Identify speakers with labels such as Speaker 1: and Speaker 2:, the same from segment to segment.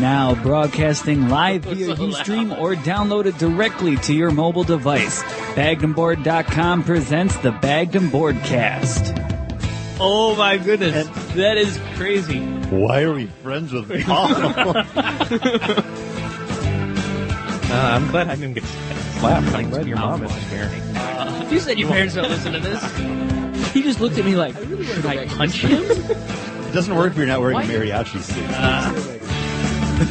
Speaker 1: Now broadcasting live
Speaker 2: That was
Speaker 1: via
Speaker 2: so
Speaker 1: Ustream or downloaded directly to your mobile device. Bagdenboard.com presents the Bagden Boardcast.
Speaker 2: Oh my goodness, that is crazy.
Speaker 3: Why are we friends with Paul?
Speaker 4: Uh, I'm glad I didn't get slapped. I'm glad your mom isn't here.
Speaker 2: You said your parents don't listen to this. He just looked at me like, should I punch him?
Speaker 3: it doesn't work if you're not wearing
Speaker 2: Why?
Speaker 3: a mariachi suit.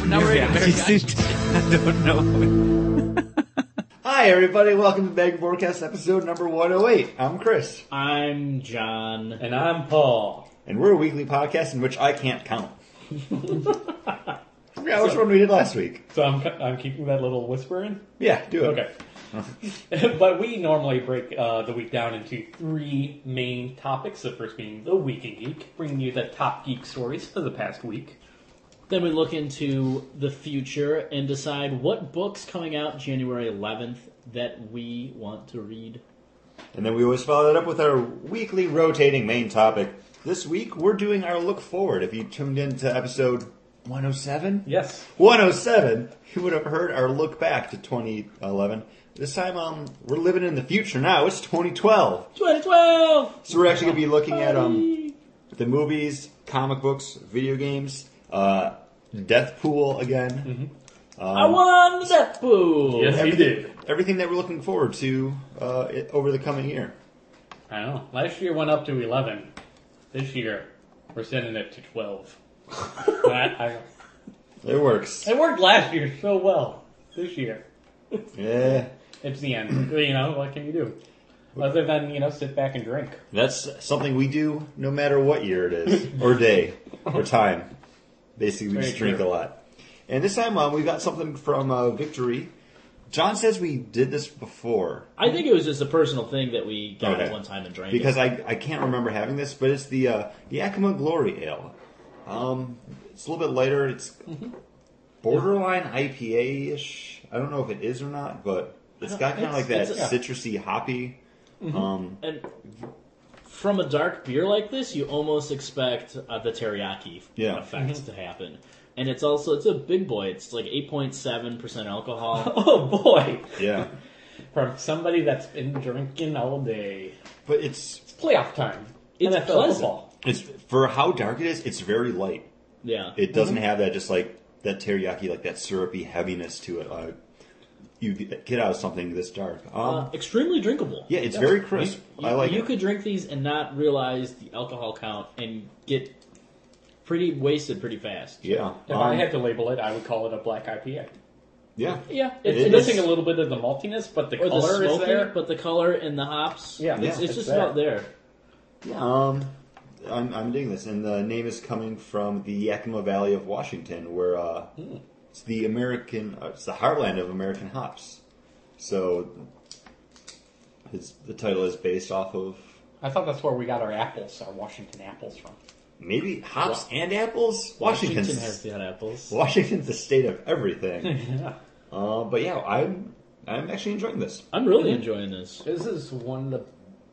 Speaker 2: Now we're in America.
Speaker 4: I don't know.
Speaker 3: Hi, everybody. Welcome to Bag Forecast episode number 108. I'm Chris.
Speaker 5: I'm John.
Speaker 4: And I'm Paul.
Speaker 3: And we're a weekly podcast in which I can't count. I forgot which one we did last week.
Speaker 5: So I'm, I'm keeping that little whisper in.
Speaker 3: Yeah, do it.
Speaker 5: Okay. but we normally break uh, the week down into three main topics. The first being the Week in Geek, bringing you the top geek stories for the past week.
Speaker 6: Then we look into the future and decide what books coming out January 11th that we want to read.
Speaker 3: And then we always follow that up with our weekly rotating main topic. This week, we're doing our look forward. If you tuned in to episode 107,
Speaker 5: Yes.
Speaker 3: 107, you would have heard our look back to 2011. This time, um, we're living in the future now. It's 2012.
Speaker 6: 2012!
Speaker 3: So we're actually going to be looking at um, the movies, comic books, video games, uh, Deathpool again.
Speaker 6: I won the death pool!
Speaker 5: Yes, Mm-hmm. he did.
Speaker 3: Everything that we're looking forward to uh, i over the coming year.
Speaker 5: I know. Last year went up to 11. This year, we're sending it to 12. I, I,
Speaker 3: It works.
Speaker 5: it worked last year so well. This year,
Speaker 3: Yeah.
Speaker 5: it's the end. you know, what can you do? Other than, you know, sit back and drink.
Speaker 3: That's something we do no matter what year it is, or day, or time. Basically, we
Speaker 5: Very
Speaker 3: just drink
Speaker 5: true.
Speaker 3: a lot. And this time on, we got something from uh, Victory. John says we did this before
Speaker 6: I think it was just a personal thing that we got
Speaker 3: Okay.
Speaker 6: one time and drank.
Speaker 3: because I, I can't remember having this, but it's the uh, Yakima Glory Ale. Um, it's a little bit lighter. It's
Speaker 6: Mm-hmm.
Speaker 3: borderline IPA ish. I don't know if it is or not, but it's got kind of like that
Speaker 6: it's- uh, it's-
Speaker 3: citrusy, hoppy. Um,
Speaker 6: it. And from a dark beer like this, you almost expect uh, the teriyaki
Speaker 3: Yeah.
Speaker 6: effect to happen. And it's also, it's a big boy. It's like 8.7% alcohol.
Speaker 5: Oh boy!
Speaker 3: yeah,
Speaker 5: From somebody that's been drinking all day.
Speaker 3: but it's
Speaker 5: It's playoff time.
Speaker 6: It's
Speaker 5: NFL
Speaker 6: pleasant.
Speaker 5: football.
Speaker 3: it's for how dark it is. It's very light.
Speaker 6: yeah.
Speaker 3: It doesn't have that just like that teriyaki, like that syrupy heaviness to it. Uh, you get get out of something this dark. Um,
Speaker 6: Uh, extremely drinkable.
Speaker 3: yeah, it's very crisp.
Speaker 6: You,
Speaker 3: I like
Speaker 6: you
Speaker 3: it.
Speaker 6: could drink these and not realize the alcohol count and get pretty wasted pretty fast.
Speaker 3: yeah,
Speaker 5: If
Speaker 3: um,
Speaker 5: I had to label it, I would call it a black IPA.
Speaker 3: yeah.
Speaker 6: Yeah,
Speaker 5: It's
Speaker 3: It
Speaker 5: missing
Speaker 3: is.
Speaker 5: a little bit of the maltiness, but the
Speaker 6: or the
Speaker 5: color is
Speaker 6: smoky,
Speaker 5: there.
Speaker 6: but the color and the hops.
Speaker 5: Yeah,
Speaker 6: it's,
Speaker 3: yeah,
Speaker 6: it's
Speaker 5: it's
Speaker 6: just
Speaker 5: there.
Speaker 6: about there.
Speaker 3: Um, I'm, I'm doing this, and the name is coming from the Yakima Valley of Washington, where uh,
Speaker 6: Hmm.
Speaker 3: it's the American, uh, it's the heartland of American hops. So, it's, the title is based off of
Speaker 5: I thought that's where we got our apples, our Washington apples from.
Speaker 3: maybe hops and apples. Washington's
Speaker 6: Washington has the hot apples.
Speaker 3: Washington's the state of everything. uh, but yeah, I'm I'm actually enjoying this.
Speaker 6: I'm really enjoying this.
Speaker 5: This is one of the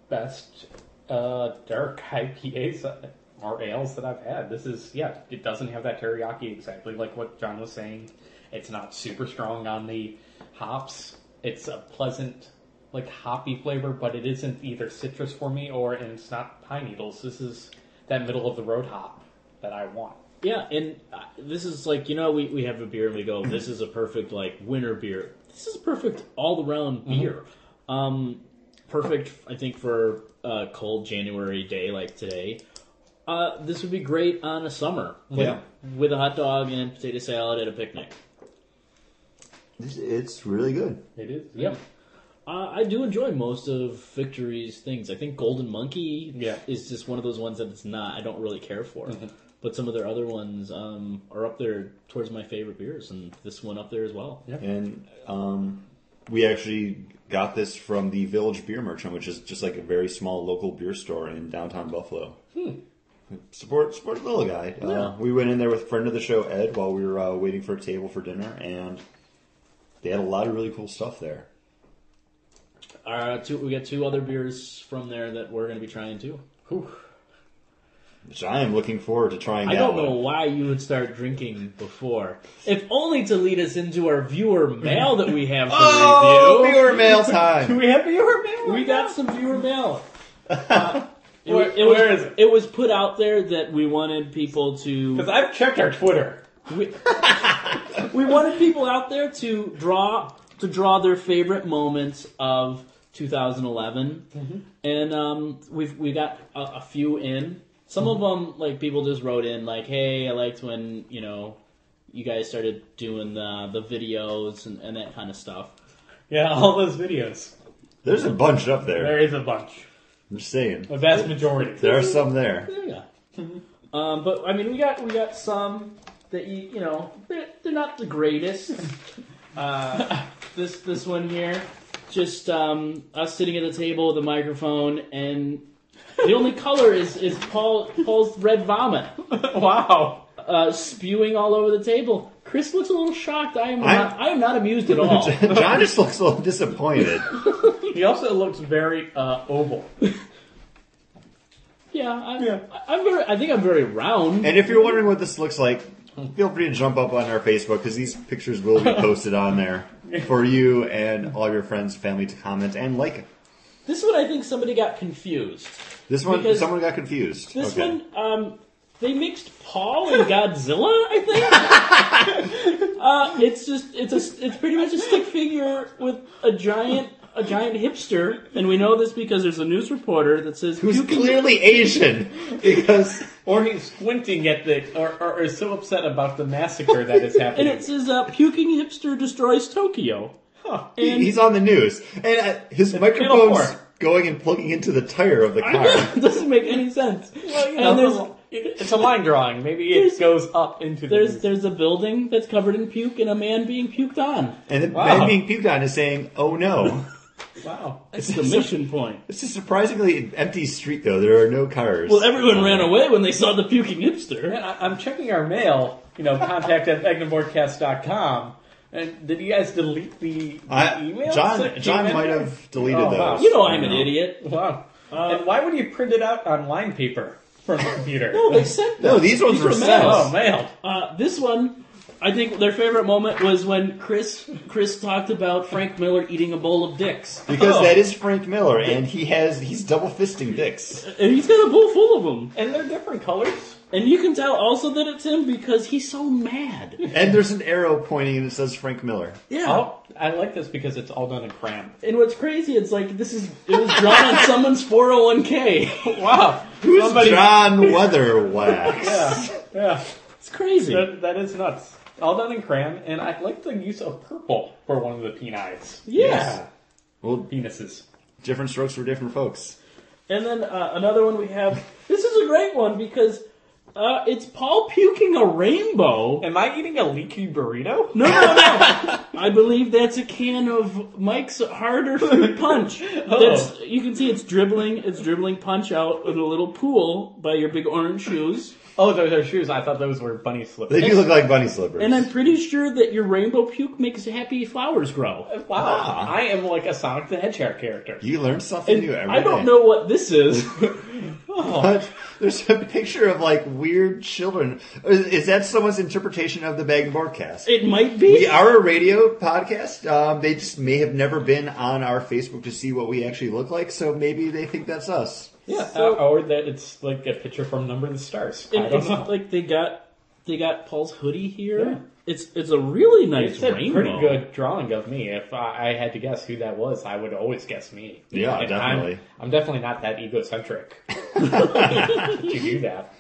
Speaker 5: best uh, dark IPAs or ales that I've had. This is, yeah, it doesn't have that teriyaki exactly like what John was saying. It's not super strong on the hops. It's a pleasant, like, hoppy flavor, but it isn't either citrus for me or, and it's not pine needles. This is that middle of the road hop that I want.
Speaker 6: Yeah, and uh, this is like you know we, we have a beer and we go this is a perfect like winter beer. This is perfect all around beer. Um, perfect I think for a cold January day like today. Uh, this would be great on a summer with,
Speaker 3: Yeah.
Speaker 6: with a hot dog and potato salad at a picnic.
Speaker 3: It's, it's really good.
Speaker 5: It is? Yep.
Speaker 6: Uh, I do enjoy most of Victory's things. I think Golden Monkey
Speaker 5: Yeah.
Speaker 6: is just one of those ones that it's not. I don't really care for.
Speaker 3: Mm-hmm.
Speaker 6: But some of their other ones um, are up there towards my favorite beers, and this one up there as well.
Speaker 3: And um, we actually got this from the Village Beer Merchant, which is just like a very small local beer store in downtown Buffalo.
Speaker 6: Hmm.
Speaker 3: Support support the little guy. Uh, we went in there with a friend of the show Ed while we were uh, waiting for a table for dinner, and they had a lot of really cool stuff there.
Speaker 6: Uh, two, we got two other beers from there that we're going to be trying too.
Speaker 5: Whew.
Speaker 3: Which I am looking forward to trying.
Speaker 6: I
Speaker 3: that
Speaker 6: don't
Speaker 3: one.
Speaker 6: know why you would start drinking before, if only to lead us into our viewer mail that we have to
Speaker 3: Oh,
Speaker 6: review.
Speaker 3: viewer mail
Speaker 5: Do
Speaker 3: time.
Speaker 5: we have viewer mail?
Speaker 6: We got some viewer mail. Uh, It,
Speaker 5: Where-
Speaker 6: wa- it was,
Speaker 5: where is it?
Speaker 6: was put out there that we wanted people to
Speaker 5: Because I've checked our Twitter.
Speaker 6: we, we wanted people out there to draw to draw their favorite moments of 2011,
Speaker 5: Mm-hmm.
Speaker 6: and um, we've we got a, a few in. Some of them, like people just wrote in, like, "Hey, I liked when you know you guys started doing the the videos and, and that kind of stuff."
Speaker 5: Yeah, all those videos.
Speaker 3: There's a bunch up there.
Speaker 5: There is a bunch.
Speaker 3: I'm just saying.
Speaker 5: The vast majority.
Speaker 3: There are some there.
Speaker 6: Yeah.
Speaker 5: Mm-hmm.
Speaker 6: Um, but I mean, we got we got some that you you know they're, they're not the greatest. Uh, this this one here, just um, us sitting at the table with a microphone, and the only color is is Paul Paul's red vomit
Speaker 5: wow.
Speaker 6: uh, spewing all over the table. Chris looks a little shocked. I am
Speaker 3: I-
Speaker 6: not, I am not amused at all.
Speaker 3: John just looks a little disappointed.
Speaker 5: He also looks very uh, oval.
Speaker 6: Yeah, I'm,
Speaker 5: Yeah.
Speaker 6: I, am very. I think I'm very round.
Speaker 3: And if you're wondering what this looks like, feel free to jump up on our Facebook because these pictures will be posted on there for you and all your friends, family to comment and like it.
Speaker 6: This one, I think somebody got confused.
Speaker 3: This one,
Speaker 6: Because-
Speaker 3: someone got confused.
Speaker 6: This
Speaker 3: okay.
Speaker 6: one, um, they mixed Paul and Godzilla, I think. uh, it's just it's a it's pretty much a stick figure with a giant a giant hipster, and we know this because there's a news reporter that says
Speaker 3: who's
Speaker 6: you can-
Speaker 3: clearly Asian because
Speaker 5: Or he's squinting at the, or, or, or is so upset about the massacre that is
Speaker 6: and
Speaker 5: happening.
Speaker 6: it says uh, puking hipster destroys Tokyo.
Speaker 3: he- he's on the news and uh, his microphone's
Speaker 5: four.
Speaker 3: going and plugging into the tire of the car.
Speaker 6: it doesn't make any sense.
Speaker 5: you
Speaker 6: and
Speaker 5: know,
Speaker 6: there's
Speaker 5: it's a line drawing. Maybe it
Speaker 6: There's-
Speaker 5: goes up into the.
Speaker 6: there's there's a building that's covered in puke and a man being puked on.
Speaker 3: And the
Speaker 5: Wow.
Speaker 3: man being puked on is saying, "Oh no."
Speaker 5: wow.
Speaker 6: It's the mission point.
Speaker 3: It's a surprisingly empty street, though. There are no cars.
Speaker 6: Well, everyone ran away when they saw the puking hipster.
Speaker 5: Man, I, I'm checking our mail, you know, contact at magnumboardcast.com. And did you guys delete the, the
Speaker 3: I,
Speaker 5: email?
Speaker 3: John,
Speaker 5: that
Speaker 3: John
Speaker 5: came in
Speaker 3: might
Speaker 5: there?
Speaker 3: have deleted
Speaker 5: Oh, wow.
Speaker 3: those.
Speaker 6: You know I'm an
Speaker 3: Yeah.
Speaker 6: idiot.
Speaker 5: Wow. and why would you print it out on line paper from the computer?
Speaker 6: No, they sent
Speaker 3: No,
Speaker 6: them.
Speaker 3: these ones were
Speaker 6: were
Speaker 3: sent.
Speaker 5: Oh, mail.
Speaker 6: Uh, this one, I think their favorite moment was when Chris Chris talked about Frank Miller eating a bowl of dicks.
Speaker 3: Because
Speaker 5: Oh.
Speaker 3: that is Frank Miller, and he has he's double fisting dicks.
Speaker 6: And he's got a bowl full of them.
Speaker 5: And they're different colors.
Speaker 6: And you can tell also that it's him because he's so mad.
Speaker 3: And there's an arrow pointing, and it says Frank Miller.
Speaker 6: Yeah.
Speaker 5: Oh, I like this because it's all done in crayon.
Speaker 6: And what's crazy, it's like this is it was drawn on someone's 401k.
Speaker 5: Wow.
Speaker 3: Who's
Speaker 5: Somebody-
Speaker 3: John Weatherwax?
Speaker 5: Yeah, yeah.
Speaker 6: It's crazy.
Speaker 5: That, that is nuts. All done in crayon, and I like the use of purple for one of the penises.
Speaker 6: Yes.
Speaker 3: Well,
Speaker 5: Penises.
Speaker 3: different strokes for different folks.
Speaker 6: And then uh, another one we have. This is a great one because uh, it's Paul puking a rainbow.
Speaker 5: Am I eating a leaky burrito?
Speaker 6: No, no, no. I believe that's a can of Mike's harder fruit punch.
Speaker 5: Oh.
Speaker 6: That's, you can see it's dribbling. It's dribbling punch out in a little pool by your big orange shoes.
Speaker 5: Oh, those are shoes. I thought those were bunny
Speaker 3: They
Speaker 5: slippers.
Speaker 3: do look like bunny slippers.
Speaker 6: And I'm pretty sure that your rainbow puke makes happy flowers grow.
Speaker 5: Wow. I am like a Sonic the Hedgehog character.
Speaker 3: you learn something
Speaker 6: And
Speaker 3: new every
Speaker 6: I don't
Speaker 3: day.
Speaker 6: know what this is.
Speaker 3: But there's a picture of like weird children. Is, is that someone's interpretation of the Bag and Broadcast?
Speaker 6: It might be.
Speaker 3: We are a radio podcast. Um, they just may have never been on our Facebook to see what we actually look like, so maybe they think that's us.
Speaker 5: Yeah. Uh,
Speaker 6: So-
Speaker 5: or that it's like a picture from Number of the Stars.
Speaker 6: And
Speaker 5: I don't
Speaker 6: it's
Speaker 5: know.
Speaker 6: like they got they got Paul's hoodie here.
Speaker 5: Yeah.
Speaker 6: It's it's a really nice
Speaker 5: It's a
Speaker 6: rainbow.
Speaker 5: pretty good drawing of me. If I, I had to guess who that was, I would always guess me.
Speaker 3: Yeah,
Speaker 5: And
Speaker 3: definitely.
Speaker 5: I'm, I'm definitely not that egocentric to do that.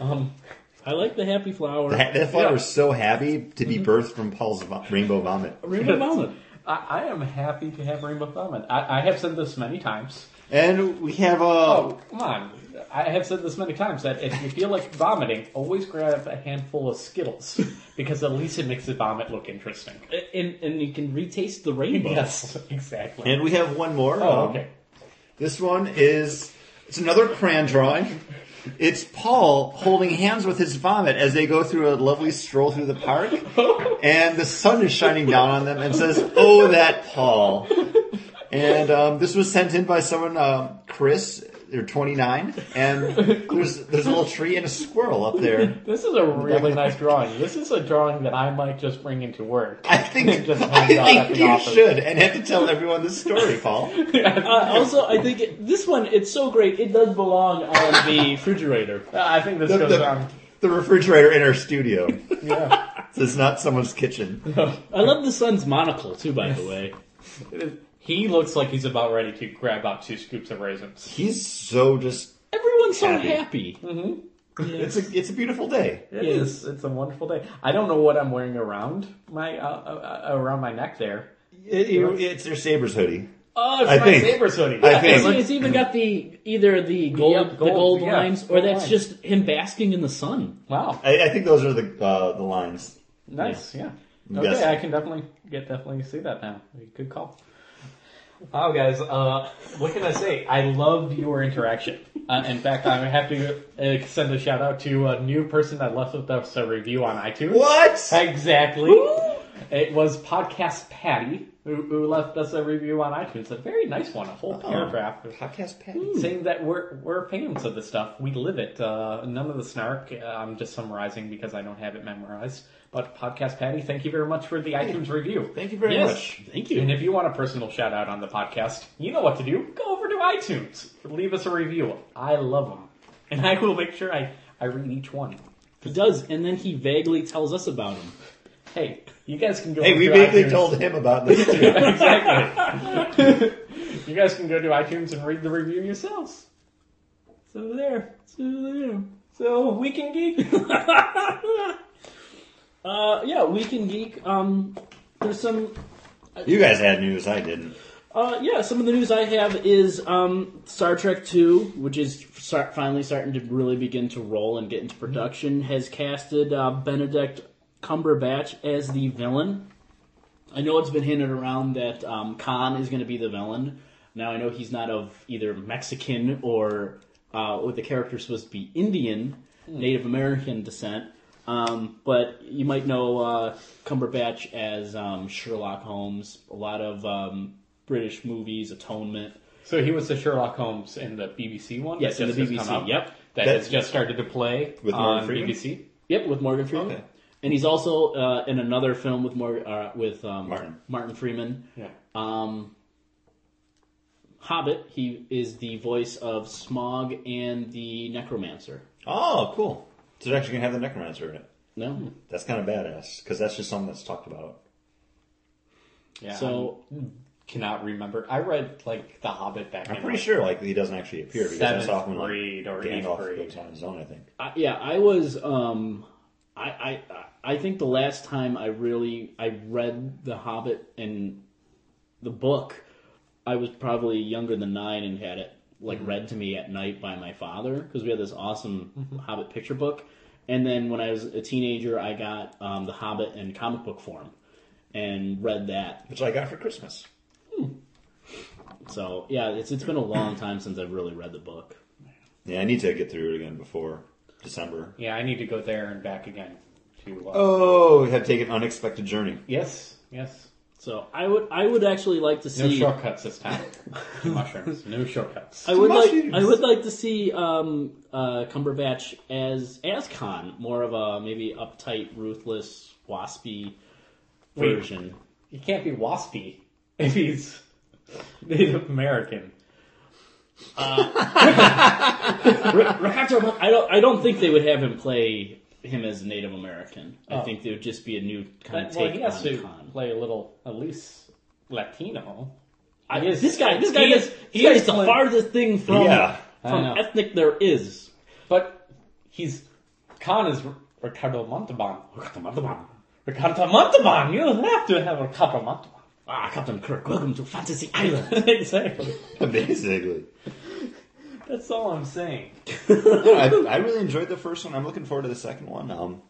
Speaker 5: Um,
Speaker 6: I like the happy flower.
Speaker 3: That, that flower is so happy to
Speaker 5: Mm-hmm.
Speaker 3: be birthed from Paul's vo- rainbow vomit.
Speaker 6: rainbow moment.
Speaker 5: I, I am happy to have Rainbow Thumb. I, I have said this many times.
Speaker 3: And we have uh, a.
Speaker 5: Oh, come on. I have said this many times that if you feel like vomiting, always grab a handful of Skittles because at least it makes the vomit look interesting.
Speaker 6: And and you can retaste the rainbow.
Speaker 5: exactly.
Speaker 3: And we have one more.
Speaker 5: Oh,
Speaker 3: Um,
Speaker 5: okay.
Speaker 3: This one is it's another crayon drawing. It's Paul holding hands with his vomit as they go through a lovely stroll through the park, and the sun is shining down on them and says, "Oh, that Paul." And um, this was sent in by someone, um, Chris, or 29, and there's there's a little tree and a squirrel up there.
Speaker 5: This is a really nice drawing. This is a drawing that I might just bring into work.
Speaker 3: I think
Speaker 5: Just
Speaker 3: I
Speaker 5: hang out at
Speaker 3: think
Speaker 5: the
Speaker 3: you
Speaker 5: office.
Speaker 3: should, and have to tell everyone this story, Paul.
Speaker 6: Uh, also, I think it, this one it's so great it does belong on the refrigerator.
Speaker 5: I think this
Speaker 3: The,
Speaker 5: goes
Speaker 3: the-
Speaker 5: on.
Speaker 3: the refrigerator in our studio.
Speaker 5: Yeah.
Speaker 3: So it's not someone's kitchen.
Speaker 6: I love the sun's monocle too, by the way.
Speaker 5: He looks like he's about ready to grab out two scoops of raisins.
Speaker 3: He's so just.
Speaker 6: Everyone's so
Speaker 3: Happy.
Speaker 6: happy.
Speaker 3: It's a it's a beautiful day.
Speaker 5: It is. It's a wonderful day. I don't know what I'm wearing around my uh, uh, uh, around my neck there.
Speaker 3: It- it- it's your Sabres hoodie.
Speaker 5: Oh, it's
Speaker 3: I
Speaker 5: my
Speaker 3: think-
Speaker 5: Sabres hoodie.
Speaker 3: I think-
Speaker 6: It's, it's even got the either the gold,
Speaker 5: Yep,
Speaker 6: the
Speaker 5: gold,
Speaker 6: gold
Speaker 5: yeah,
Speaker 6: lines, or
Speaker 5: gold
Speaker 6: that's
Speaker 5: lines.
Speaker 6: just him basking in the sun.
Speaker 5: Wow.
Speaker 3: I, I think those are the uh, the lines.
Speaker 5: Nice. Yeah. Okay,
Speaker 3: Yes.
Speaker 5: I can definitely get definitely see that now. Good call. Wow, guys. Uh, what can I say? I loved your interaction. Uh, in fact, I have to uh, send a shout out to a new person that left us a review on iTunes.
Speaker 3: What?
Speaker 5: Exactly. It was podcast Patty who, who left us a review on iTunes. A very nice one, a whole
Speaker 3: Uh-huh.
Speaker 5: paragraph
Speaker 3: Podcast Pat.
Speaker 5: saying that we're we're fans of this stuff. We live it. Uh, none of the snark. uh, I'm just summarizing because I don't have it memorized. But podcast Patty, thank you very much for the iTunes review.
Speaker 3: Thank you very
Speaker 5: Yes.
Speaker 3: much.
Speaker 6: Thank
Speaker 5: And
Speaker 6: you.
Speaker 5: if you want a personal shout out on the podcast, you know what to do. Go over to iTunes, leave us a review. I love them, and I will make sure I I read each one.
Speaker 6: He does, and then he vaguely tells us about him.
Speaker 5: Hey, you guys can go.
Speaker 3: Hey,
Speaker 5: over
Speaker 3: we
Speaker 5: to
Speaker 3: vaguely
Speaker 5: iTunes.
Speaker 3: told him about this too.
Speaker 5: exactly. you guys can go to iTunes and read the review yourselves. So there.
Speaker 6: So,
Speaker 5: So we can geek.
Speaker 6: uh, yeah, we can geek. Um, there's some
Speaker 3: you guys had news, I didn't.
Speaker 6: Uh, yeah, some of the news I have is um, Star Trek Two, which is start, finally starting to really begin to roll and get into production, has casted uh, Benedict Cumberbatch as the villain. I know it's been hinted around that um, Khan is going to be the villain. Now I know he's not of either Mexican or uh, what the character's supposed to be Indian, Native American descent. Um, but you might know uh, Cumberbatch as um, Sherlock Holmes. A lot of um, British movies, Atonement.
Speaker 5: So he was the Sherlock Holmes in the BBC one.
Speaker 6: Yes,
Speaker 5: that
Speaker 6: in the
Speaker 5: just has come
Speaker 6: BBC.
Speaker 5: out,
Speaker 6: Yep.
Speaker 5: That
Speaker 3: That-
Speaker 5: has just started to play
Speaker 3: With Morgan
Speaker 5: on
Speaker 3: Freeman?
Speaker 5: BBC.
Speaker 6: Yep, with Morgan Freeman.
Speaker 3: Okay.
Speaker 6: And he's also uh, in another film with Mor- uh, with um,
Speaker 3: Martin.
Speaker 6: Freeman.
Speaker 5: Yeah.
Speaker 6: Um, Hobbit. He is the voice of Smog and the Necromancer.
Speaker 3: Oh, cool. So it's actually gonna have the Necromancer in it.
Speaker 6: No.
Speaker 3: That's kind of badass because that's just something that's talked about.
Speaker 5: Yeah.
Speaker 6: So
Speaker 5: I cannot remember. I read like The Hobbit back
Speaker 3: I'm
Speaker 5: in
Speaker 3: pretty
Speaker 5: like,
Speaker 3: sure like he doesn't actually appear because that's
Speaker 5: Seventh
Speaker 3: often like
Speaker 5: grade or eighth
Speaker 3: Gandalf
Speaker 5: grade.
Speaker 3: goes on his own. I think.
Speaker 6: I, yeah, I was. Um, I, I I think the last time I really I read The Hobbit and the book, I was probably younger than nine and had it like read to me at night by my father because we had this awesome Hobbit picture book. And then when I was a teenager, I got um, The Hobbit in comic book form and read that.
Speaker 3: Which I got for Christmas.
Speaker 6: So yeah, it's it's been a long time since I've really read the book.
Speaker 3: Yeah, I need to get through it again before December.
Speaker 5: Yeah, I need to go there and back again. To uh,
Speaker 3: Oh, we have taken unexpected journey.
Speaker 5: yes, yes.
Speaker 6: So I would I would actually like to
Speaker 5: No
Speaker 6: see.
Speaker 5: shortcuts this time. to mushrooms. No shortcuts.
Speaker 6: I would
Speaker 3: mushrooms.
Speaker 6: like I would like to see um, uh, Cumberbatch as as Khan, more of a maybe uptight, ruthless, waspy
Speaker 5: Wait.
Speaker 6: version.
Speaker 5: He can't be waspy if he's Native American. Uh,
Speaker 6: Ricardo Mon- I don't I don't think they would have him play him as Native American. I think there would just be a new kind of
Speaker 5: But, Oh. well,
Speaker 6: take
Speaker 5: he has
Speaker 6: on
Speaker 5: to
Speaker 6: Khan.
Speaker 5: play a little, at least Latino.
Speaker 6: I,
Speaker 5: is-
Speaker 6: this guy this guy
Speaker 5: he
Speaker 6: is
Speaker 5: is-
Speaker 6: this
Speaker 5: he
Speaker 6: guy
Speaker 5: is
Speaker 6: is the
Speaker 5: playing-
Speaker 6: farthest thing from
Speaker 3: Yeah.
Speaker 5: I
Speaker 6: from
Speaker 5: know.
Speaker 6: ethnic there is.
Speaker 5: But he's Khan is R- Ricardo Montalban. Ricardo Montalban. Ricardo Montalban. You have to have Ricardo Montalban.
Speaker 6: Ah, Captain Kirk, welcome to Fantasy Island.
Speaker 5: exactly.
Speaker 3: Basically.
Speaker 5: That's all I'm saying.
Speaker 3: I, I really enjoyed the first one. I'm looking forward to the second one. Um,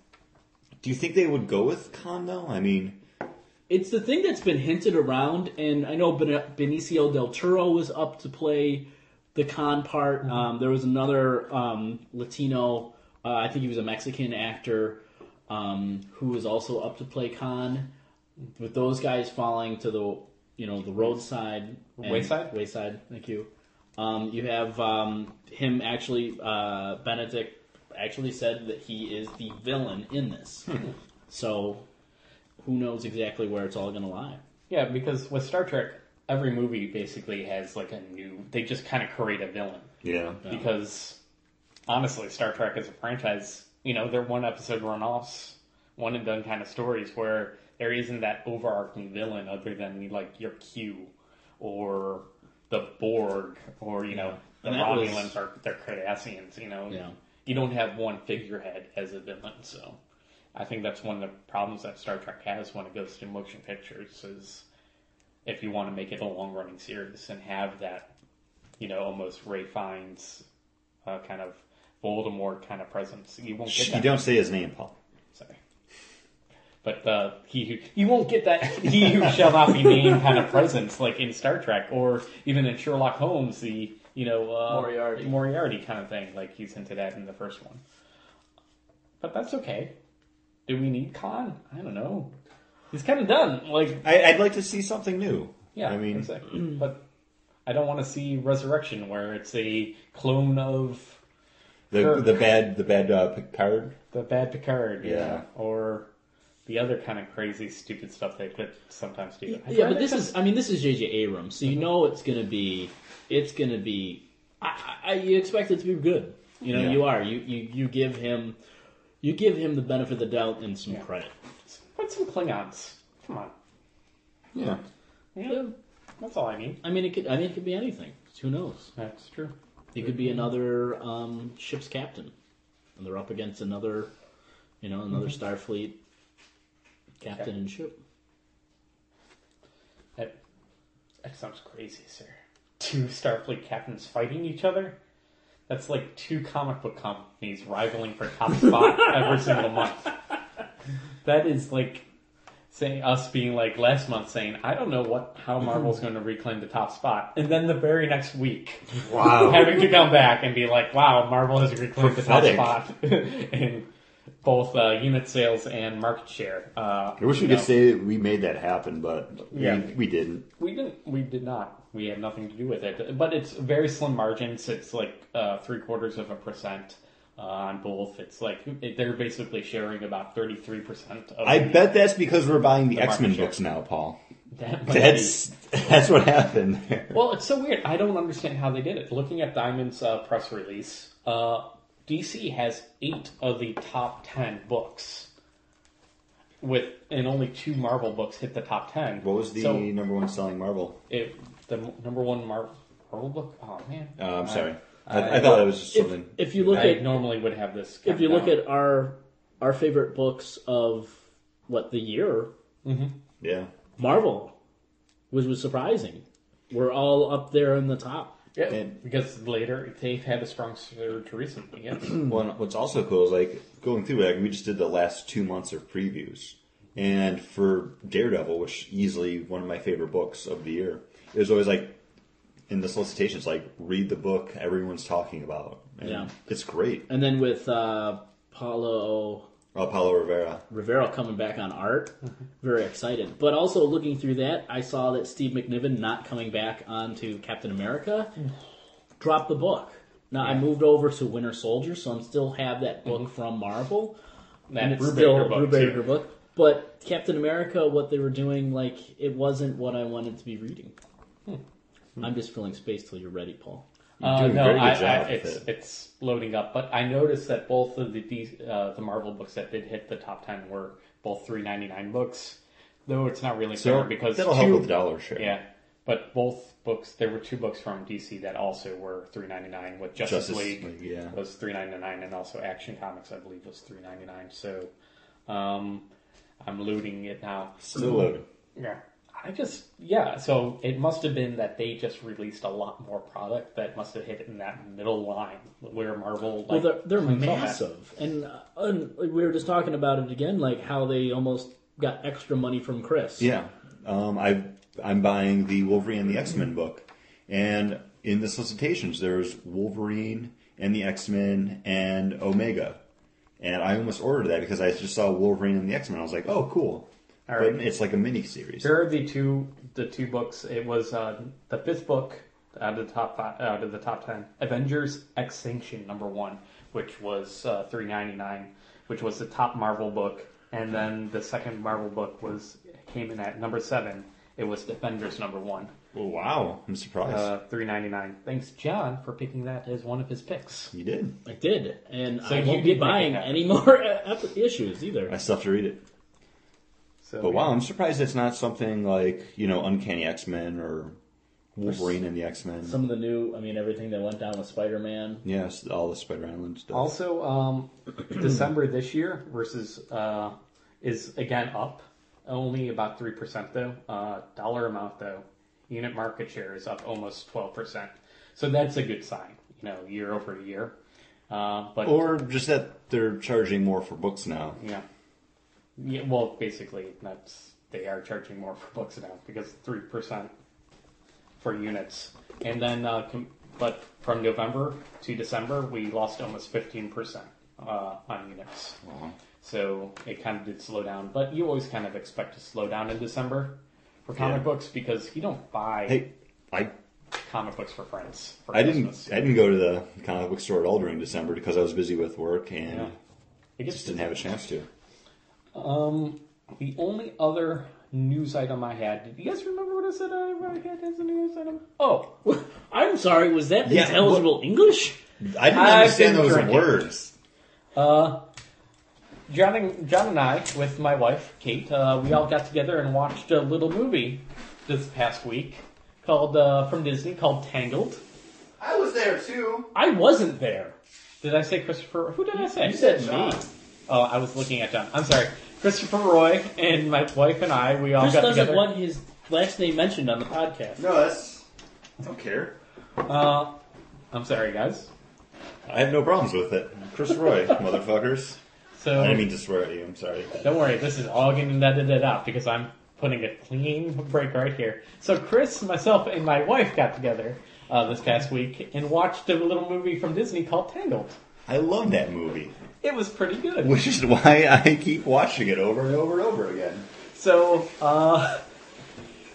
Speaker 3: do you think they would go with Khan though? I mean,
Speaker 6: It's the thing that's been hinted around, and I know ben- Benicio del Toro was up to play the con part. Um, there was another um, Latino, uh, I think he was a Mexican actor, um, who was also up to play con. With those guys falling to the you know the roadside, and-
Speaker 5: Wayside?
Speaker 6: wayside. Thank you. Um, you have um, him actually, uh, Benedict actually said that he is the villain in this. so who knows exactly where it's all going to lie?
Speaker 5: Yeah, because with Star Trek, every movie basically has like a new. They just kind of create a villain
Speaker 3: Yeah.
Speaker 5: because honestly, Star Trek as a franchise, you know, they're one episode runoffs, one and done kind of stories where there isn't that overarching villain other than like your Q or the Borg or you know the
Speaker 6: And that was-
Speaker 5: Romulans or the Cardassians. You know,
Speaker 6: Yeah.
Speaker 5: you don't have one figurehead as a villain, so. I think that's one of the problems that Star Trek has when it goes to motion pictures is if you want to make it a long running series and have that, you know, almost Ray Fiennes uh, kind of Voldemort kind of presence, you won't
Speaker 3: Shh,
Speaker 5: get
Speaker 3: You
Speaker 5: that.
Speaker 3: don't say his name, Paul.
Speaker 5: Sorry. But uh, he who you won't get that he who shall not be named kind of presence like in Star Trek or even in Sherlock Holmes the you know uh,
Speaker 2: Moriarty.
Speaker 5: Moriarty kind of thing like he's hinted at in the first one. But that's okay. Do we need Khan? I don't know. He's kind of done. Like
Speaker 3: I, I'd like to see something new.
Speaker 5: yeah,
Speaker 3: I mean,
Speaker 5: exactly. but I don't want to see Resurrection where it's a clone of
Speaker 3: the
Speaker 5: Kirk.
Speaker 3: the bad the bad uh, Picard.
Speaker 5: the bad Picard, you
Speaker 3: Yeah.
Speaker 5: know, or the other kind of crazy, stupid stuff they could sometimes do. I'd
Speaker 6: yeah,
Speaker 5: rather Mm-hmm.
Speaker 6: but this
Speaker 5: just-
Speaker 6: is I mean this is JJ Abrams, so you know it's gonna be it's gonna be I, I I- you expect it to be good. You know
Speaker 3: Yeah.
Speaker 6: you are you, you you give him you give him the benefit of the doubt and some
Speaker 5: Yeah.
Speaker 6: credit.
Speaker 5: put some Klingons. Come on,
Speaker 3: Yeah.
Speaker 5: yeah, that's all I need.
Speaker 6: I mean it could I mean it could be anything. Who knows?
Speaker 5: That's true.
Speaker 6: It could
Speaker 5: Mm-hmm.
Speaker 6: be another um, ship's captain, and they're up against another you know another
Speaker 5: Mm-hmm.
Speaker 6: Starfleet captain and ship.
Speaker 5: That that sounds crazy, sir. Two Starfleet captains fighting each other. That's like two comic book companies rivaling for top spot every single month. That is like saying us being like last month saying I don't know what how Marvel's going to reclaim the top spot, and then the very next week
Speaker 3: Wow.
Speaker 5: having to come back and be like, wow, Marvel has reclaimed the top
Speaker 3: Prophetic.
Speaker 5: spot in both uh, unit sales and market share. Uh,
Speaker 3: I wish we
Speaker 5: no.
Speaker 3: could say that we made that happen, but we,
Speaker 5: Yeah.
Speaker 3: we didn't.
Speaker 5: we didn't. We did not. We had nothing to do with it. But it's very slim margins. It's like uh, three quarters of a percent. Uh, on both, it's like it, they're basically sharing about thirty-three percent of.
Speaker 3: I
Speaker 5: the-
Speaker 3: bet that's because we're buying the
Speaker 5: market
Speaker 3: X Men
Speaker 5: share.
Speaker 3: books now, Paul.
Speaker 5: that might be-
Speaker 3: That's that's what happened there.
Speaker 5: Well, it's so weird. I don't understand how they did it. Looking at Diamond's uh, press release, uh, DC has eight of the top ten books, with and only two Marvel books hit the top ten.
Speaker 3: What was the
Speaker 5: So
Speaker 3: number one selling Marvel?
Speaker 5: it, the m- number one Mar- Marvel book? Oh man,
Speaker 3: Uh, I'm sorry. I, I, thought it was just
Speaker 6: If,
Speaker 3: something.
Speaker 6: if you look
Speaker 5: I
Speaker 6: at
Speaker 5: normally would have this.
Speaker 6: if you
Speaker 5: countdown.
Speaker 6: look at our our favorite books of what the year
Speaker 3: yeah.
Speaker 6: Marvel, which was surprising. We're all up there in the top.
Speaker 5: yeah,
Speaker 3: and-
Speaker 5: because later they've had a strong surge recently. Yes.
Speaker 3: Well, and what's also cool is like going through it. Like, we just did the last two months of previews, and for Daredevil, which easily one of my favorite books of the year, it was always like in the solicitations, like read the book everyone's talking about. And
Speaker 6: Yeah.
Speaker 3: it's great.
Speaker 6: And then with uh, Paulo
Speaker 3: Oh, Paulo Rivera.
Speaker 6: Rivera coming back on art,
Speaker 5: Mm-hmm.
Speaker 6: very excited. But also looking through that, I saw that Steve McNiven not coming back onto Captain America
Speaker 5: Mm.
Speaker 6: dropped the book. Now I moved over to Winter Soldier, so I'm still have that book from Marvel. and
Speaker 5: That
Speaker 6: it's
Speaker 5: Mm-hmm. Brubaker
Speaker 6: still a
Speaker 5: book
Speaker 6: Brubaker
Speaker 5: too.
Speaker 6: book. But Captain America, what they were doing, like it wasn't what I wanted to be reading.
Speaker 5: Hmm.
Speaker 6: I'm just filling space till you're ready, Paul.
Speaker 5: Uh,
Speaker 3: doing a
Speaker 5: no,
Speaker 3: very good
Speaker 5: I,
Speaker 3: job
Speaker 5: I,
Speaker 3: with
Speaker 5: it's
Speaker 3: it.
Speaker 5: it's loading up, but I noticed that both of the D- uh, the Marvel books that did hit the top ten were both three ninety nine books. Though it's not really fair because
Speaker 3: that'll
Speaker 5: two,
Speaker 3: help with the dollar share.
Speaker 5: yeah, but both books there were two books from DC that also were three ninety nine. With Justice,
Speaker 3: Justice
Speaker 5: League,
Speaker 3: League, yeah.
Speaker 5: was three ninety nine, and also Action Comics I believe was three ninety nine. So um, I'm looting it now.
Speaker 3: Still loaded.
Speaker 5: Yeah. I just yeah, so it must have been that they just released a lot more product that must have hit in that middle line where Marvel like
Speaker 6: well, they're, they're
Speaker 5: cleans all that.
Speaker 6: massive, and, uh, and like, we were just talking about it again, like how they almost got extra money from Chris.
Speaker 3: Yeah, um, I I'm buying the Wolverine and the X Men book, and in the solicitations there's Wolverine and the X Men and Omega, and I almost ordered that because I just saw Wolverine and the X Men. I was like, oh, cool.
Speaker 5: All right.
Speaker 3: But it's like a mini series.
Speaker 5: Here are the two the two books. It was uh, the fifth book out of the top five, out of the top ten. Avengers: Extinction number one, which was uh, three ninety nine, which was the top Marvel book, and then the second Marvel book was came in at number seven. It was Defenders number one,
Speaker 3: Well, wow, I'm surprised.
Speaker 5: uh, three ninety nine. Thanks, John, for picking that as one of his picks.
Speaker 3: you did.
Speaker 6: I did, and
Speaker 5: So
Speaker 6: I
Speaker 5: you
Speaker 6: won't
Speaker 5: did
Speaker 6: be
Speaker 5: make
Speaker 6: buying
Speaker 5: it happen.
Speaker 6: any more ep- issues either.
Speaker 3: I still have to read it.
Speaker 5: So,
Speaker 3: But wow, I'm surprised it's not something like you know Uncanny X Men or Wolverine and the X Men.
Speaker 6: Some of the new, I mean, everything that went down with Spider-Man.
Speaker 3: Yes, all the Spider Island stuff.
Speaker 5: Also, um, December this year versus uh, is again up, only about three percent though. Uh, dollar amount though, unit market share is up almost twelve percent. So that's a good sign, you know, year over year. Uh, but
Speaker 3: or just that they're charging more for books now.
Speaker 5: yeah, yeah. Well, basically, that's they are charging more for books now because three percent for units, and then uh, com- but from November to December, we lost almost fifteen percent uh, on units. So it kind of did slow down, but you always kind of expect to slow down in December for comic
Speaker 3: Yeah.
Speaker 5: books because you don't buy
Speaker 3: Hey, I
Speaker 5: comic books for friends. For
Speaker 3: I didn't
Speaker 5: Christmas.
Speaker 3: I didn't go to the comic book store at all during December because I was busy with work and
Speaker 5: Yeah. It gets
Speaker 3: just didn't have a chance to.
Speaker 5: Um, the only other news item I had. Did you guys remember what I said I had as a news item? Oh,
Speaker 6: I'm sorry, was that
Speaker 3: Yeah,
Speaker 6: intelligible English?
Speaker 3: I didn't
Speaker 5: I've
Speaker 3: understand
Speaker 5: been
Speaker 3: those
Speaker 5: drinking.
Speaker 3: words.
Speaker 5: uh, John and John and I, with my wife Kate, uh, we all got together and watched a little movie this past week called uh, from Disney called Tangled.
Speaker 3: I was there too.
Speaker 5: I wasn't there. Did I say Christopher? Who did I say?
Speaker 3: John.
Speaker 5: Oh, I was looking at John. I'm sorry. Christopher Roy and my wife and I, we all
Speaker 6: Chris
Speaker 5: got
Speaker 6: doesn't
Speaker 5: together.
Speaker 6: want his last name mentioned on the podcast.
Speaker 3: No, that's I don't care.
Speaker 5: Uh, I'm sorry, guys.
Speaker 3: I have no problems with it. Chris Roy, motherfuckers.
Speaker 5: So
Speaker 3: I didn't mean to swear at you. I'm sorry.
Speaker 5: Don't worry, this is all getting edited out because I'm putting a clean break right here. So Chris, myself, and my wife got together uh, this past week and watched a little movie from Disney called Tangled.
Speaker 3: I love that movie,
Speaker 5: It was pretty good.
Speaker 3: which is why I keep watching it over and over and over again.
Speaker 5: So uh,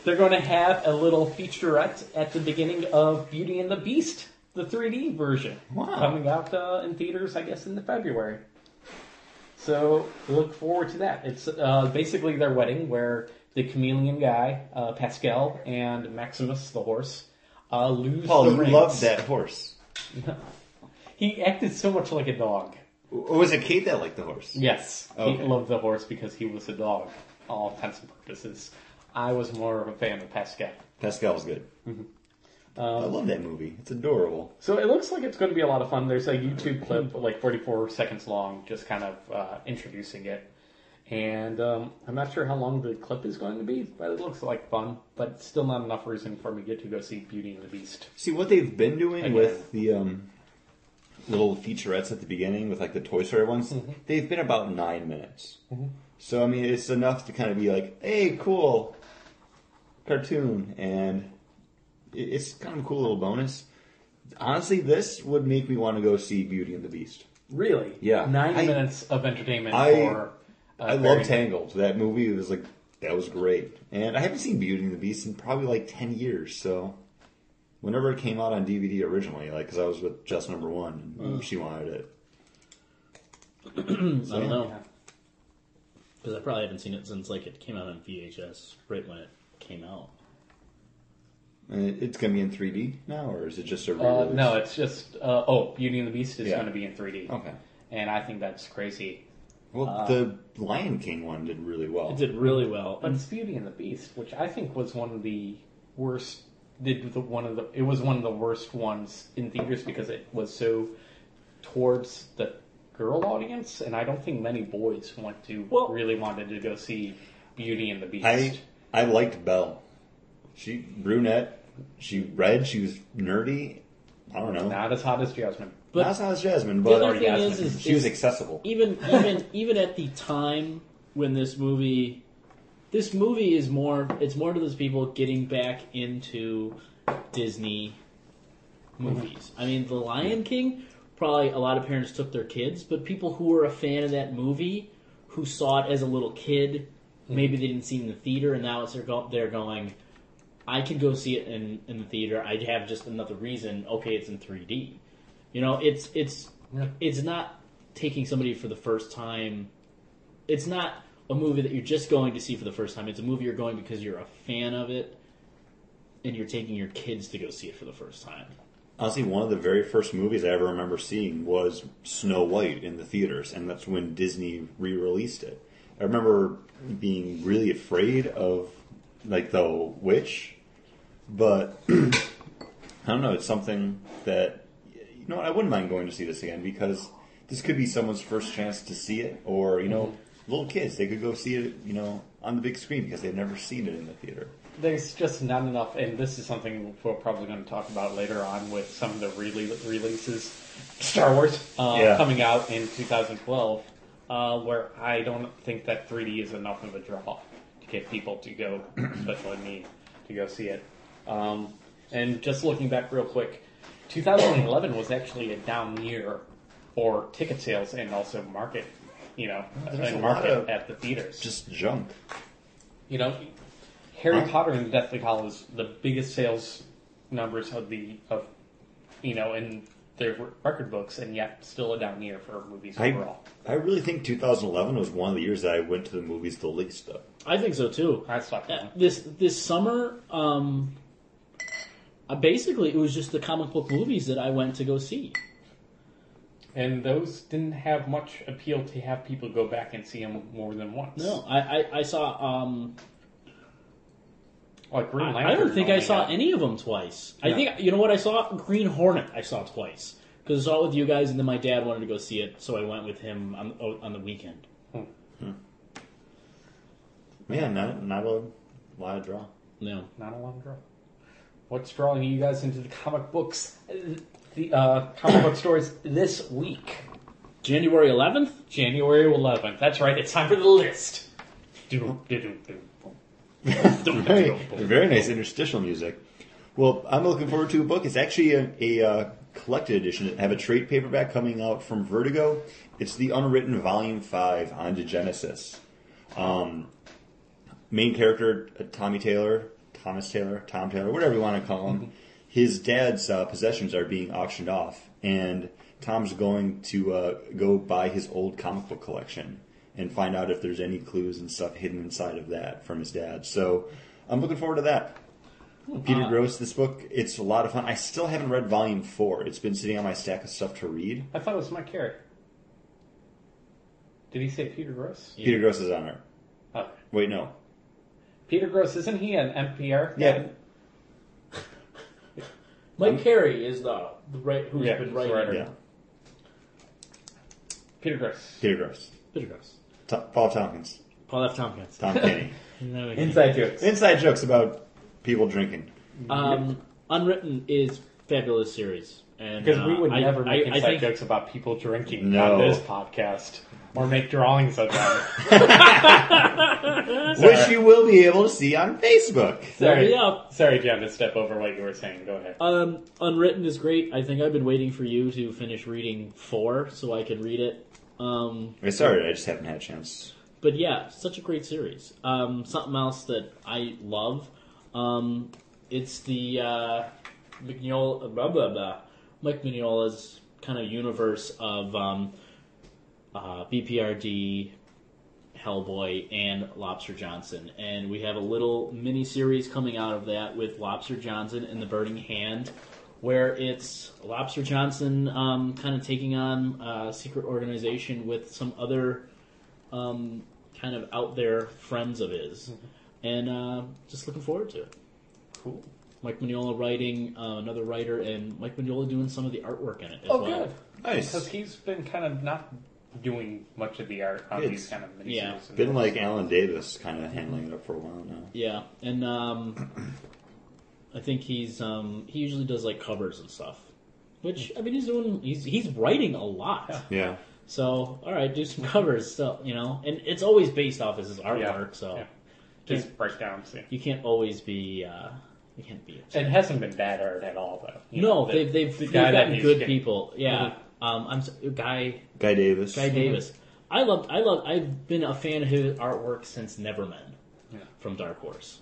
Speaker 5: they're going to have a little featurette at the beginning of Beauty and the Beast, the 3D version,
Speaker 3: Wow.
Speaker 5: coming out uh, in theaters, I guess, in February. So look forward to that. It's uh, basically their wedding where the chameleon guy, uh, Pascal, and Maximus the horse uh, lose
Speaker 3: Paul,
Speaker 5: the
Speaker 3: you
Speaker 5: rings.
Speaker 3: loved that horse.
Speaker 5: He acted so much like a dog.
Speaker 3: Or was it Kate that liked the horse?
Speaker 5: Yes,
Speaker 3: Okay.
Speaker 5: he loved the horse because he was a dog, all intents and purposes. I was more of a fan of Pascal.
Speaker 3: Pascal was good.
Speaker 5: Mm-hmm.
Speaker 3: I love that movie. It's adorable.
Speaker 5: So it looks like it's going to be a lot of fun. There's a YouTube clip, like 44 seconds long, just kind of uh, introducing it. And um, I'm not sure how long the clip is going to be, but it looks like fun. But still not enough reason for me to get to go see Beauty and the Beast.
Speaker 3: See what they've been doing
Speaker 5: Again.
Speaker 3: with the um, little featurettes at the beginning with like the Toy Story ones. They've been about nine minutes. So I mean, it's enough to kind of be like, "Hey, cool cartoon," and it- it's kind of a cool little bonus. Honestly, this would make me want to go see Beauty and the Beast.
Speaker 5: Really?
Speaker 3: Yeah.
Speaker 5: Nine
Speaker 3: I-
Speaker 5: minutes of entertainment
Speaker 3: I-
Speaker 5: for. Uh,
Speaker 3: I
Speaker 5: very-
Speaker 3: love Tangled. That movie was like that was great, and I haven't seen Beauty and the Beast in probably like ten years. So, whenever it came out on DVD originally, like because I was with Just Number One, and she wanted it.
Speaker 6: Mm. I don't know
Speaker 5: Yeah.
Speaker 6: because I probably haven't seen it since like it came out on VHS right when it came out.
Speaker 3: And it- It's gonna be in 3D now, or is it just a
Speaker 5: Uh,
Speaker 3: re-release?
Speaker 5: no, it's just. Uh, oh, Beauty and the Beast is
Speaker 3: Yeah. Oh.
Speaker 5: going to be in 3D.
Speaker 3: Okay.
Speaker 5: And I think that's crazy.
Speaker 3: Well, the Lion King one did really well.
Speaker 6: uh, It did really well.
Speaker 5: But it's Beauty and the Beast, which I think was one of the worst. Did the one of the it was one of the worst ones in theaters because it was so towards the girl audience, and I don't think many boys went to
Speaker 6: Well-
Speaker 5: really wanted to go see Beauty and the Beast.
Speaker 3: I I liked Belle. She brunette. She read. She was nerdy. I don't know.
Speaker 5: Not as hot as Jasmine.
Speaker 6: But-
Speaker 3: That's not as Jasmine,
Speaker 6: the
Speaker 3: but
Speaker 6: other thing is, is, e-
Speaker 3: she was
Speaker 6: is-
Speaker 3: accessible.
Speaker 6: even even even at the time when this movie this movie is more it's more to those people getting back into Disney movies. I mean, The Lion King probably a lot of parents took their kids, but people who were a fan of that movie who saw it as a little kid, maybe they didn't see it in the theater and now it's they're, go- they're going I could go see it in, in the theater. I'd have just another reason. Okay, it's in 3D. You know, it's it's
Speaker 5: Yeah.
Speaker 6: it's not taking somebody for the first time. It's not a movie that you're just going to see for the first time. It's a movie you're going because you're a fan of it, and you're taking your kids to go see it for the first time.
Speaker 3: Honestly, one of the very first movies I ever remember seeing was Snow White in the theaters, and that's when Disney re-released it. I remember being really afraid of like the witch, but I don't know. It's something that you know what, I wouldn't mind going to see this again because this could be someone's first chance to see it, or you know,
Speaker 6: Mm-hmm.
Speaker 3: little kids they could go see it, you know, on the big screen because they've never seen it in the theater.
Speaker 5: There's just not enough, and this is something we're probably going to talk about later on with some of the rele releases, Star Wars uh,
Speaker 3: Yeah.
Speaker 5: coming out in 2012, uh, where I don't think that 3D is enough of a draw to get people to go, especially me, to go see it. Um, and just looking back real quick, 2011 was actually a down year for ticket sales and also market, you know,
Speaker 3: There's a
Speaker 5: and
Speaker 3: lot
Speaker 5: market
Speaker 3: of-
Speaker 5: at the theaters.
Speaker 3: Just junk.
Speaker 5: You know, Harry
Speaker 3: Huh?
Speaker 5: Potter and the Deathly Hallows, the biggest sales numbers of the of you know in their record books, and yet still a down year for movies
Speaker 3: I,
Speaker 5: overall.
Speaker 3: I really think 2011 was one of the years that I went to the movies the least, though.
Speaker 6: I think so too.
Speaker 5: I stopped.
Speaker 6: Uh, this this summer, um, uh, basically, it was just the comic book movies that I went to go see.
Speaker 5: and those didn't have much appeal to have people go back and see them more than once.
Speaker 6: No, I I, I saw. Um,
Speaker 5: like Green Lantern.
Speaker 6: I don't think I
Speaker 5: only
Speaker 6: saw
Speaker 5: had-
Speaker 6: any of them twice. I
Speaker 5: Yeah.
Speaker 6: think you know what I saw Green Hornet. I saw twice because I saw it with you guys, and then my dad wanted to go see it, so I went with him on oh, on the weekend.
Speaker 3: Man, not, not a lot of draw.
Speaker 6: No,
Speaker 5: Not a long draw. What's drawing you guys into the comic books, the uh, comic book stores this week?
Speaker 6: January eleventh.
Speaker 5: January 11th. That's right. It's time for the list. Do do do do.
Speaker 3: Very, very nice interstitial music. Well, I'm looking forward to a book. It's actually a, a uh, collected edition. I have a trade paperback coming out from Vertigo. It's the Unwritten Volume 5 on to Genesis. Um, main character, uh, Tommy Taylor, Thomas Taylor, Tom Taylor, whatever you want to call him, his dad's uh, possessions are being auctioned off, and Tom's going to uh, go buy his old comic book collection and find out if there's any clues and stuff hidden inside of that from his dad. So I'm looking forward to that. Peter Gross, this book, it's a lot of fun. I still haven't read volume four. It's been sitting on my stack of stuff to read.
Speaker 5: I thought it was Mike Carey. Did he say Peter Gross?
Speaker 3: Peter Gross is on it.
Speaker 5: Oh.
Speaker 3: Wait, no.
Speaker 5: Peter Gross, isn't he an NPR? guy?
Speaker 3: Yeah,
Speaker 6: Mike Carey is the, the right who's
Speaker 5: Um, Yeah,
Speaker 6: been
Speaker 5: he's the
Speaker 6: writing.
Speaker 5: writer.
Speaker 3: yeah.
Speaker 5: Peter Gross.
Speaker 3: Peter Gross.
Speaker 6: Peter Gross.
Speaker 3: To- Paul Tompkins.
Speaker 6: Paul F. Tompkins.
Speaker 3: Tom Kenny.
Speaker 6: No, we can't.
Speaker 5: Inside jokes.
Speaker 3: Inside jokes about people drinking.
Speaker 6: Um, Unwritten is fabulous series, and
Speaker 5: Because we
Speaker 6: uh,
Speaker 5: would
Speaker 6: I-
Speaker 5: never make
Speaker 6: I- I
Speaker 5: inside
Speaker 6: think-
Speaker 5: jokes about people drinking
Speaker 3: No.
Speaker 5: on this podcast or make drawings of them.
Speaker 3: Which you will be able to see on Facebook.
Speaker 5: Sorry,
Speaker 6: Hurry up.
Speaker 5: sorry, John, to step over what you were saying. Go ahead.
Speaker 6: Um, Unwritten is great. I think I've been waiting for you to finish reading four so I could read it. Um,
Speaker 3: I started, I just haven't had a chance.
Speaker 6: but yeah, such a great series. Um, something else that I love. Um, it's the uh, Mignola, blah blah blah, Mike Mignola's kind of universe of um, uh, BPRD, Hellboy, and Lobster Johnson, and we have a little mini series coming out of that with Lobster Johnson and the Burning Hand. Where it's Lobster Johnson um, kind of taking on a secret organization with some other um, kind of out there friends of his,
Speaker 5: Mm-hmm.
Speaker 6: and uh, just looking forward to it.
Speaker 5: Cool.
Speaker 6: Mike Mignola writing uh, another writer, and Mike Mignola doing some of the artwork in it as
Speaker 5: Oh,
Speaker 6: well.
Speaker 5: good. Because
Speaker 3: Nice.
Speaker 5: he's been kind of not doing much of the art on these
Speaker 3: It's
Speaker 5: kind of mini
Speaker 6: yeah,
Speaker 3: Been like Alan Davis kind of handling it up for a while now.
Speaker 6: Yeah, and um, I think he's um, he usually does like covers and stuff, which I mean he's doing he's he's writing a lot.
Speaker 3: Yeah.
Speaker 6: So all right, do some covers, so you know, and it's always based off as his artwork, so
Speaker 5: yeah. Just breakdowns. Yeah.
Speaker 6: you can't always be uh, you can't be
Speaker 5: It hasn't been bad art at all, though. You
Speaker 6: No,
Speaker 5: know, the-
Speaker 6: they've they've,
Speaker 5: the
Speaker 6: they've
Speaker 5: guy that
Speaker 6: gotten
Speaker 5: he's
Speaker 6: good
Speaker 5: getting- Mm-hmm.
Speaker 6: people. Yeah, um, I'm s- guy
Speaker 3: Guy Davis.
Speaker 6: guy Davis. I loved I loved I've been a fan of his artwork since Nevermen
Speaker 5: Yeah.
Speaker 6: from Dark Horse.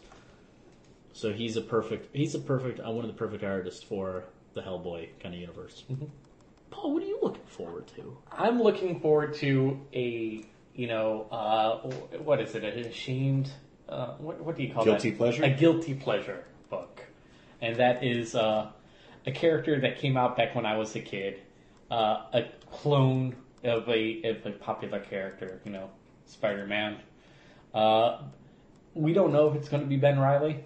Speaker 6: So he's a perfect. He's a perfect. Uh, one of the perfect artists for the Hellboy kind of universe.
Speaker 5: Mm-hmm.
Speaker 6: Paul, what are you looking forward to?
Speaker 5: I'm looking forward to a you know uh, what is it? An ashamed uh, what what do you call
Speaker 3: Guilty
Speaker 5: that?
Speaker 3: pleasure?
Speaker 5: A guilty pleasure book, and that is uh, a character that came out back when I was a kid, uh, a clone of a of a popular character. You know, Spider Man. Uh, we don't know if it's going to be Ben Riley.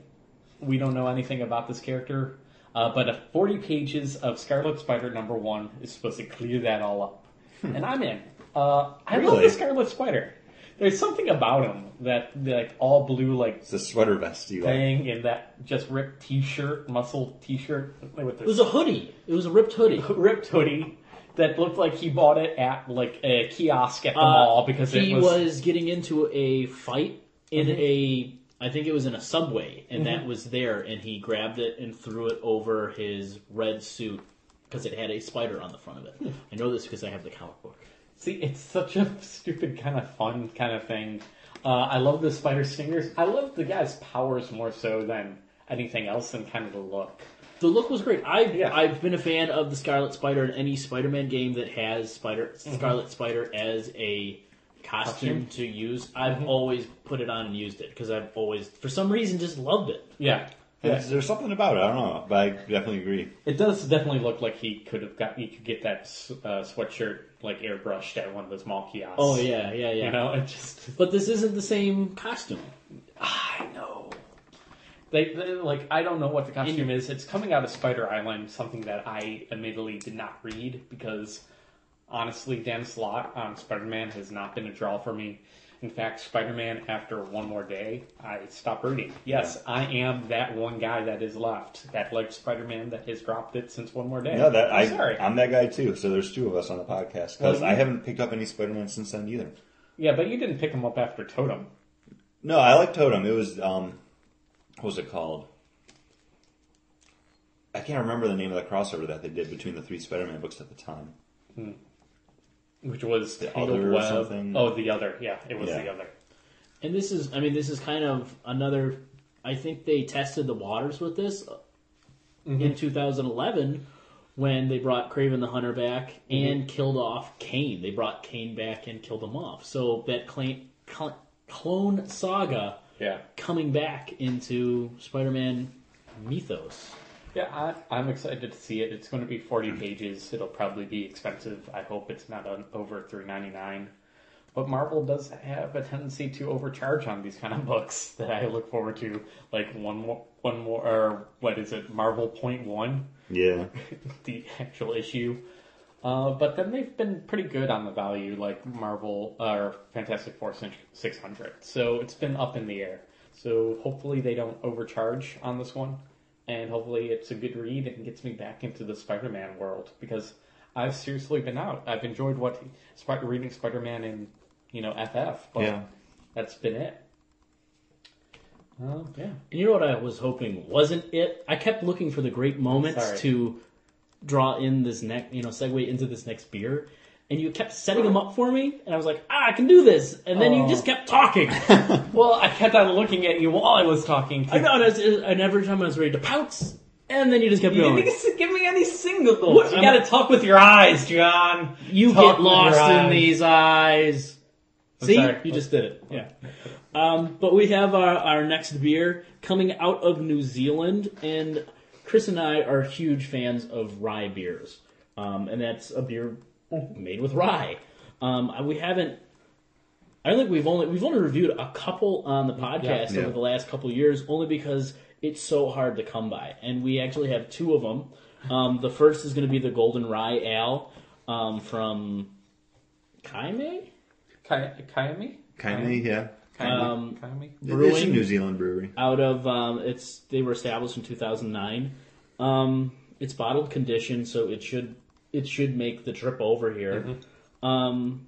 Speaker 5: We don't know anything about this character. Uh, but a 40 pages of Scarlet Spider number one is supposed to clear that all up.
Speaker 6: Hmm.
Speaker 5: And I'm in. Uh, I love
Speaker 3: Really?
Speaker 5: the Scarlet Spider. There's something about him that, like, all blue, like,
Speaker 3: It's a sweater vest you like.
Speaker 5: thing and that just ripped t-shirt, muscle t-shirt with
Speaker 6: It was
Speaker 5: this
Speaker 6: a hoodie. It was a ripped hoodie.
Speaker 5: ripped hoodie that looked like he bought it at, like, a kiosk at the
Speaker 6: Uh,
Speaker 5: mall because
Speaker 6: he
Speaker 5: it was... Mm-hmm.
Speaker 6: getting into a fight in a I think it was in a subway and that was there and he grabbed it and threw it over his red suit because it had a spider on the front of
Speaker 5: Hmm.
Speaker 6: it. I know this because I have the comic book.
Speaker 5: See, it's such a stupid kind of fun kind of thing. Uh, I love the spider stingers. I love the guy's powers more so than anything else and kind of the look.
Speaker 6: The look was great. I've
Speaker 5: Yeah.
Speaker 6: I've been a fan of the Scarlet Spider in any Spider-Man game that has Spider Scarlet Spider as a Mm-hmm. costume, Mm-hmm.
Speaker 5: Costume?
Speaker 6: to use. I've always put it on and used it because I've always for some reason just loved it.
Speaker 5: Yeah.
Speaker 3: There's, there's something about it. I don't know, but I definitely agree.
Speaker 5: It does definitely look like he could have got, he could get that s- uh, sweatshirt like airbrushed at one of those mall kiosks.
Speaker 6: Oh yeah, yeah, yeah.
Speaker 5: You know, it just,
Speaker 6: But this isn't the same costume.
Speaker 5: I know. They, they, like, I don't know what the costume is. It's coming out of Spider Island, something that I admittedly did not read because honestly, Dan Slott on Spider Man has not been a draw for me. In fact, Spider Man, after one more day, I stopped reading. Yes, I am that one guy that is left that likes Spider Man that has dropped it since one more day.
Speaker 3: No, that
Speaker 5: I'm
Speaker 3: I,
Speaker 5: sorry.
Speaker 3: I'm that guy too. So there's two of us on the podcast because I haven't picked up any Spider-Man since then either.
Speaker 5: Yeah, but you didn't pick him up after Totem.
Speaker 3: No, I like Totem. It was um, what was it called? I can't remember the name of the crossover that they did between the three Spider-Man books at the time.
Speaker 5: Which was the
Speaker 3: Other or something?
Speaker 5: Oh, the other. Yeah, it was
Speaker 3: Yeah.
Speaker 5: the other.
Speaker 6: And this is, I mean, this is kind of another. I think they tested the waters with this in 2011 when they brought Craven the Hunter back and killed off Kane. They brought Kane back and killed him off. So that clan, cl- clone saga
Speaker 5: Yeah.
Speaker 6: coming back into Spider-Man mythos.
Speaker 5: Yeah, I, I'm excited to see it. It's going to be 40 pages. It'll probably be expensive. I hope it's not on, over 3.99. But Marvel does have a tendency to overcharge on these kind of books that I look forward to. Like one more, one more, or what is it? Marvel Point One,
Speaker 3: Yeah,
Speaker 5: the actual issue. Uh, but then they've been pretty good on the value, like Marvel or Fantastic Four cin- 600. So it's been up in the air. So hopefully they don't overcharge on this one, and hopefully it's a good read and gets me back into the Spider-Man world because I've seriously been out. I've enjoyed what Sp- reading Spider-Man in, you know, FF, but
Speaker 3: Yeah.
Speaker 5: that's been it. Uh, yeah.
Speaker 6: And you know what I was hoping wasn't it? I kept looking for the great moments
Speaker 5: Sorry.
Speaker 6: to draw in this next, you know, segue into this next beer. And you kept setting them up for me, and I was like, ah, I can do this. And then you just kept talking.
Speaker 5: Well, I kept on looking at you while I was talking.
Speaker 6: I know, and, I was, and every time I was ready to pounce, and then you just kept
Speaker 5: You
Speaker 6: going.
Speaker 5: didn't get to give me any singles. You
Speaker 6: I'm-
Speaker 5: gotta talk with your eyes, John.
Speaker 6: You
Speaker 5: Talk
Speaker 6: get
Speaker 5: with your
Speaker 6: lost in
Speaker 5: eyes.
Speaker 6: these eyes. See,
Speaker 5: sorry.
Speaker 6: you just did it. Yeah. Um, but we have our, our next beer coming out of New Zealand, and Chris and I are huge fans of rye beers, um, and that's a beer made with rye. Um, I- we haven't. I think we've only we've only reviewed a couple on the podcast
Speaker 3: Yeah.
Speaker 6: over the last couple years, only because it's so hard to come by, and we actually have two of them. Um, the first is going to be the Golden Rye Ale um, from Kaime.
Speaker 5: Ki- Kiami?
Speaker 3: kind of. Yeah,
Speaker 5: Um, Kiami?
Speaker 3: it's a
Speaker 6: Brewing?
Speaker 3: New Zealand brewery.
Speaker 6: out of um, it's they were established in 2009 um, it's bottled condition so it should it should make the trip over here
Speaker 3: Mm-hmm.
Speaker 6: um,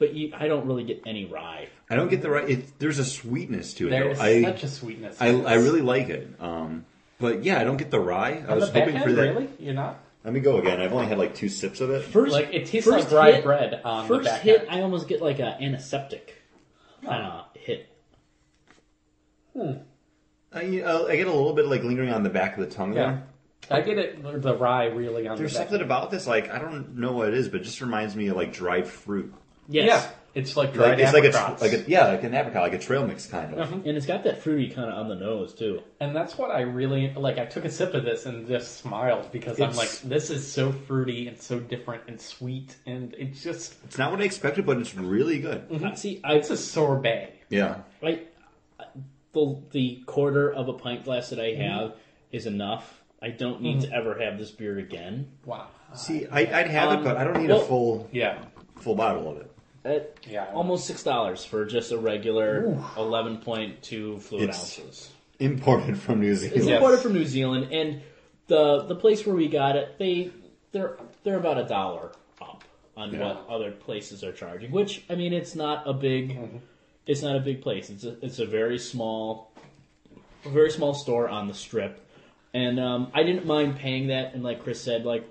Speaker 6: but you, i don't really get any rye
Speaker 3: I don't get the right. It, there's a sweetness to it.
Speaker 5: There
Speaker 3: though.
Speaker 5: is
Speaker 3: I,
Speaker 5: such a sweetness.
Speaker 3: I I really like it. Um, but yeah, I don't get the rye. I
Speaker 5: On the
Speaker 3: was
Speaker 5: back
Speaker 3: hoping
Speaker 5: end,
Speaker 3: for that.
Speaker 5: really? You're not?
Speaker 3: Let me go again. I've only had like two sips of it.
Speaker 6: first
Speaker 5: Like, it tastes
Speaker 6: first
Speaker 5: like rye
Speaker 6: hit-
Speaker 5: bread on the
Speaker 6: first
Speaker 5: back
Speaker 6: hit
Speaker 5: end.
Speaker 6: i almost get like a antiseptic kind of hit
Speaker 3: I, I, you know, I get a little bit like lingering on the back of the tongue
Speaker 5: Yeah.
Speaker 3: there.
Speaker 5: I get it, the rye really on
Speaker 3: There's
Speaker 5: the back.
Speaker 3: something about this, like I don't know what it is, but it just reminds me of like dried fruit.
Speaker 6: Yes.
Speaker 5: Yeah, it's like Mm-hmm.
Speaker 3: Like
Speaker 5: dried
Speaker 3: it's like a, tr-
Speaker 5: apricots.
Speaker 3: like a yeah, like an apricot, like a trail mix kind of.
Speaker 6: And it's got that fruity kind of on the nose too.
Speaker 5: And that's what I really like. I took a sip of this and just smiled because I'm
Speaker 3: It's-
Speaker 5: like, this is so fruity and so different and sweet, and it's just
Speaker 3: It's not what I expected, but it's really good.
Speaker 5: Mm-hmm.
Speaker 6: See, I
Speaker 5: it's a sorbet.
Speaker 3: Yeah,
Speaker 6: I, the the quarter of a pint glass that
Speaker 5: Mm-hmm.
Speaker 6: I have is enough. I don't need to ever have this beer again.
Speaker 5: Wow.
Speaker 3: see, I, I'd have it, but I don't need
Speaker 5: Um,
Speaker 6: well-
Speaker 3: a full
Speaker 5: Yeah.
Speaker 3: full bottle of it.
Speaker 5: Uh,
Speaker 6: At
Speaker 5: Yeah.
Speaker 6: almost six dollars for just a regular eleven point two fluid
Speaker 3: It's-
Speaker 6: ounces.
Speaker 3: Imported from New
Speaker 6: It's
Speaker 3: Zealand.
Speaker 5: Yeah.
Speaker 6: imported from New Zealand, and the the place where we got it, they they're they're about a dollar up on what other places are charging. Which I mean, it's not a big it's not a big place. It's a, it's a very small a very small store on the strip, and um, I didn't mind paying that. And like Chris said, like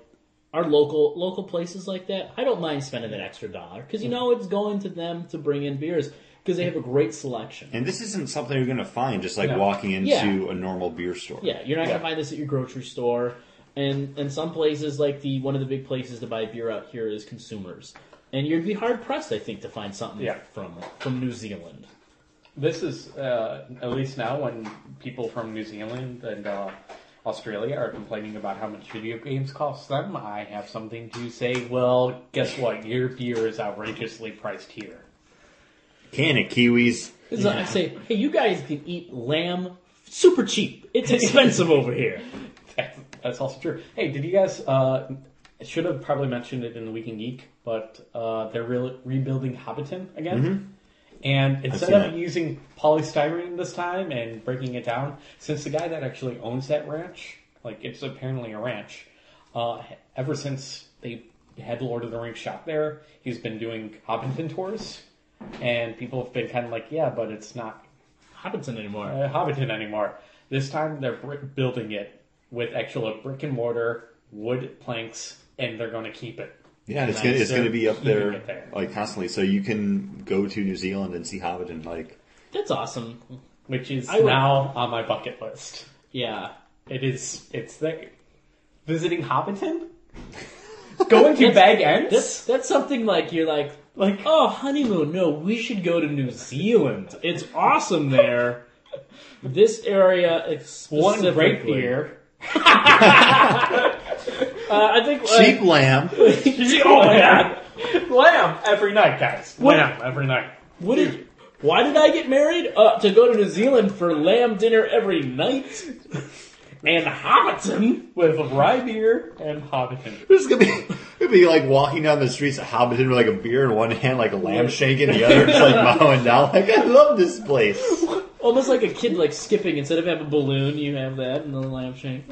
Speaker 6: our local local places like that, I don't mind spending that extra dollar because you know it's going to them to bring in beers because they have a great selection.
Speaker 3: And this isn't something you're going to find just like
Speaker 5: No.
Speaker 3: walking into
Speaker 6: Yeah.
Speaker 3: a normal beer store.
Speaker 6: Yeah, you're not
Speaker 5: Yeah.
Speaker 6: gonna find this at your grocery store. And and some places like the one of the big places to buy beer out here is consumers. And you'd be hard pressed, I think, to find something
Speaker 5: Yeah.
Speaker 6: from from New Zealand.
Speaker 5: This is uh, at least now when people from New Zealand and uh, Australia are complaining about how much video games cost them. I have something to say. Well, guess what? Your beer is outrageously priced here.
Speaker 3: Can it, Kiwis?
Speaker 6: 'Cause I say, hey, you guys can eat lamb super cheap. It's expensive over here.
Speaker 5: That's, that's also true. Hey, did you guys? Uh, I should have probably mentioned it in the Week in Geek, but uh, they're re- rebuilding Hobbiton again. And instead
Speaker 3: Mm-hmm. seen
Speaker 5: of
Speaker 3: that.
Speaker 5: using polystyrene this time and breaking it down, since the guy that actually owns that ranch, like it's apparently a ranch, uh, ever since they had Lord of the Rings shot there, he's been doing Hobbiton tours. And people have been kind of like, yeah, but it's not
Speaker 6: Hobbiton anymore.
Speaker 5: uh, Hobbiton anymore. This time they're brick building it with actual brick and mortar, wood planks, and they're going to keep it.
Speaker 3: Yeah, it's
Speaker 6: Nice.
Speaker 3: gonna it's
Speaker 6: So
Speaker 3: gonna be up
Speaker 5: uh, you can
Speaker 3: there,
Speaker 5: get there.
Speaker 3: like constantly, so you can go to New Zealand and see Hobbiton. Like,
Speaker 6: That's awesome.
Speaker 5: Which is
Speaker 6: I would-
Speaker 5: now on my bucket list.
Speaker 6: Yeah.
Speaker 5: It is. It's there. Visiting Hobbiton. going to Bag End.
Speaker 6: That's that's something like you're like like oh honeymoon. No, we should go to New Zealand. It's awesome there. This area is
Speaker 5: one great
Speaker 6: specifically-
Speaker 5: beer.
Speaker 6: Uh, I think
Speaker 3: cheap lamb.
Speaker 6: oh yeah.
Speaker 5: Lamb every night, guys. Lamb every night.
Speaker 6: What did? Why did I get married? Uh, to go to New Zealand for lamb dinner every night. And Hobbiton.
Speaker 5: With rye beer and Hobbiton.
Speaker 3: It's gonna be it'd be like walking down the streets of Hobbiton with like a beer in one hand, like a lamb shank in the other, just like mowing down. Like, I love this place.
Speaker 6: Almost like a kid like skipping. Instead of have a balloon, you have that and the lamb shank.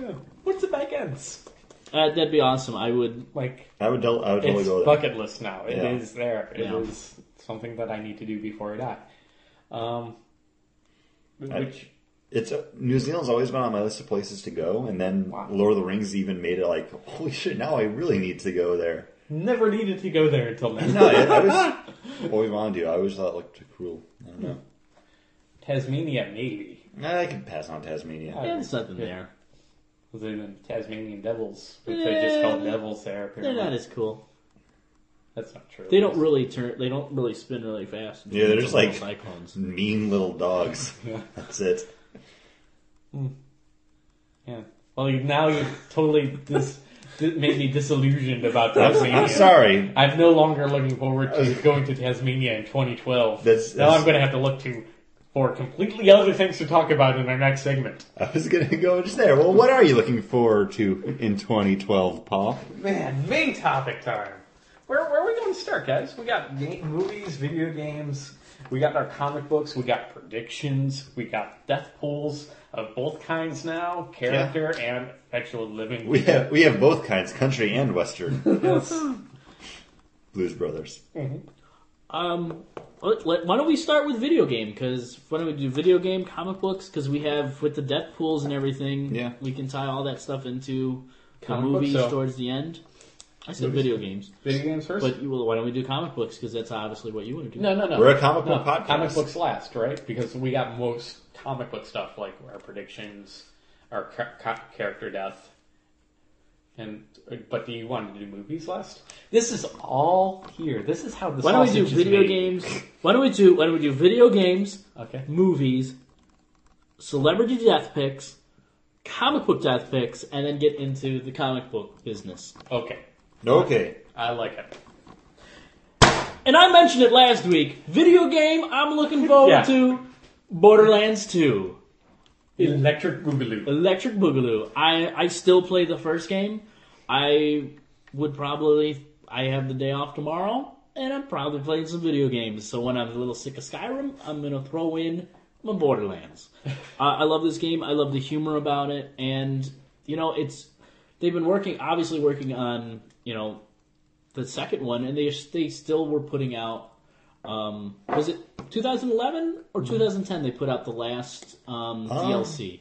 Speaker 5: What's the Bag Ends?
Speaker 6: Uh, that'd be awesome. I would.
Speaker 5: Like
Speaker 3: I would del- I would totally
Speaker 5: it's
Speaker 3: go there.
Speaker 5: bucket list now. It is
Speaker 3: Yeah.
Speaker 5: there. It is
Speaker 6: Yeah.
Speaker 5: something that I need to do before I die. Um, which
Speaker 3: It's uh, New Zealand's always been on my list of places to go, and then
Speaker 5: Wow.
Speaker 3: Lord of the Rings even made it like, holy shit, now I really need to go there.
Speaker 5: never needed to go there until now.
Speaker 3: No, I, I was always wanted to. I always thought it looked cool. I don't know.
Speaker 5: Tasmania, maybe.
Speaker 3: I could pass on Tasmania.
Speaker 6: Yeah, there's nothing there.
Speaker 5: Was it the Tasmanian Devils, which they just called
Speaker 6: Yeah.
Speaker 5: devils there.
Speaker 6: They're
Speaker 5: Apparently.
Speaker 6: not as cool.
Speaker 5: That's not true.
Speaker 6: They don't really turn. They don't really spin really fast.
Speaker 3: Yeah, they're just like-
Speaker 6: cyclones.
Speaker 3: mean little dogs.
Speaker 5: Yeah.
Speaker 3: That's it.
Speaker 5: Yeah. Well, you, now you've totally dis, di- made me disillusioned about
Speaker 3: I'm,
Speaker 5: Tasmania.
Speaker 3: I'm sorry.
Speaker 5: I'm no longer looking forward to going to Tasmania in 2012.
Speaker 3: That's-
Speaker 5: now
Speaker 3: that's-
Speaker 5: I'm going to have to look to for completely other things to talk about in our next segment.
Speaker 3: I was gonna go just there. Well, what are you looking forward to in 2012, Paul?
Speaker 5: Man, main topic time. Where, where are we going to start, guys? We got ga- movies, video games, we got our comic books, we got predictions, we got death pools of both kinds now, character and actual living.
Speaker 3: We have we have both kinds, country and western. Blues Brothers.
Speaker 6: Um, let, let- why don't we start with video game? Because why don't we do video game, comic books? Because we have with the death pools and everything.
Speaker 3: Yeah.
Speaker 6: we can tie all that stuff into the
Speaker 5: Comic books,
Speaker 6: movies
Speaker 5: so-
Speaker 6: towards the end. I said video games.
Speaker 5: Video games first?
Speaker 6: But you, well, why don't we do comic books? Because that's obviously what you want to do.
Speaker 5: no, no, no.
Speaker 3: We're a comic
Speaker 5: No,
Speaker 3: book podcast.
Speaker 5: Comic books last, right? Because we got most comic book stuff, like our predictions, our ca- ca- character death. And but do you want to do movies last? This is all here. This is how this.
Speaker 6: Why don't we do video games? Why don't we do? Why don't we do video games?
Speaker 5: Okay.
Speaker 6: movies, celebrity death picks, comic book death picks, and then get into the comic book business.
Speaker 5: Okay.
Speaker 3: Okay.
Speaker 5: I like it.
Speaker 6: And I mentioned it last week. Video game I'm looking forward
Speaker 5: Yeah.
Speaker 6: to Borderlands 2.
Speaker 5: Electric Boogaloo.
Speaker 6: Electric Boogaloo. I, I still play the first game. I would probably I have the day off tomorrow, and I'm probably playing some video games. So when I'm a little sick of Skyrim, I'm gonna throw in my Borderlands. uh, I love this game. I love the humor about it, and you know it's they've been working obviously working on you know the second one, and they they still were putting out. Um, was it 2011 or 2010? They put out the last um, DLC.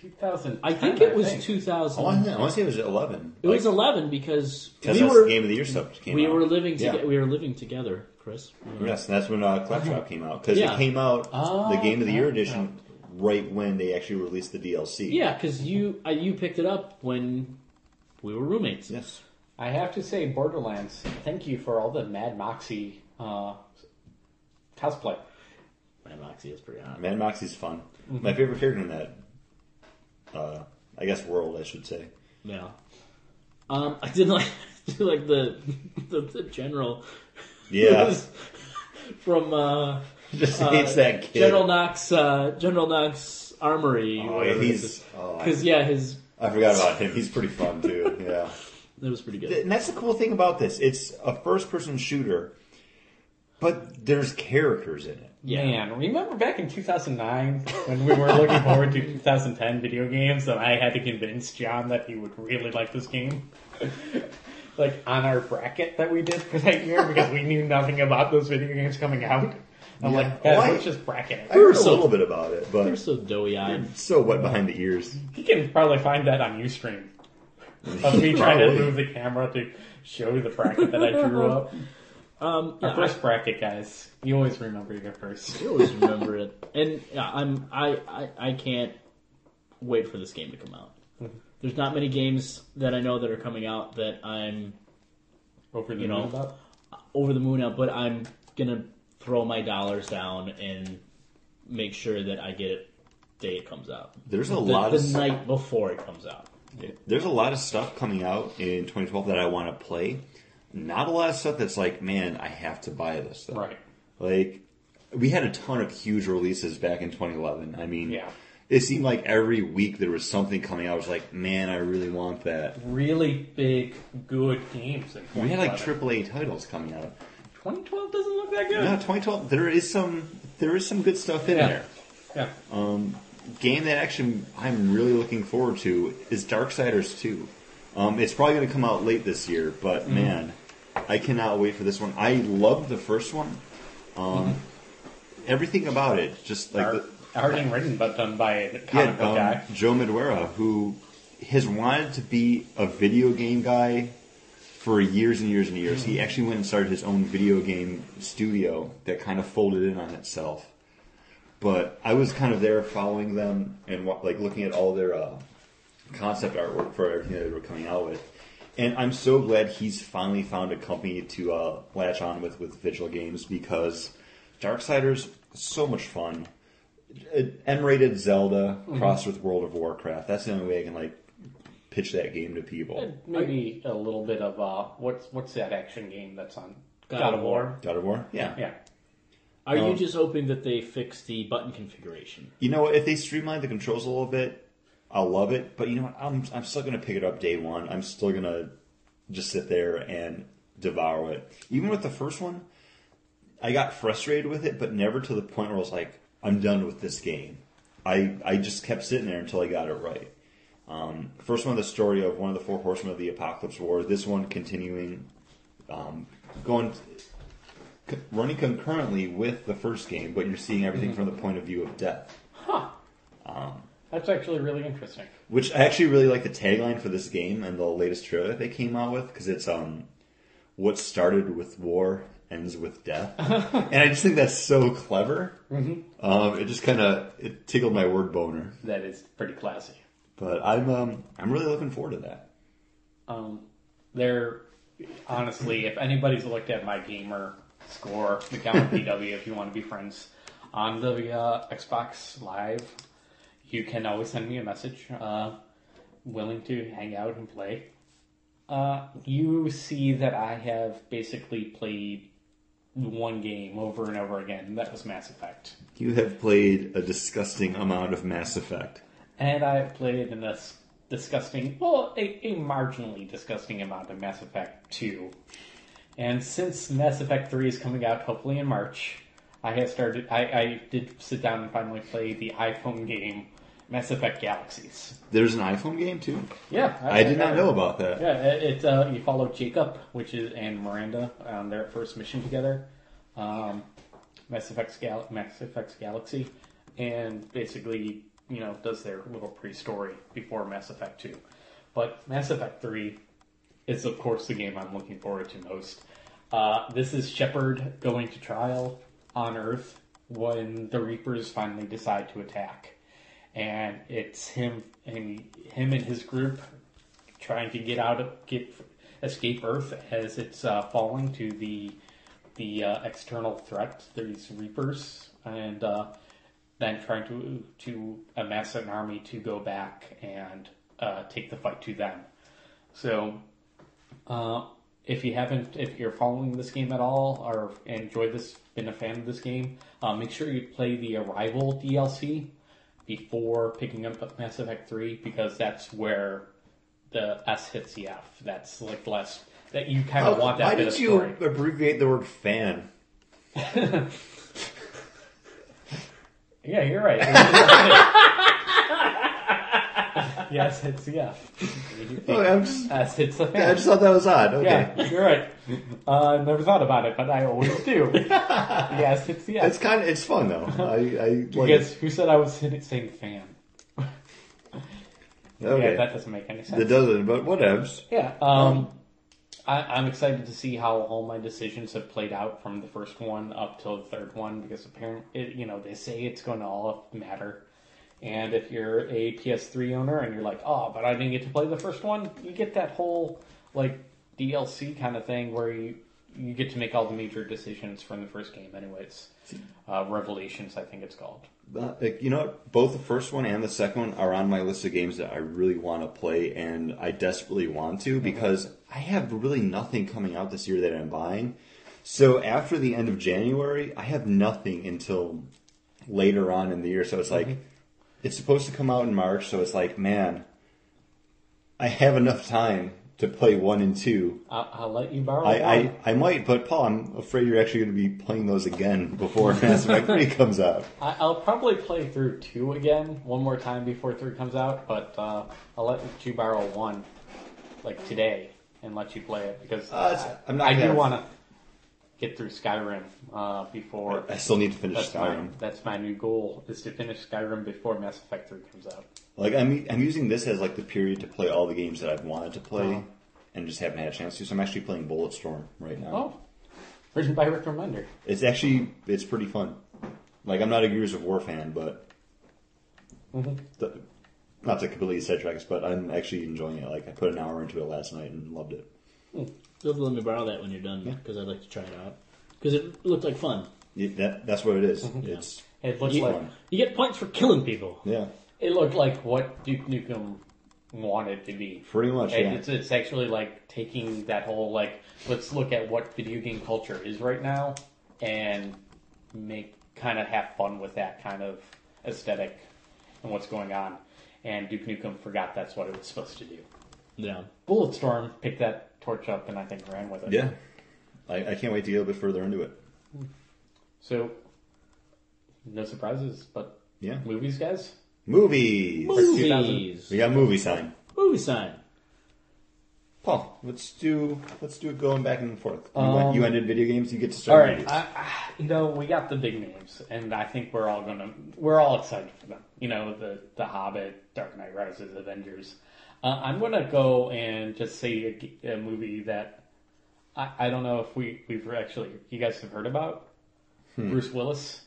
Speaker 5: 2000.
Speaker 6: I think it was
Speaker 3: I
Speaker 6: 2000.
Speaker 3: want to I want to say it was 11.
Speaker 6: It was 11 because
Speaker 3: Because
Speaker 6: we
Speaker 3: that's
Speaker 6: were
Speaker 3: the Game of the Year stuff came
Speaker 6: we
Speaker 3: out.
Speaker 6: were living
Speaker 3: Yeah.
Speaker 6: together. We were living together, Chris.
Speaker 3: Yes, and that's when uh, Claptrap came out. Because
Speaker 6: Yeah.
Speaker 3: it came out,
Speaker 5: Oh,
Speaker 3: the Game of the Year edition, right when they actually released the DLC.
Speaker 6: Yeah, because you uh, you picked it up when we were roommates.
Speaker 3: Yes.
Speaker 5: I have to say, Borderlands. Thank you for all the Mad Moxie uh, cosplay.
Speaker 6: Man, Moxie is pretty hot.
Speaker 3: Mad Moxie's fun. My favorite character in that, uh, I guess, world, I should say.
Speaker 6: Yeah. Um, I did like I did like the the, the general.
Speaker 3: Yeah.
Speaker 6: from uh,
Speaker 3: Just
Speaker 6: uh,
Speaker 3: hates that kid.
Speaker 6: General Knox uh, General Knox Armory.
Speaker 3: Oh, yeah, he's. oh, I-
Speaker 6: because yeah, his
Speaker 3: I forgot about him. He's pretty fun, too. Yeah.
Speaker 6: that was pretty good.
Speaker 3: And that's the cool thing about this. It's a first person shooter, but there's characters in it.
Speaker 6: Yeah.
Speaker 5: Man, remember back in 2009 when we were looking forward to 2010 video games and I had to convince John that he would really like this game? like on our bracket that we did for that year because we knew nothing about those video games coming out. I'm
Speaker 3: Yeah.
Speaker 5: like, guys,
Speaker 3: Why-
Speaker 5: let's just bracket
Speaker 3: I
Speaker 5: it.
Speaker 3: heard a
Speaker 6: so-
Speaker 3: little bit about it,
Speaker 6: They were
Speaker 3: but
Speaker 6: so doughy eyed.
Speaker 3: so wet behind the ears.
Speaker 5: He can probably find that on Ustream. Of me trying to
Speaker 3: Probably.
Speaker 5: move the camera to show the bracket that I drew up.
Speaker 6: Um, yeah,
Speaker 5: Our first bracket, guys. You always remember your first.
Speaker 6: I always remember it, and yeah, I'm I, I I can't wait for this game to come out. There's not many games that I know that are coming out that I'm
Speaker 5: Over the
Speaker 6: You know.
Speaker 5: moon about.
Speaker 6: over the moon at, but I'm gonna throw my dollars down and make sure that I get it day it comes out,
Speaker 3: There's a
Speaker 6: the,
Speaker 3: lot
Speaker 6: the
Speaker 3: of stuff.
Speaker 6: night before it comes out.
Speaker 3: There's a lot of stuff coming out in 2012 that I want to play. Not a lot of stuff that's like, man, I have to buy this stuff.
Speaker 5: Right.
Speaker 3: Like, we had a ton of huge releases back in 2011. I mean,
Speaker 5: Yeah.
Speaker 3: it seemed like every week there was something coming out. I was like, man, I really want that.
Speaker 5: really big, good games. In
Speaker 3: We had like
Speaker 5: 2012.
Speaker 3: AAA titles coming out.
Speaker 5: 2012 doesn't look that good.
Speaker 3: No, 2012. There is some. There is some good stuff in
Speaker 5: Yeah.
Speaker 3: there.
Speaker 5: Yeah.
Speaker 3: Game that actually I'm really looking forward to is Darksiders 2. Um, it's probably going to come out late this year, but man, I cannot wait for this one. I love the first one. Um, Everything about it, just like
Speaker 5: Art,
Speaker 3: the,
Speaker 5: art and written, but done by a comic
Speaker 3: yeah,
Speaker 5: book
Speaker 3: um,
Speaker 5: guy.
Speaker 3: Joe Madureira, who has wanted to be a video game guy for years and years and years.
Speaker 5: Mm-hmm.
Speaker 3: He actually went and started his own video game studio that kind of folded in on itself. But I was kind of there following them and wa- like looking at all their uh, concept artwork for everything that they were coming out with. And I'm so glad he's finally found a company to uh, latch on with with Vigil Games because Darksiders so much fun. An M-rated Zelda crossed with World of Warcraft. That's the only way I can like pitch that game to people.
Speaker 5: Maybe a little bit of uh, what's what's that action game that's on
Speaker 6: God of
Speaker 3: God of War, yeah.
Speaker 5: Yeah.
Speaker 6: Are you
Speaker 3: Um,
Speaker 6: just hoping that they fix the button configuration?
Speaker 3: You know, what, if they streamline the controls a little bit, I'll love it. But you know, what, I'm I'm still gonna pick it up day one. I'm still gonna just sit there and devour it. Even with the first one, I got frustrated with it, but never to the point where I was like, I'm done with this game. I I just kept sitting there until I got it right. Um, first one, the story of one of the four horsemen of the apocalypse war. This one continuing, um, going c- running concurrently with the first game, but you're seeing everything from the point of view of death.
Speaker 5: That's actually really interesting.
Speaker 3: Which I actually really like the tagline for this game and the latest trailer that they came out with because it's um, what started with war ends with death, and I just think that's so clever.
Speaker 5: Mm-hmm.
Speaker 3: Um, it just kind of it tickled my word boner,
Speaker 5: That is pretty classy.
Speaker 3: but I'm um, I'm really looking forward to that.
Speaker 5: Um, they're honestly, if anybody's looked at my gamer score, the count PW, if you want to be friends on the uh, Xbox Live, you can always send me a message. Uh, willing to hang out and play. Uh, you see that I have basically played one game over and over again. and That was Mass Effect,
Speaker 3: You have played a disgusting amount of Mass Effect.
Speaker 5: and I played in this disgusting, well, a, a marginally disgusting amount of Mass Effect Two. And since Mass Effect Three is coming out, hopefully in March, I have started. I, I did sit down and finally play the iPhone game, Mass Effect Galaxies.
Speaker 3: There's an iPhone game too.
Speaker 5: Yeah,
Speaker 3: I did not know about that.
Speaker 5: Yeah, it, it uh, you follow Jacob, which is and Miranda on their first mission together, um, Mass Effect's Gal- Mass Effect's Galaxy, and basically you know does their little pre-story before Mass Effect Two, but Mass Effect Three is of course the game I'm looking forward to most. Uh, this is Shepard going to trial on Earth when the Reapers finally decide to attack, and it's him and him and his group trying to get out of get escape Earth as it's uh, falling to the the uh, external threat, these Reapers, and uh, then trying to to amass an army to go back and uh, take the fight to them. So, uh, if you haven't, if you're following this game at all or enjoy this, been a fan of this game, uh, make sure you play the Arrival DLC before picking up Mass Effect Three because that's where the S hits the F. That's like the last that you kind of want that
Speaker 3: Oh, Why
Speaker 5: bit
Speaker 3: did
Speaker 5: of
Speaker 3: you
Speaker 5: story.
Speaker 3: abbreviate the word fan?
Speaker 5: Yeah, you're right. yes, it's yeah.
Speaker 3: Oh, I'm just,
Speaker 5: Yes, it's a
Speaker 3: I
Speaker 5: fan.
Speaker 3: just thought that was odd. Okay.
Speaker 5: Yeah, you're right. Uh, I never thought about it, but I always do. yes, it's yes.
Speaker 3: It's kind of it's fun though. I, I like
Speaker 5: Guess who said I was sin- saying fan?
Speaker 3: it. Okay.
Speaker 5: Yeah, that doesn't make any sense.
Speaker 3: it doesn't, but whatevs.
Speaker 5: Yeah. Um, I, I'm excited to see how all my decisions have played out from the first one up till the third one because apparently, it, you know, they say it's going to all matter. And if you're a PS3 owner and you're like, oh, but I didn't get to play the first one, you get that whole like DLC kind of thing where you you get to make all the major decisions from the first game, anyways. Uh, Revelations, I think it's called.
Speaker 3: Uh, like, you know what? Both the first one and the second one are on my list of games that I really want to play and I desperately want to because I have really nothing coming out this year that I'm buying. So after the end of January, I have nothing until later on in the year. So it's like,
Speaker 5: Mm-hmm.
Speaker 3: it's supposed to come out in March. So it's like, man, I have enough time to play one and two.
Speaker 5: I'll, I'll let you borrow.
Speaker 3: I,
Speaker 5: one.
Speaker 3: I, I might, but Paul, I'm afraid you're actually going to be playing those again before Mass Effect 3 comes out.
Speaker 5: I, I'll probably play through two again one more time before three comes out, but uh, I'll let you borrow one like today and let you play it because
Speaker 3: Uh, it's- I'm not
Speaker 5: I
Speaker 3: gonna-
Speaker 5: do want to get through Skyrim uh, before.
Speaker 3: I still need to finish
Speaker 5: That's
Speaker 3: Skyrim.
Speaker 5: my that's my new goal is to finish Skyrim before Mass Effect Three comes out.
Speaker 3: Like I'm I'm using this as like the period to play all the games that I've wanted to play and just haven't had a chance to. So I'm actually playing Bulletstorm right now.
Speaker 5: Oh, written by Rick Remender.
Speaker 3: It's actually it's pretty fun. Like I'm not a Gears of War fan, but th- not to completely sidetrack us, but I'm actually enjoying it. Like I put an hour into it last night and loved it.
Speaker 6: You'll have to let me borrow that when you're done because I'd like to try it out because it looked like fun.
Speaker 3: Yeah, that that's what it is. It's
Speaker 5: It looks
Speaker 6: You,
Speaker 5: like
Speaker 6: you get points for killing people.
Speaker 3: yeah,
Speaker 5: it looked like what Duke Nukem wanted to be.
Speaker 3: pretty much.
Speaker 5: And
Speaker 3: Yeah.
Speaker 5: It's, it's actually like taking that whole like let's look at what video game culture is right now and make kind of have fun with that kind of aesthetic and what's going on. And Duke Nukem forgot that's what it was supposed to do.
Speaker 6: Yeah.
Speaker 5: Bulletstorm picked that torch up and I think ran with it.
Speaker 3: yeah. I, I can't wait to get a bit further into it.
Speaker 5: So no surprises, but
Speaker 3: Yeah.
Speaker 5: movies, guys.
Speaker 3: Movies.
Speaker 5: Movies.
Speaker 6: Movies.
Speaker 3: We got movie sign.
Speaker 6: Movie sign.
Speaker 3: Paul, let's do let's do it going back and forth. You, went- you ended video games. You get to
Speaker 5: Um, All
Speaker 3: start.
Speaker 5: right,
Speaker 3: movies.
Speaker 5: I, I, you know we got the big names, and I think we're all gonna we're all excited for them. You know the the Hobbit, Dark Knight Rises, Avengers. Uh, I'm gonna go and just say a g- a, movie that I, I don't know if we we've actually you guys have heard about Bruce Willis,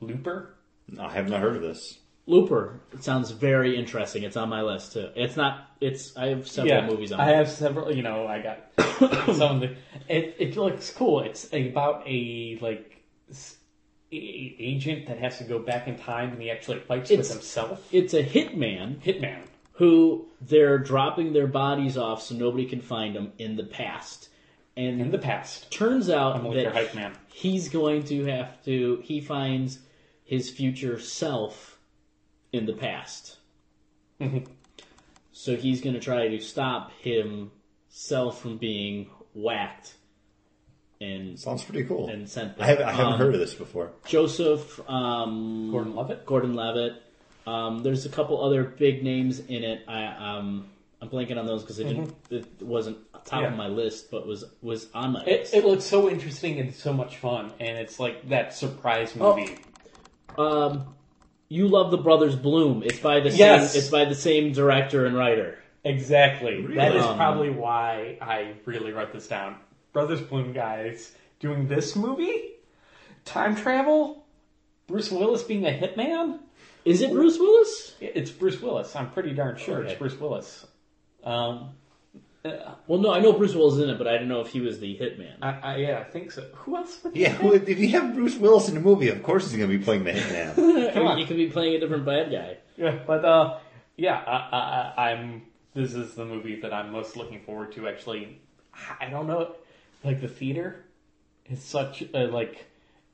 Speaker 5: Looper.
Speaker 3: I have not heard of this.
Speaker 6: Looper it sounds very interesting. It's on my list too. It's not. It's I have several movies on.
Speaker 5: I
Speaker 6: my
Speaker 5: have several. You know, I got some of the. It it looks cool. It's about a like s- a- a- agent that has to go back in time, and he actually fights with
Speaker 6: It's-
Speaker 5: himself.
Speaker 6: It's a hitman
Speaker 5: Hitman.
Speaker 6: who they're dropping their bodies off so nobody can find them in the past. And
Speaker 5: in the past.
Speaker 6: turns out
Speaker 5: I'm with
Speaker 6: that
Speaker 5: your hype man.
Speaker 6: he's going to have to. He finds his future self in the past.
Speaker 5: Mm-hmm.
Speaker 6: so he's going to try to stop himself from being whacked and
Speaker 3: Sounds pretty cool.
Speaker 6: and sent.
Speaker 3: I, have, I haven't
Speaker 6: um,
Speaker 3: heard of this before.
Speaker 6: Joseph um,
Speaker 5: Gordon Levitt.
Speaker 6: Gordon Levitt. Um, there's a couple other big names in it. I um, I'm blanking on those because it didn't. It wasn't top
Speaker 5: Mm-hmm. Yeah.
Speaker 6: of my list, but was was on my
Speaker 5: It,
Speaker 6: list.
Speaker 5: it looks so interesting and so much fun, and it's like that surprise movie.
Speaker 6: um, you love the Brothers Bloom. It's by the
Speaker 5: Yes.
Speaker 6: same. It's by the same director and writer.
Speaker 5: Exactly. That is
Speaker 6: Um,
Speaker 5: probably why I really wrote this down. Brothers Bloom guys doing this movie, time travel, Bruce Willis being a hitman.
Speaker 6: Is it Bruce Willis?
Speaker 5: It's Bruce Willis. I'm pretty darn sure
Speaker 6: Okay.
Speaker 5: it's Bruce Willis. Um,
Speaker 6: Well, no, I know Bruce Willis is in it, but I didn't know if he was the hitman.
Speaker 5: I, I, yeah, I think so. Who else? Would
Speaker 3: Yeah, who, if you have Bruce Willis in a movie, of course he's going to be playing the hitman.
Speaker 5: come on.
Speaker 6: He could be playing a different bad guy.
Speaker 5: Yeah, but uh, yeah, I, I, I- I'm. This is the movie that I'm most looking forward to. Actually, I don't know, like the theater is such a like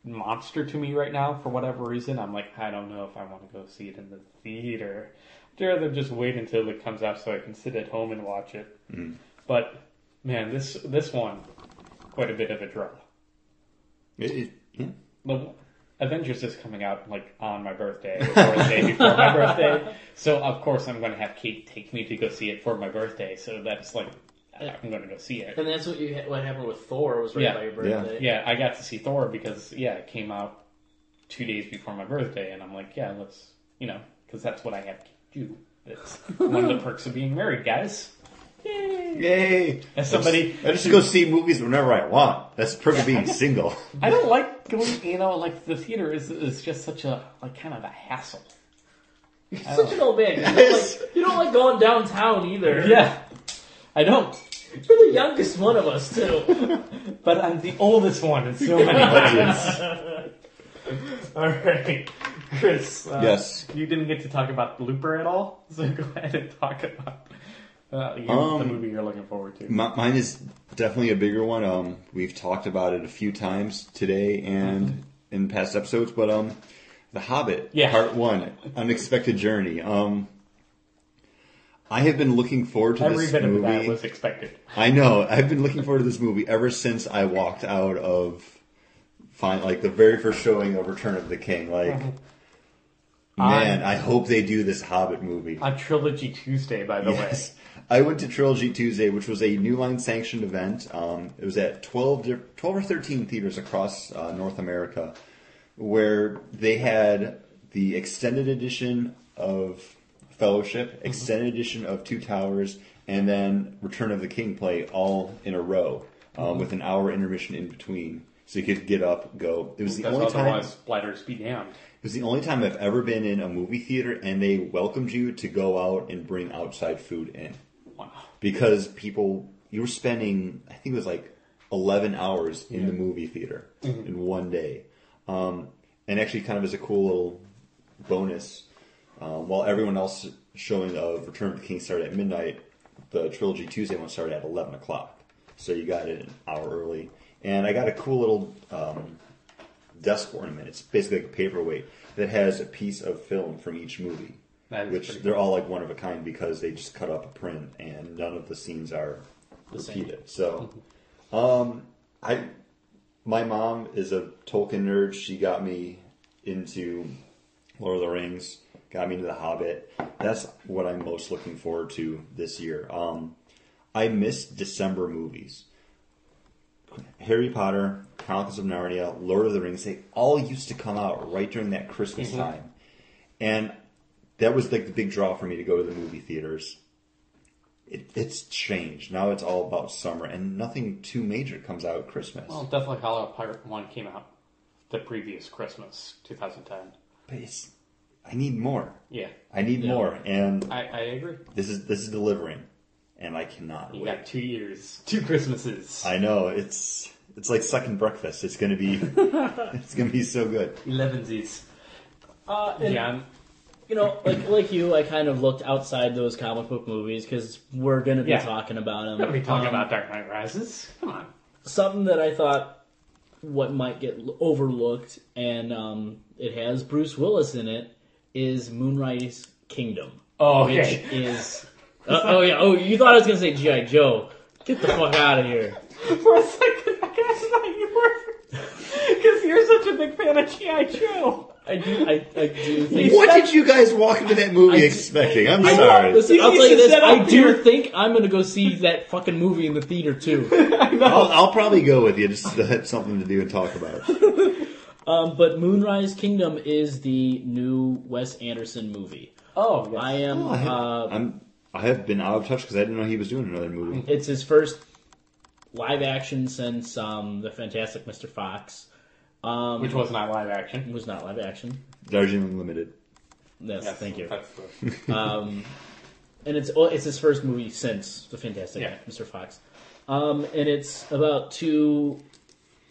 Speaker 5: monster to me right now for whatever reason. I'm like, I don't know if I want to go see it in the theater. I'd rather just wait until it comes out so I can sit at home and watch it. But man, this this one, quite a bit of a draw.
Speaker 3: It- it- yeah.
Speaker 5: The Avengers is coming out like on my birthday or the day before my birthday, so of course I'm going to have Kate take me to go see it for my birthday. So that's like I'm going to go see it.
Speaker 6: And that's what you what happened with Thor was right
Speaker 5: Yeah.
Speaker 6: by your
Speaker 3: Yeah.
Speaker 6: birthday.
Speaker 5: Yeah, I got to see Thor because yeah, it came out two days before my birthday, and I'm like, yeah, let's you know, because that's what I have to do. It's one of the perks of being married, guys.
Speaker 3: Yay!
Speaker 5: As somebody,
Speaker 3: I just go see movies whenever I want. That's the perk of being single.
Speaker 5: I don't like going. You know, like the theater is is just such a like kind of a hassle.
Speaker 6: He's such an old man. You don't, like, you don't like going downtown either.
Speaker 5: Yeah, I don't.
Speaker 6: You're the youngest one of us too.
Speaker 5: But I'm the oldest one in so many
Speaker 3: yes.
Speaker 5: All right, Chris. Uh,
Speaker 3: Yes.
Speaker 5: You didn't get to talk about Looper at all, so go ahead and talk about uh, you, the
Speaker 3: Um,
Speaker 5: movie you're looking forward to.
Speaker 3: Mi- mine is definitely a bigger one. Um, we've talked about it a few times today and in past episodes, but um, The Hobbit,
Speaker 5: Yeah.
Speaker 3: Part One, Unexpected Journey. Um, I have been looking forward to
Speaker 5: Every
Speaker 3: this
Speaker 5: bit of
Speaker 3: movie.
Speaker 5: that was expected.
Speaker 3: I know. I've been looking forward to this movie ever since I walked out of fine, like the very first showing of Return of the King. Like, man, I hope they do this Hobbit movie.
Speaker 5: On Trilogy Tuesday, by the
Speaker 3: Yes. I went to Trilogy Tuesday, which was a New Line sanctioned event. Um, it was at 12, di- 12 or 13 theaters across uh, North America where they had the extended edition of Fellowship,
Speaker 5: Mm-hmm.
Speaker 3: extended edition of Two Towers, and then Return of the King play all in a row um,
Speaker 5: Mm-hmm.
Speaker 3: with an hour intermission in between. So you could get up, go. It was the
Speaker 5: way. Because
Speaker 3: only time.
Speaker 5: otherwise, bladders be damned.
Speaker 3: It was the only time I've ever been in a movie theater and they welcomed you to go out and bring outside food in.
Speaker 5: Wow.
Speaker 3: Because people, you were spending, I think it was like 11 hours in the movie theater in one day. Um, and actually, kind of as a cool little bonus, um, while everyone else showing of Return of the King started at midnight, the Trilogy Tuesday one started at 11 o'clock. So you got it an hour early. And I got a cool little um, desk ornament. It's basically like a paperweight that has a piece of film from each movie,
Speaker 5: That is
Speaker 3: which
Speaker 5: pretty
Speaker 3: they're all like one of a kind because they just cut up a print and none of the scenes are repeated. So, um, I my mom is a Tolkien nerd. She got me into Lord of the Rings, got me into The Hobbit. That's what I'm most looking forward to this year. Um, I miss December movies. Harry Potter, Chronicles of Narnia, Lord of the Rings, they all used to come out right during that Christmas time. And that was like the big draw for me to go to the movie theaters. It, it's changed. Now it's all about summer and nothing too major comes out at Christmas.
Speaker 5: Well, Oh, Deathly Hollow Part 1 came out the previous Christmas, 2010.
Speaker 3: but it's I need more.
Speaker 5: Yeah,
Speaker 3: I need more and
Speaker 5: I, I agree.
Speaker 3: this is this is delivering and I cannot
Speaker 5: You
Speaker 3: wait.
Speaker 5: got two years, two Christmases,
Speaker 3: I know it's it's like second breakfast. It's gonna be it's gonna be so good.
Speaker 5: 11sies.
Speaker 6: Uh, and,
Speaker 5: Yeah, I'm-
Speaker 6: you know, like like you, I kind of looked outside those comic book movies because we're going to be
Speaker 5: Yeah.
Speaker 6: talking about them.
Speaker 5: I'm going to be talking about Dark Knight Rises. Come on.
Speaker 6: something that I thought what might get l- overlooked, and um, it has Bruce Willis in it, is Moonrise Kingdom,
Speaker 5: Oh,
Speaker 6: which is uh, oh yeah oh you thought I was gonna say GI Joe. Get the fuck out of here.
Speaker 5: For a second, I guess not you were. Because you're such a big fan of G.I. Joe.
Speaker 6: I do I, I do think.
Speaker 3: What did you guys walk into that movie expecting? I'm sorry.
Speaker 6: Listen,
Speaker 5: You
Speaker 6: I'll
Speaker 5: need
Speaker 6: tell you
Speaker 5: to
Speaker 6: this.
Speaker 5: set
Speaker 6: I
Speaker 5: up
Speaker 6: do
Speaker 5: your-
Speaker 6: think I'm gonna go see that fucking movie in the theater too.
Speaker 3: I'll, I'll probably go with you just to have something to do and talk about.
Speaker 6: Um, but Moonrise Kingdom is the new Wes Anderson movie.
Speaker 5: Oh, yes.
Speaker 6: I am.
Speaker 3: I have,
Speaker 6: uh,
Speaker 3: I'm, I have been out of touch because I didn't know he was doing another movie.
Speaker 6: It's his first live action since um, the Fantastic Mr. Fox. Um,
Speaker 5: Which was not live action.
Speaker 6: was not live action.
Speaker 3: Darjeeling Limited.
Speaker 6: Yes,
Speaker 5: Yes,
Speaker 6: thank you.
Speaker 5: That's the,
Speaker 6: Um, and it's oh, it's his first movie since the Fantastic
Speaker 5: Yeah.
Speaker 6: Mr. Fox. Um, and it's about two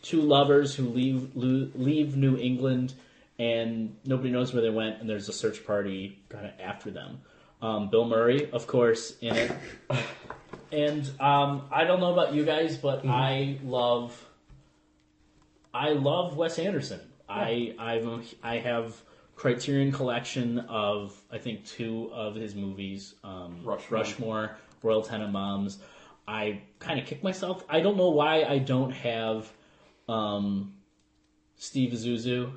Speaker 6: two lovers who leave lo- leave New England, and nobody knows where they went. And there's a search party kind of after them. Um, Bill Murray, of course, in it. and um, I don't know about you guys, but
Speaker 5: Mm-hmm.
Speaker 6: I love I love Wes Anderson. I I'm, I have Criterion collection of I think two of his movies, um,
Speaker 5: Rushmore.
Speaker 6: Rushmore, Royal Tenenbaums. I kind of kick myself. I don't know why I don't have um, Steve Zuzu,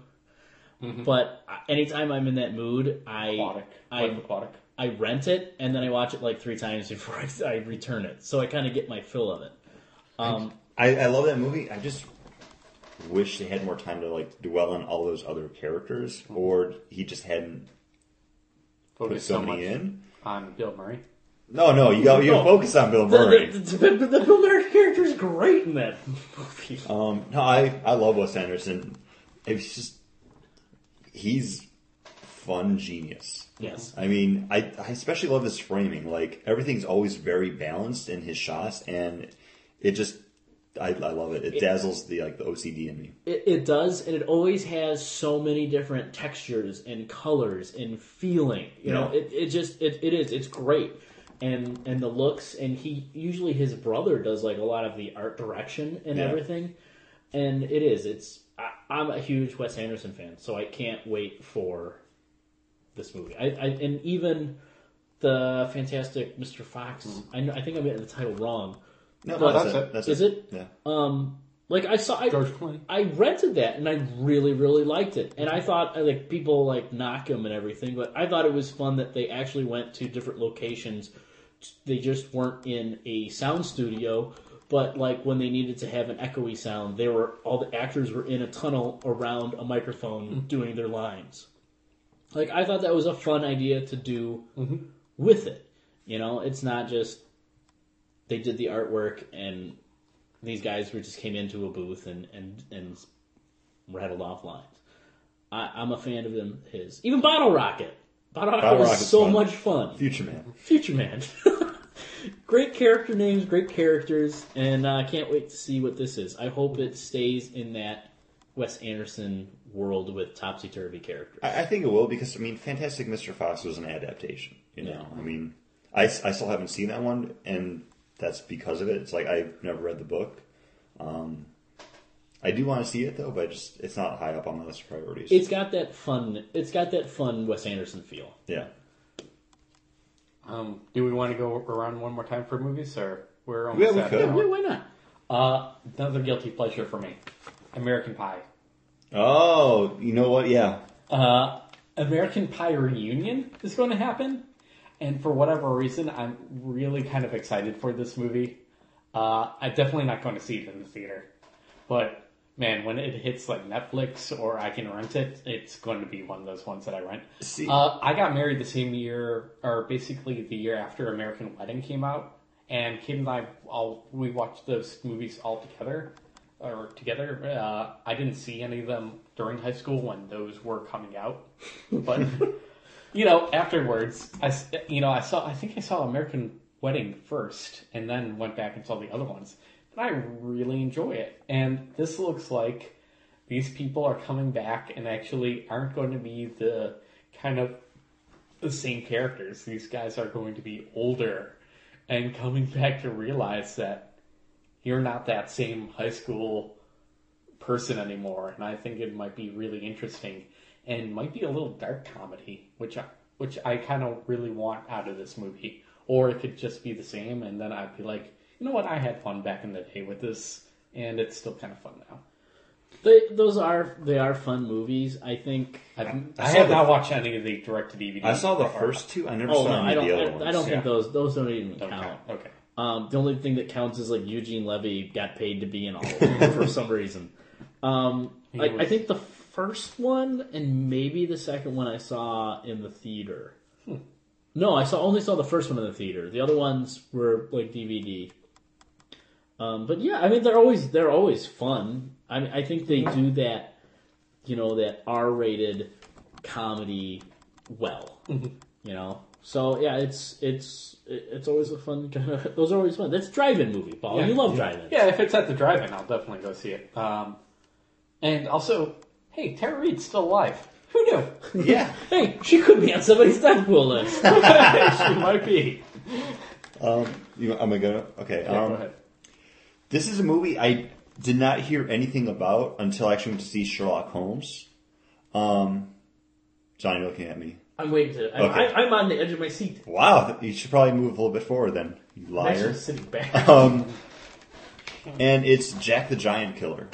Speaker 6: but I- anytime I'm in that mood, I
Speaker 5: Mm-hmm. aquatic.
Speaker 6: I
Speaker 5: Life aquatic.
Speaker 6: I rent it and then I watch it like three times before I, I return it. So I kind of get my fill of it. Um,
Speaker 3: I, I love that movie. I just wish they had more time to like dwell on all those other characters, or he just hadn't put
Speaker 5: Focus
Speaker 3: so
Speaker 5: so much
Speaker 3: many in.
Speaker 5: on Bill Murray.
Speaker 3: No, no, you got you got to focus on Bill Murray.
Speaker 6: the, the, the, the Bill Murray character is great in that movie.
Speaker 3: Um, no, I, I love Wes Anderson. It's just he's fun genius.
Speaker 6: Yes.
Speaker 3: I mean, I, I especially love his framing. Like everything's always very balanced in his shots, and it just I, I love it. It, dazzles the like the OCD in me.
Speaker 6: It, it does, and it always has so many different textures and colors and feeling. You know,
Speaker 3: Yeah.
Speaker 6: it, it just it, it is it's great, and and the looks, and he usually his brother does like a lot of the art direction and
Speaker 3: Yeah.
Speaker 6: everything, and it is it's I, I'm a huge Wes Anderson fan, so I can't wait for this movie. I, I and even the Fantastic Mr. Fox. I
Speaker 3: Mm-hmm.
Speaker 6: know, I think I'm getting the title wrong.
Speaker 3: No,
Speaker 5: No,
Speaker 3: that's,
Speaker 5: that's
Speaker 3: it.
Speaker 5: it.
Speaker 3: That's
Speaker 6: Is it?
Speaker 3: Yeah.
Speaker 6: Um, like I saw I,
Speaker 5: George Clooney.
Speaker 6: I rented that and I really, really liked it. And I thought I, like people like knock him and everything, but I thought it was fun that they actually went to different locations. They just weren't in a sound studio, but like when they needed to have an echoey sound, they were all the actors were in a tunnel around a
Speaker 3: Mm-hmm.
Speaker 6: microphone doing their lines. Like I thought that was a fun idea to do
Speaker 3: Mm-hmm.
Speaker 6: with it. You know, it's not just they did the artwork and these guys were just came into a booth and and and rattled off lines. I, I'm a fan of them. His even Bottle Rocket. Bottle Rocket
Speaker 3: Bottle
Speaker 6: was
Speaker 3: Rocket's
Speaker 6: so
Speaker 3: fun.
Speaker 6: much fun.
Speaker 3: Future Man.
Speaker 6: Future Man. great character names, great characters, and I uh, can't wait to see what this is. I hope it stays in that Wes Anderson world with topsy turvy characters.
Speaker 3: I, I think it will because I mean, Fantastic Mr. Fox was an adaptation. You know, I mean, I, s- I still haven't seen that one, and that's because of it. It's like I've never read the book. Um, I do want to see it though, but just it's not high up on my list of priorities.
Speaker 6: It's got that fun. It's got that fun Wes Anderson feel.
Speaker 3: yeah,
Speaker 5: Um, do we want to go around one more time for movies, or we're
Speaker 3: Yeah,
Speaker 5: almost
Speaker 3: we
Speaker 5: at
Speaker 3: could.
Speaker 5: an
Speaker 6: Yeah,
Speaker 5: hour?
Speaker 6: why not?
Speaker 5: Uh, another guilty pleasure for me, American Pie.
Speaker 3: Oh, you know what? Yeah.
Speaker 5: Uh, American Pie reunion is going to happen, And for whatever reason, I'm really kind of excited for this movie. Uh, I'm definitely not going to see it in the theater, but man, when it hits like Netflix or I can rent it, it's going to be one of those ones that I rent.
Speaker 3: See-
Speaker 5: Uh, I got married the same year, or basically the year after American Wedding came out, and Kate and I all we watched those movies all together, or together. Uh, I didn't see any of them during high school when those were coming out, but you know, afterwards, I s- you know I saw I think I saw American Wedding first, and then went back and saw the other ones. And I really enjoy it, and this looks like these people are coming back and actually aren't going to be the kind of the same characters. These guys are going to be older and coming back to realize that you're not that same high school person anymore. And I think it might be really interesting and might be a little dark comedy, which I, which I kind of really want out of this movie. Or it could just be the same, and then I'd be like, you know what, I had fun back in the day with this, and it's still kind of fun now.
Speaker 6: They, those are they are fun movies. I think.
Speaker 5: I've, I,
Speaker 3: saw
Speaker 5: have
Speaker 3: the-
Speaker 5: not watched any of the direct to DVD.
Speaker 3: I saw the first two. I never
Speaker 6: Oh
Speaker 3: saw
Speaker 6: no,
Speaker 3: any
Speaker 6: I
Speaker 3: of
Speaker 6: don't.
Speaker 3: the other
Speaker 6: I,
Speaker 3: ones.
Speaker 6: I don't
Speaker 5: yeah.
Speaker 6: think those those don't even
Speaker 5: Okay.
Speaker 6: count.
Speaker 5: okay.
Speaker 3: Oh.
Speaker 6: Um, the only thing that counts is like Eugene Levy got paid to be in all of them for some reason. Um, I, I
Speaker 5: was-
Speaker 6: think the first one and maybe the second one I saw in the theater.
Speaker 5: Hmm.
Speaker 6: No, I saw only saw the first one in the theater. The other ones were like DVD. Um, but yeah, I mean they're always they're always fun. I mean, I think they do that, you know, that R-rated comedy well
Speaker 5: Mm-hmm.
Speaker 6: you know. So yeah, it's it's it's always a fun. kind of- Those are always fun. That's drive-in movie, Paul.
Speaker 5: Yeah.
Speaker 6: You love drive-in.
Speaker 5: Yeah, if it's at the drive-in, I'll definitely go see it. Um, and also, hey, Tara Reid's still alive. Who knew?
Speaker 3: Yeah.
Speaker 6: Hey, she could be on somebody's death pool list.
Speaker 5: she might be.
Speaker 3: Um, you, am I gonna? Okay.
Speaker 5: Yeah,
Speaker 3: um,
Speaker 5: go ahead.
Speaker 3: This is a movie I did not hear anything about until I actually went to see Sherlock Holmes. Um, Johnny looking at me.
Speaker 6: I'm waiting to. I'm,
Speaker 3: Okay.
Speaker 6: I, I'm on the edge of my seat.
Speaker 3: Wow, you should probably move a little bit forward then, you
Speaker 6: I'm actually
Speaker 3: liar.
Speaker 6: sitting back.
Speaker 3: Um, and it's Jack the Giant Killer.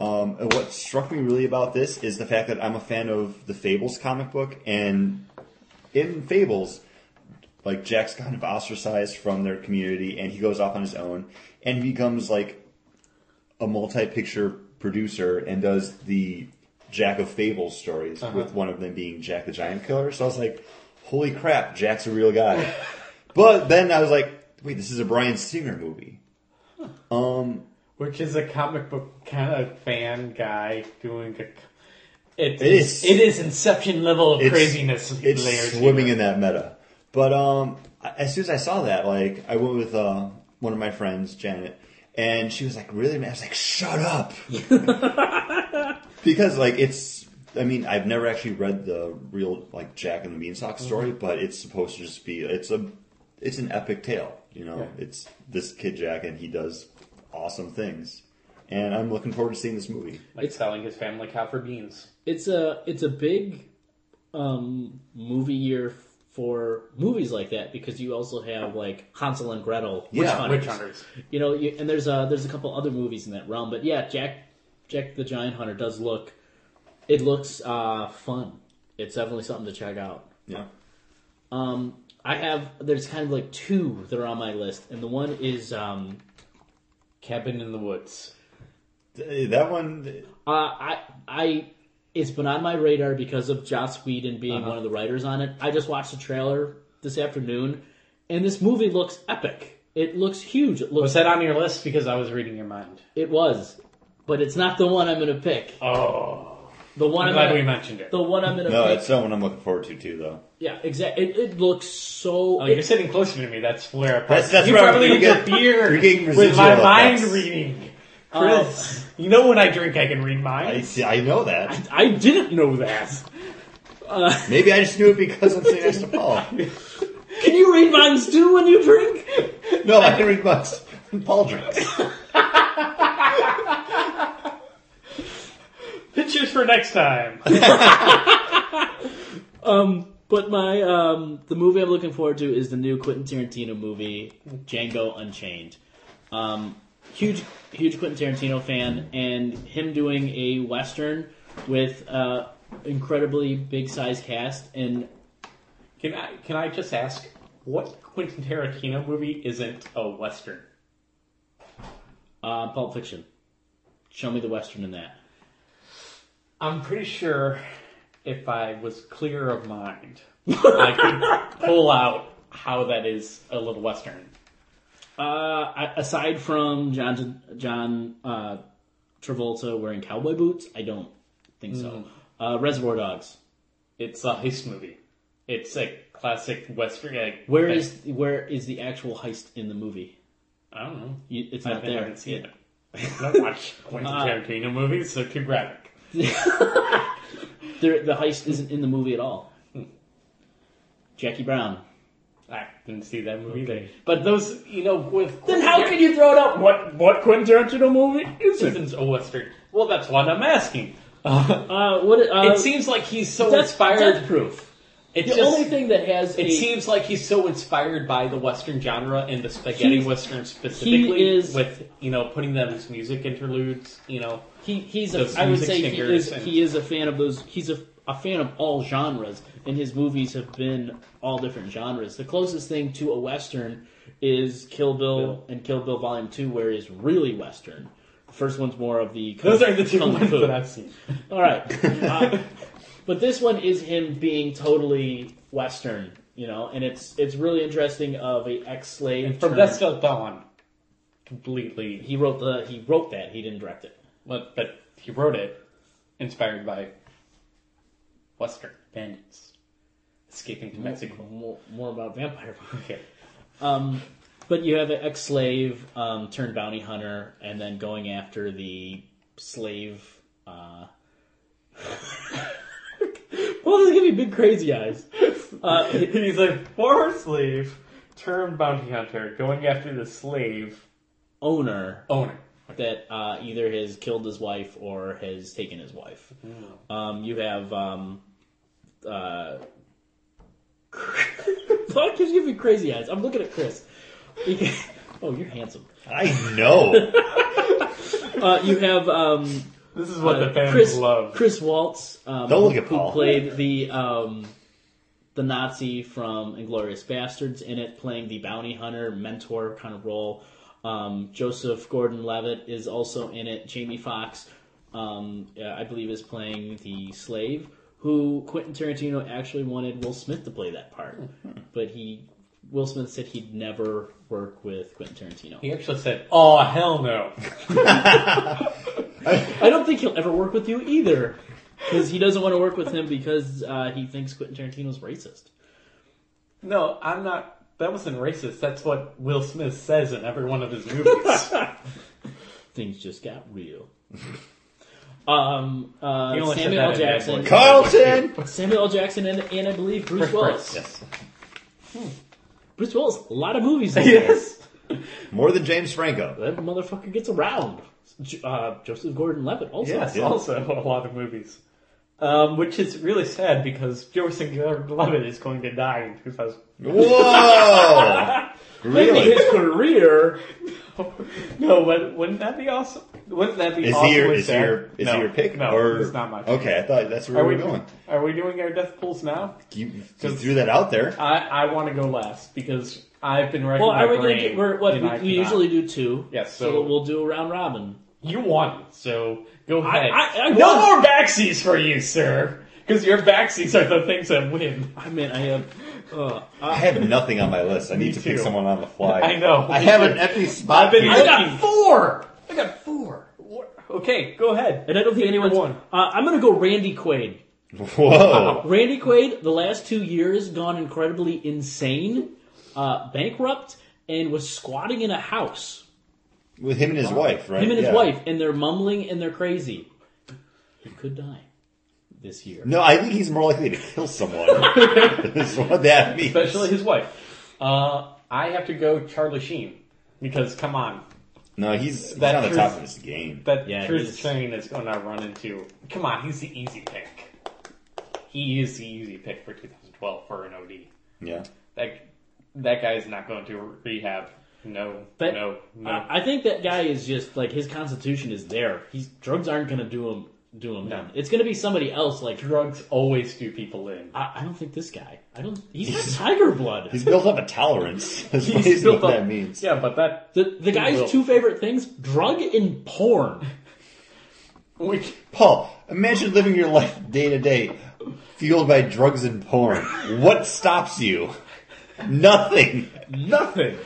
Speaker 3: Um, and what struck me really about this is the fact that I'm a fan of the Fables comic book, and in Fables, like Jack's kind of ostracized from their community, and he goes off on his own, and he becomes like a multi-picture producer and does the Jack of Fables stories, with one of them being Jack the Giant Killer. So I was like, "Holy crap, Jack's a real guy." but then I was like, "Wait, this is a Brian Singer movie." Um,
Speaker 5: Which is a comic book kind of fan guy doing a. It's,
Speaker 3: It is-
Speaker 5: It is Inception level of
Speaker 3: It's-
Speaker 5: craziness.
Speaker 3: it's
Speaker 5: layers
Speaker 3: swimming
Speaker 5: here.
Speaker 3: in that meta. But um, I- as soon as I saw that, like, I went with uh, one of my friends, Janet, and she was like, "Really?" Man? I was like, "Shut up," because like it's. I mean, I've never actually read the real like Jack and the Beanstalk
Speaker 5: Mm-hmm.
Speaker 3: story, but it's supposed to just be it's a it's an epic tale. You know, it's this kid Jack, and he does awesome things, and I'm looking forward to seeing this movie.
Speaker 5: Like selling his family cow for beans.
Speaker 6: It's a it's a big um, movie year for movies like that because you also have like Hansel and Gretel,
Speaker 3: Yeah,
Speaker 6: Witch Hunters.
Speaker 5: Witch hunters.
Speaker 6: You know, you, and there's a there's a couple other movies in that realm, but yeah, Jack Jack the Giant Hunter does look it looks uh, fun. It's definitely something to check out.
Speaker 3: Yeah,
Speaker 6: Um, I have there's kind of like two that are on my list, and the one is um,
Speaker 5: Cabin in the woods.
Speaker 3: Th- that one.
Speaker 6: uh, I I it's been on my radar because of Joss Whedon being
Speaker 5: Uh-huh.
Speaker 6: one of the writers on it. I just watched the trailer this afternoon, and this movie looks epic. It looks huge. It looks
Speaker 5: Was that on your list? Because I was reading your mind.
Speaker 6: it was, but it's not the one I'm gonna pick.
Speaker 5: Oh,
Speaker 6: The one
Speaker 5: I'm
Speaker 6: I'm
Speaker 5: glad
Speaker 6: gonna-
Speaker 5: we mentioned it.
Speaker 6: The one I'm gonna
Speaker 3: No,
Speaker 6: pick.
Speaker 3: that's not one I'm looking forward to too, though.
Speaker 6: Yeah, exactly. It, it looks so.
Speaker 5: Oh,
Speaker 6: it-
Speaker 5: you're sitting closer to me. That's where I
Speaker 3: That's- that's
Speaker 5: you
Speaker 3: where I'm-
Speaker 5: probably
Speaker 3: you're
Speaker 5: need your
Speaker 3: getting-
Speaker 5: beer
Speaker 3: you're getting
Speaker 5: with my
Speaker 3: residual
Speaker 5: mind
Speaker 3: effects.
Speaker 5: reading. Chris, you know when I drink, I can read
Speaker 3: I
Speaker 5: minds.
Speaker 3: I know that.
Speaker 6: I didn't know that.
Speaker 3: Maybe I just knew it because I'm sitting next to Paul.
Speaker 6: Can you read minds too when you drink?
Speaker 3: No, I didn't read much. Paul drinks.
Speaker 5: Pictures for next time.
Speaker 6: But my um, the movie I'm looking forward to is the new Quentin Tarantino movie Django Unchained. Um, huge, huge Quentin Tarantino fan, and him doing a western with uh, incredibly big size cast and
Speaker 5: Can I can I just ask what Quentin Tarantino movie isn't a western?
Speaker 6: Uh, Pulp Fiction. Show me the Western in that.
Speaker 5: I'm pretty sure if I was clear of mind, I could pull out how that is a little western.
Speaker 6: Uh, I- aside from John John uh, Travolta wearing cowboy boots, I don't think so. Uh, Reservoir Dogs.
Speaker 5: It's a heist movie. It's a classic western. Like,
Speaker 6: Where is where is the actual heist in the movie?
Speaker 5: I don't know.
Speaker 6: You- It's
Speaker 5: I
Speaker 6: not
Speaker 5: haven't
Speaker 6: there.
Speaker 5: seen it. I don't watch Quentin Tarantino movies, so too graphic.
Speaker 6: There- the heist isn't in the movie at all.
Speaker 5: Hmm.
Speaker 6: Jackie Brown.
Speaker 5: I didn't see that movie either. But those, you know, with then how
Speaker 6: can you throw it up? What what Quentin Tarantino movie is
Speaker 5: isn't a western? Well, that's what I'm asking.
Speaker 6: Uh, what uh,
Speaker 5: it seems like he's so
Speaker 6: that's
Speaker 5: inspired.
Speaker 6: death proof.
Speaker 5: It
Speaker 6: The
Speaker 5: just-
Speaker 6: only thing that has
Speaker 5: It
Speaker 6: a,
Speaker 5: seems like he's so inspired by the Western genre and the spaghetti
Speaker 6: He's-
Speaker 5: Western specifically,
Speaker 6: is-
Speaker 5: with you know putting them as music interludes. You know,
Speaker 6: he he's a
Speaker 5: those
Speaker 6: I would
Speaker 5: music
Speaker 6: say he
Speaker 5: fingers
Speaker 6: is
Speaker 5: and-
Speaker 6: he is a fan of those he's a a fan of all genres and his movies have been all different genres. The closest thing to a western is Kill Bill,
Speaker 5: Bill.
Speaker 6: and Kill Bill Volume 2 where it's really western. The first one's more of the
Speaker 5: those are the two
Speaker 6: kung
Speaker 5: ones
Speaker 6: fu.
Speaker 5: that I've seen.
Speaker 6: All right, uh, but this one is him being totally Western, you know, and it's it's really interesting of a ex-slave.
Speaker 5: And from
Speaker 6: turned-
Speaker 5: Dusk Till Dawn, completely.
Speaker 6: he wrote the he wrote that he didn't direct it.
Speaker 5: But, but he wrote it inspired by Western bandits escaping
Speaker 6: Mm-hmm.
Speaker 5: to Mexico.
Speaker 6: More, more about vampire. movies.
Speaker 5: Okay.
Speaker 6: Um, but you have an ex-slave um, turned bounty hunter, and then going after the slave. Uh... well, this is gonna be big crazy eyes. Uh,
Speaker 5: He's a former slave turned bounty hunter going after the slave
Speaker 6: owner
Speaker 5: owner.
Speaker 6: that uh, either has killed his wife or has taken his wife. Um, you have um, uh, Fuck, he's giving me crazy eyes. I'm looking at Chris. oh, you're handsome.
Speaker 3: I know.
Speaker 6: Uh, you have um,
Speaker 5: This is what
Speaker 6: uh,
Speaker 5: the fans
Speaker 6: Chris,
Speaker 5: love.
Speaker 6: Chris Waltz, um,
Speaker 3: Don't look at
Speaker 6: who
Speaker 3: Paul.
Speaker 6: played the um, the Nazi from *Inglorious Bastards* in it, playing the bounty hunter mentor kind of role. Um, Joseph Gordon-Levitt is also in it. Jamie Foxx, um, uh, I believe, is playing the slave who Quentin Tarantino actually wanted Will Smith to play that part,
Speaker 3: Hmm.
Speaker 6: but he Will Smith said he'd never work with Quentin Tarantino.
Speaker 5: He actually said, "Oh hell no."
Speaker 6: I don't think he'll ever work with you either, because he doesn't want to work with him because uh, he thinks Quentin Tarantino's racist.
Speaker 5: No, I'm not. That wasn't racist. That's what Will Smith says in every one of his movies.
Speaker 6: Things just got real. Um, uh,
Speaker 5: You only said
Speaker 6: Samuel
Speaker 5: that
Speaker 6: L.
Speaker 5: in
Speaker 6: Jackson,
Speaker 5: Bad Boys.
Speaker 3: Carlton!
Speaker 6: Samuel L. Jackson, and, and I believe Bruce Willis.
Speaker 5: Yes.
Speaker 6: Bruce Willis, a lot of movies. in
Speaker 5: Yes.
Speaker 3: More than James Franco.
Speaker 6: there. that motherfucker gets around. J- Uh, Joseph Gordon-Levitt also.
Speaker 3: Yes. Yeah.
Speaker 5: Also, a lot of movies. Um, which is really sad because Joseph Gordon-Levitt is going to die in 2000.
Speaker 3: Whoa!
Speaker 6: Maybe
Speaker 3: Really?
Speaker 6: his career.
Speaker 5: No, wouldn't wouldn't that be awesome? Wouldn't that be
Speaker 3: Is
Speaker 5: awesome?
Speaker 3: he your
Speaker 5: and
Speaker 3: is he
Speaker 5: sad?
Speaker 3: your is
Speaker 5: no,
Speaker 3: he your pick?
Speaker 5: No,
Speaker 3: or,
Speaker 5: it's not my pick.
Speaker 3: Okay, I thought that's where
Speaker 5: Are
Speaker 3: we
Speaker 5: we
Speaker 3: were going.
Speaker 5: Are we doing our death pulls now?
Speaker 3: You, you threw that out there.
Speaker 5: I, I want to go last because I've been writing
Speaker 6: Well,
Speaker 5: my
Speaker 6: I would
Speaker 5: brain.
Speaker 6: gonna do, we're, what
Speaker 5: and I
Speaker 6: we, we
Speaker 5: cannot.
Speaker 6: usually do two.
Speaker 5: Yes,
Speaker 6: so,
Speaker 5: so-
Speaker 6: we'll do a round robin.
Speaker 5: You won, so go ahead.
Speaker 6: I- I
Speaker 5: no
Speaker 6: won.
Speaker 5: more backseas for you, sir. Because your backseas are the things that win.
Speaker 6: I mean, I have. Uh,
Speaker 3: I have nothing on my list. I need to pick
Speaker 5: too.
Speaker 3: someone on the fly.
Speaker 5: I know.
Speaker 3: I have an empty spot.
Speaker 5: I've been.
Speaker 3: here.
Speaker 5: I got four. I got four. Okay, go ahead.
Speaker 6: And I don't think
Speaker 5: Pick your
Speaker 6: anyone's.
Speaker 5: one.
Speaker 6: Uh, I'm going to go Randy Quaid.
Speaker 3: Whoa!
Speaker 6: Randy Quaid, the last two years, gone incredibly insane, uh, bankrupt, and was squatting in a house.
Speaker 3: With him and his wife, right?
Speaker 6: Him and his
Speaker 3: Yeah.
Speaker 6: wife, and they're mumbling and they're crazy. He could die this year.
Speaker 3: No, I think he's more likely to kill someone. That's what that means.
Speaker 5: Especially his wife. Uh, I have to go Charlie Sheen because come on,
Speaker 3: no, he's, he's
Speaker 5: That
Speaker 3: on the
Speaker 5: proves-
Speaker 3: top of his game.
Speaker 5: that
Speaker 6: Yeah,
Speaker 5: truth
Speaker 6: he's-
Speaker 5: train is going to run into. Come on, he's the easy pick. He is the easy pick for 2012 for an OD.
Speaker 3: Yeah.
Speaker 5: That that guy's not going to rehab. No,
Speaker 6: But
Speaker 5: no, no.
Speaker 6: I, I think that guy is just like his constitution is there. He's drugs aren't going to do him do them
Speaker 5: No.
Speaker 6: in. It's going to be somebody else. Like
Speaker 5: Drugs always do people in.
Speaker 6: I, I don't think this guy. I don't. He's not Tiger Blood.
Speaker 3: He's built up a tolerance. That's what,
Speaker 5: He's
Speaker 3: he's
Speaker 5: built
Speaker 3: what
Speaker 5: up-
Speaker 3: that means.
Speaker 5: Yeah, but that
Speaker 6: The the
Speaker 5: will.
Speaker 6: guy's two favorite things: drug and porn.
Speaker 5: which
Speaker 3: Paul, imagine living your life day to day fueled by drugs and porn. What stops you? Nothing.
Speaker 6: Nothing.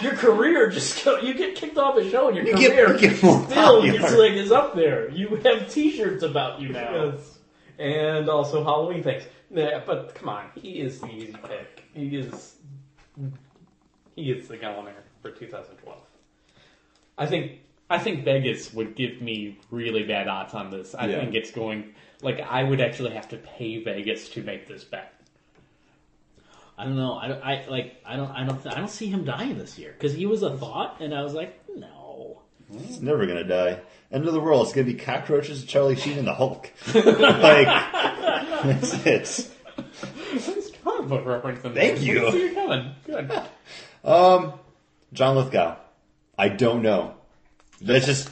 Speaker 6: Your career just go, you get kicked off a show and your
Speaker 3: You get,
Speaker 6: career
Speaker 3: you get more
Speaker 6: still
Speaker 3: popular.
Speaker 6: it's like is up there. You have T-shirts about you now.
Speaker 5: Yes. And also Halloween things. Yeah, but come on, he is the easy pick. He is he is the governor for 2012. I think I think Vegas would give me really bad odds on this. I
Speaker 3: Yeah.
Speaker 5: think it's going like I would actually have to pay Vegas to make this bet.
Speaker 6: I don't know. I, don't- I like I don't I don't I don't see him dying this year because he was a thought, and I was like, no.
Speaker 3: It's never gonna die. End of the world. It's gonna be cockroaches, Charlie Sheen, and the Hulk. like that's it.
Speaker 5: This comic book reference. In
Speaker 3: Thank
Speaker 5: there.
Speaker 3: you.
Speaker 5: I see it coming. Good.
Speaker 3: John Lithgow. I don't know. That's just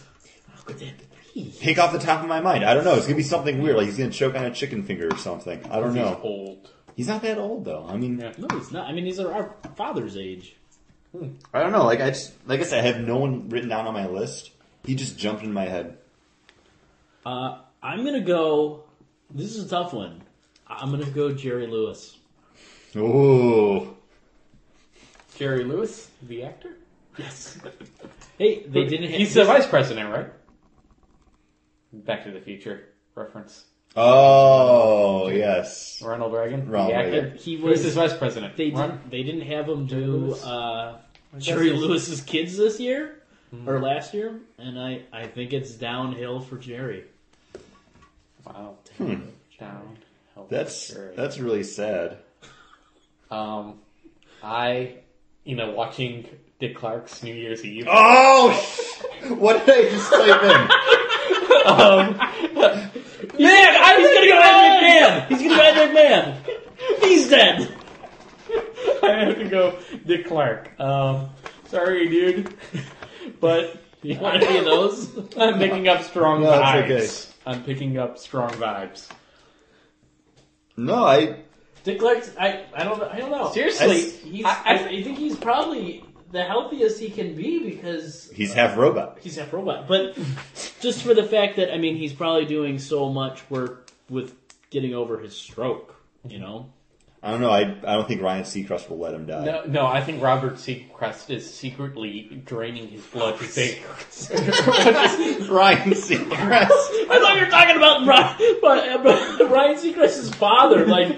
Speaker 6: How could that be?
Speaker 3: pick off the top of my mind. I don't know. It's gonna be something weird. Like he's gonna choke on a chicken finger or something. I don't
Speaker 5: He's
Speaker 3: know.
Speaker 5: old.
Speaker 3: He's not that old though. I mean,
Speaker 5: Yeah.
Speaker 6: No, he's not. I mean, he's our father's age.
Speaker 3: I don't know. Like I just, like I said, I have no one written down on my list. He just jumped in my head.
Speaker 6: Uh, I'm gonna go. This is a tough one. I'm gonna go Jerry Lewis.
Speaker 3: Ooh.
Speaker 5: Jerry Lewis, the actor.
Speaker 6: Yes. Hey, they didn't.
Speaker 5: He's the vice president, right? Back to the Future reference.
Speaker 3: Oh yes.
Speaker 5: Ronald Reagan,
Speaker 3: Ronald
Speaker 5: the actor.
Speaker 3: Reagan.
Speaker 6: He
Speaker 5: He was
Speaker 6: was.
Speaker 5: his vice president.
Speaker 6: They
Speaker 5: Ron-
Speaker 6: didn't. They didn't have him
Speaker 5: Jerry
Speaker 6: do
Speaker 5: Lewis?
Speaker 6: uh,
Speaker 5: Was that
Speaker 6: Jerry
Speaker 5: his-
Speaker 6: Lewis's kids this year
Speaker 5: Hmm.
Speaker 6: or last year, and I I think it's downhill for Jerry.
Speaker 5: Wow.
Speaker 6: Hmm.
Speaker 5: Down.
Speaker 3: That's
Speaker 5: Jerry.
Speaker 3: that's really sad.
Speaker 5: Um, I, you know, watching Dick Clark's New Year's Eve.
Speaker 3: Oh, what did I just type in?
Speaker 6: Man, I he's gonna go Ed McMahon. He's gonna go Ed McMahon. He's dead.
Speaker 5: I have to go Dick Clark. Um, sorry, dude, but
Speaker 6: You want any of those?
Speaker 5: I'm picking up strong
Speaker 3: No,
Speaker 5: vibes.
Speaker 3: it's
Speaker 5: I'm picking up strong vibes.
Speaker 3: No, I
Speaker 6: Dick Clark's. I I don't I don't know.
Speaker 5: Seriously,
Speaker 6: he's,
Speaker 5: I-
Speaker 6: I,
Speaker 5: I-
Speaker 6: think he's probably the healthiest he can be because
Speaker 3: he's half robot.
Speaker 6: he's half robot. But just for the fact that I mean, he's probably doing so much work with getting over his stroke. You know,
Speaker 3: I don't know. I I don't think Ryan Seacrest will let him die.
Speaker 5: No, no, I think Robert Seacrest is secretly draining his blood to save.
Speaker 3: Ryan Seacrest.
Speaker 6: I thought you were talking about Ryan, but, uh, Ryan Seacrest's father. Like,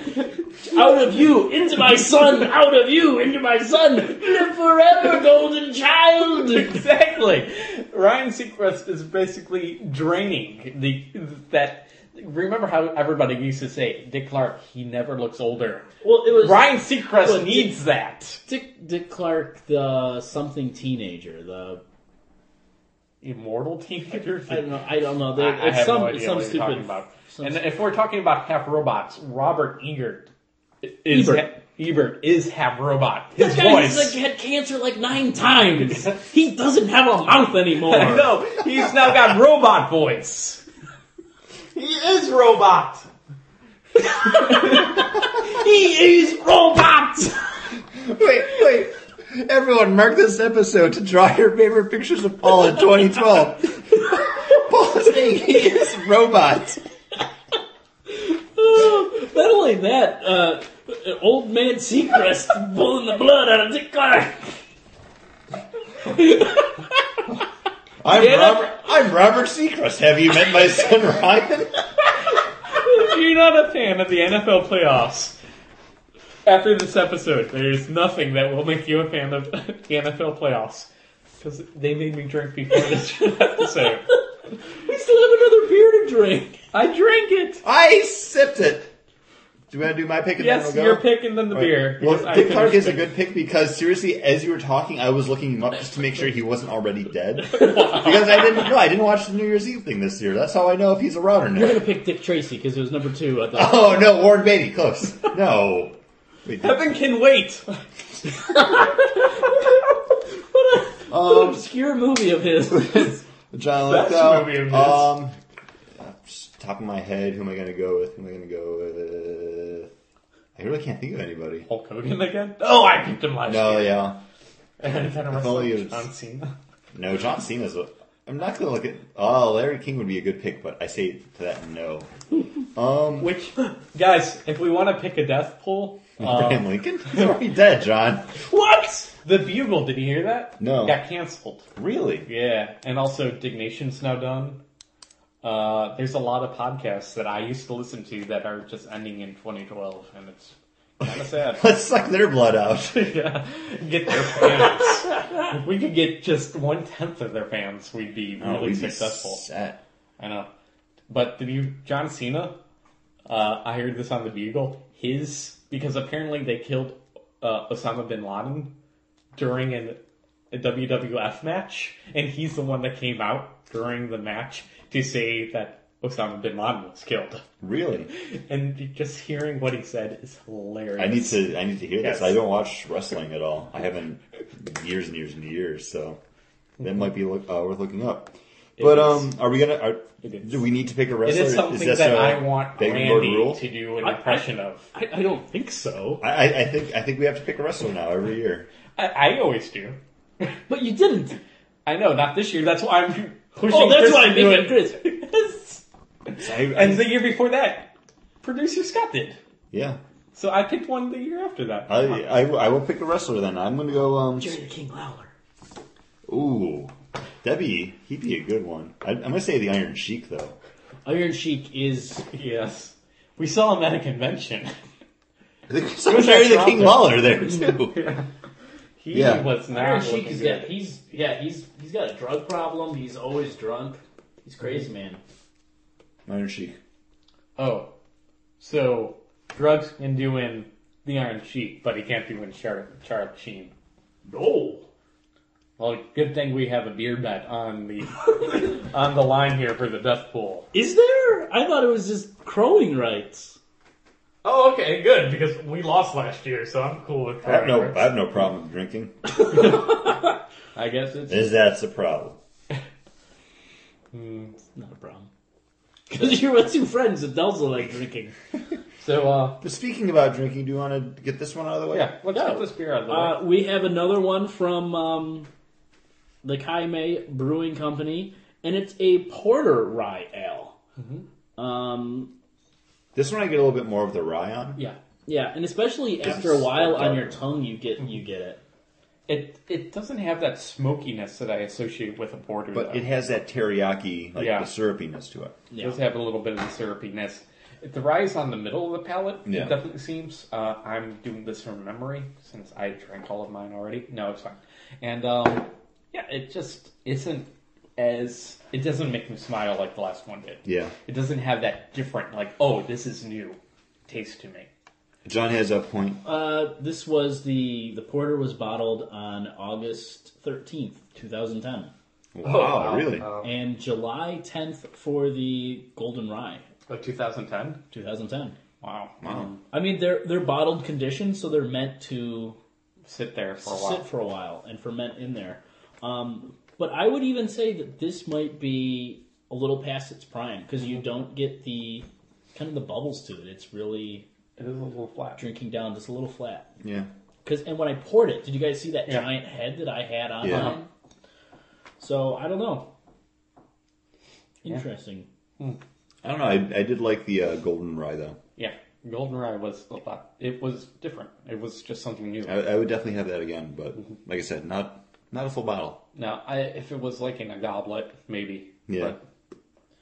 Speaker 6: out of you, into my son. Out of you, into my son. Live forever, golden child.
Speaker 5: exactly. Ryan Seacrest is basically draining the that. Remember how everybody used to say Dick Clark? He never looks older.
Speaker 6: Well, it was
Speaker 5: Ryan Seacrest
Speaker 6: Well, Dick-
Speaker 5: needs that.
Speaker 6: Dick, Dick Clark, the something teenager, the
Speaker 5: Immortal teenager.
Speaker 6: I don't know. I don't know.
Speaker 5: I-
Speaker 6: There-
Speaker 5: I
Speaker 6: it's
Speaker 5: have
Speaker 6: some,
Speaker 5: no idea
Speaker 6: some
Speaker 5: what
Speaker 6: stupid.
Speaker 5: you're talking about.
Speaker 6: some
Speaker 5: And
Speaker 6: stu-
Speaker 5: if we're talking about half robots, Robert Egert is
Speaker 6: Ebert.
Speaker 5: ha- Ebert is half robot. His
Speaker 6: that guy
Speaker 5: voice.
Speaker 6: has like, had cancer like nine times. he doesn't have a mouth anymore.
Speaker 5: no, he's now got robot voice. He is robot.
Speaker 6: He is robot.
Speaker 3: Wait, wait. Everyone, mark this episode to draw your favorite pictures of Paul in 2012. Paul saying he is robot.
Speaker 6: Not only that, uh, old man Seacrest pulling the blood out of Dick Clark.
Speaker 3: I'm
Speaker 6: Yeah, that-
Speaker 3: Robert. I'm Robert Seacrest. Have you met my son Ryan?
Speaker 5: If you're not a fan of the NFL playoffs, after this episode, there's nothing that will make you a fan of the NFL playoffs. Because they made me drink before this episode.
Speaker 6: We still have another beer to drink.
Speaker 5: I drank it!
Speaker 3: I sipped it. Do you want to do my pick? And
Speaker 5: Yes,
Speaker 3: then we'll go?
Speaker 5: you're picking them the beer. because
Speaker 3: Well,
Speaker 5: I
Speaker 3: Dick Clark
Speaker 5: finished
Speaker 3: is a
Speaker 5: it.
Speaker 3: good pick because seriously, as you were talking, I was looking him up just to make sure he wasn't already dead. because I didn't know. I didn't watch the New Year's Eve thing this year. That's how I know if he's around or
Speaker 6: We're gonna
Speaker 3: not.
Speaker 6: pick Dick Tracy because it was number two. I thought.
Speaker 3: Oh no, Warren Beatty, close. No. Wait,
Speaker 5: Heaven can wait!
Speaker 6: what, a, what an obscure movie of his.
Speaker 3: John
Speaker 5: That's
Speaker 3: Lithgow.
Speaker 5: movie of this.
Speaker 3: Um, just top of my head, who am I going to go with? Who am I going to go with? I really can't think of anybody.
Speaker 5: Hulk Hogan again? Oh, I beat him last
Speaker 3: No,
Speaker 5: year.
Speaker 3: yeah,
Speaker 5: And then
Speaker 3: only
Speaker 5: I wrestled
Speaker 3: it was-
Speaker 5: John Cena.
Speaker 3: no. John Cena's. a- I'm not going to look at. Oh, Larry King would be a good pick, but I say to that no. Um,
Speaker 5: Which, guys, if we want to pick a death pool,
Speaker 3: Abraham Lincoln. He's already dead, John.
Speaker 5: what? The Bugle, did you hear that?
Speaker 3: No.
Speaker 5: Got canceled.
Speaker 3: Really?
Speaker 5: Yeah, and also Dignation's now done. Uh, there's a lot of podcasts that I used to listen to that are just ending in 2012, and it's kind of sad.
Speaker 3: Let's suck their blood out.
Speaker 5: yeah, get their fans. if we could get just one tenth of their fans, we'd be really
Speaker 3: Oh, we'd be
Speaker 5: successful.
Speaker 3: set.
Speaker 5: I know. But the Bu- John Cena, uh, I heard this on the Bugle. His because apparently they killed uh, Osama bin Laden during an, a WWF match, and he's the one that came out during the match to say that Osama bin Laden was killed.
Speaker 3: Really?
Speaker 5: And just hearing what he said is hilarious.
Speaker 3: I need to. I need to hear
Speaker 5: Yes.
Speaker 3: this. I don't watch wrestling at all. I haven't years and years and years. So that might be look, uh, worth looking up. but um, are we gonna? Are,
Speaker 5: is.
Speaker 3: do we need to pick a
Speaker 5: It
Speaker 3: wrestler?
Speaker 5: is something
Speaker 3: this
Speaker 5: that
Speaker 3: a
Speaker 5: I want
Speaker 3: Bangor board
Speaker 5: Randy to do an
Speaker 6: I- I-
Speaker 5: impression of.
Speaker 6: I, I don't think so.
Speaker 3: I, I- I think. I think we have to pick a wrestler now every year.
Speaker 5: I, I always do.
Speaker 6: But you didn't.
Speaker 5: I know, not this year. That's why I'm pushing.
Speaker 6: Oh, that's
Speaker 5: Chris
Speaker 6: why
Speaker 5: to
Speaker 6: I'm
Speaker 5: do
Speaker 6: making
Speaker 5: it.
Speaker 6: Chris.
Speaker 5: Yes.
Speaker 3: So I-
Speaker 5: And
Speaker 3: I-
Speaker 5: the year before that, producer Scott did.
Speaker 3: yeah,
Speaker 5: So I picked one the year after that.
Speaker 3: I, I, I will pick a wrestler then. I'm gonna go. Um,
Speaker 6: Jerry the King Lawler.
Speaker 3: ooh, Debbie, he'd be a good one. I, I'm gonna say the Iron Sheik though.
Speaker 6: Iron Sheik is
Speaker 5: yes. We saw him at a convention.
Speaker 3: I think so Jerry the King
Speaker 5: Toronto.
Speaker 3: Lawler there too.
Speaker 5: He
Speaker 3: Yeah.
Speaker 5: was not
Speaker 6: Iron
Speaker 5: looking
Speaker 6: Sheik is
Speaker 5: good.
Speaker 6: got he's yeah he's he's got a drug problem. He's always drunk. He's crazy man.
Speaker 3: Iron Sheik.
Speaker 5: Oh, so drugs can do in the Iron Sheik, but he can't do in Char- Charlie Sheen.
Speaker 6: No.
Speaker 5: Well, good thing we have a beer bet on the on the line here for the death pool.
Speaker 6: Is there? I thought it was just crowing rights.
Speaker 5: Oh, okay, good because we lost last year, so I'm cool with
Speaker 3: I have Uh, no. I have no problem with drinking.
Speaker 5: I guess it's
Speaker 3: Is that's the problem?
Speaker 6: Not a problem. Because you're with two friends that also like drinking.
Speaker 5: so. uh
Speaker 3: But speaking about drinking, do you want to get this one out of the way?
Speaker 5: Yeah, let's
Speaker 6: No.
Speaker 5: get this beer out of the way.
Speaker 6: Uh, we have another one from um, the Kaime Brewing Company, and it's a porter rye ale. Um,
Speaker 3: This one I get a little bit more of the rye on.
Speaker 5: yeah,
Speaker 6: yeah, and especially
Speaker 3: This
Speaker 6: after a
Speaker 3: is
Speaker 6: while
Speaker 3: dark.
Speaker 6: on your tongue, you get you get it.
Speaker 5: it it doesn't have that smokiness that I associate with a porter,
Speaker 3: But
Speaker 5: though.
Speaker 3: it has that teriyaki, like
Speaker 5: Yeah.
Speaker 3: the syrupiness to it.
Speaker 5: It does have a little bit of the syrupiness. If The rye is on the middle of the palate.
Speaker 3: Yeah.
Speaker 5: It definitely seems. Uh, I'm doing this from memory since I drank all of mine already. No, it's fine. And um, yeah, it just isn't as it doesn't make me smile like the last one did.
Speaker 3: Yeah.
Speaker 5: It doesn't have that different like oh this is new taste to me.
Speaker 3: John has a point.
Speaker 6: Uh, this was the the porter was bottled on August thirteenth, two thousand ten,
Speaker 3: Wow, really?
Speaker 6: and July tenth for the golden rye,
Speaker 5: Like 2010.
Speaker 6: two thousand ten.
Speaker 5: Wow.
Speaker 3: wow.
Speaker 6: I mean, they're they're bottled conditioned, so they're meant to
Speaker 5: Sit there for a while.
Speaker 6: sit for a while and ferment in there. Um, but I would even say that this might be a little past its prime because you don't get the kind of the bubbles to it. It's really
Speaker 5: It is a little flat.
Speaker 6: drinking down just a little flat.
Speaker 3: Yeah.
Speaker 6: Cause and when I poured it, did you guys see that
Speaker 5: Yeah.
Speaker 6: giant head that I had on
Speaker 5: Uh-huh.
Speaker 3: Yeah.
Speaker 6: mine? So I don't know. Interesting.
Speaker 3: I don't know. I, I did like the uh, golden rye though.
Speaker 5: Yeah, Goldeneye was a lot. It was different. It was just something new.
Speaker 3: I, I would definitely have that again, but like I said, not not a full bottle.
Speaker 5: Now, I, if it was like in a goblet, maybe.
Speaker 3: Yeah.
Speaker 5: But,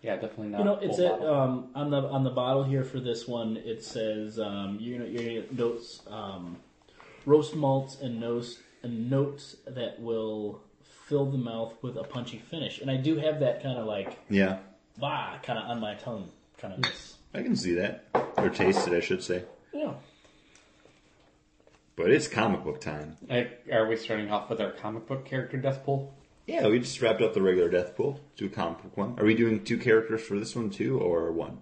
Speaker 5: yeah, definitely not.
Speaker 6: You know, it's
Speaker 5: full
Speaker 6: at,
Speaker 5: bottle.
Speaker 6: um, on the on the bottle here for this one. It says um, you know your notes, um, roast malts and notes and notes that will fill the mouth with a punchy finish. And I do have that kind of like
Speaker 3: Yeah.
Speaker 6: bah kind of on my tongue kind
Speaker 5: Hmm.
Speaker 6: of this.
Speaker 3: I can see that or taste it, I should say.
Speaker 6: Yeah.
Speaker 3: But it's comic book time.
Speaker 5: Like, are we starting off with our comic book character death pool?
Speaker 3: Yeah, we just wrapped up the regular death pool. Do a comic book one. Are we doing two characters for this one too, or one?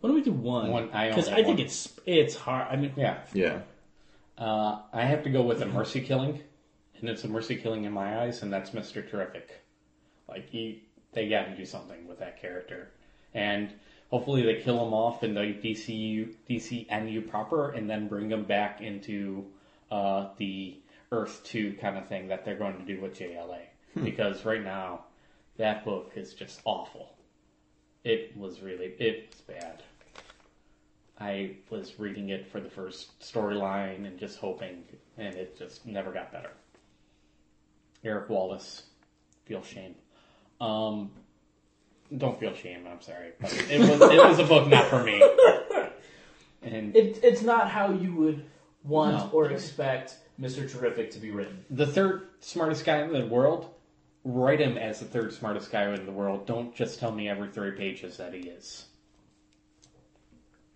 Speaker 6: Why don't we do one?
Speaker 5: One- I
Speaker 6: because
Speaker 5: only
Speaker 6: I
Speaker 5: have
Speaker 6: think
Speaker 5: one.
Speaker 6: it's it's hard. I mean,
Speaker 5: Yeah.
Speaker 3: Yeah.
Speaker 5: Uh, I have to go with a mercy killing, and it's a mercy killing in my eyes, and that's Mister Terrific. Like he they got to do something with that character, and hopefully they kill him off in the DCU DCNU proper, and then bring him back into uh, the Earth Two kind of thing that they're going to do with JLA, because right now that book is just awful. It was really it was bad. I was reading it for the first storyline and just hoping, and it just never got better. Eric Wallace, feel shame. Um, don't feel shame. I'm sorry, but it was it was a book not for me. And
Speaker 7: It, it's not how you would want
Speaker 5: No.
Speaker 7: or expect Mr. Terrific to be written.
Speaker 5: the third smartest guy in the world, write him as the third smartest guy in the world. Don't just tell me every three pages that he is.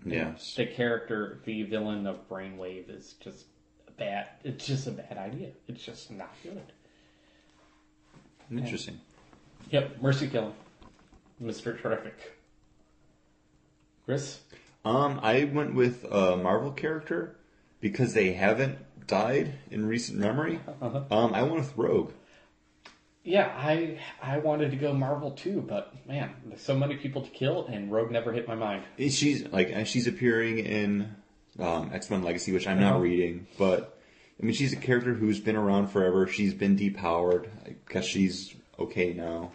Speaker 3: Yes.
Speaker 5: The character, the villain of Brainwave, is just a bad. It's just a bad idea. It's just not good.
Speaker 3: Interesting.
Speaker 5: Yep, Mercy Kill, Mister Terrific. Chris,
Speaker 3: Um, I went with a Marvel character because they haven't died in recent memory. Um, I went with Rogue.
Speaker 5: Yeah, I I wanted to go Marvel too, but man, there's so many people to kill, and Rogue never hit my mind.
Speaker 3: She's like and she's appearing in um, X Men Legacy, which I'm not reading, but I mean she's a character who's been around forever. She's been depowered. I guess she's okay now.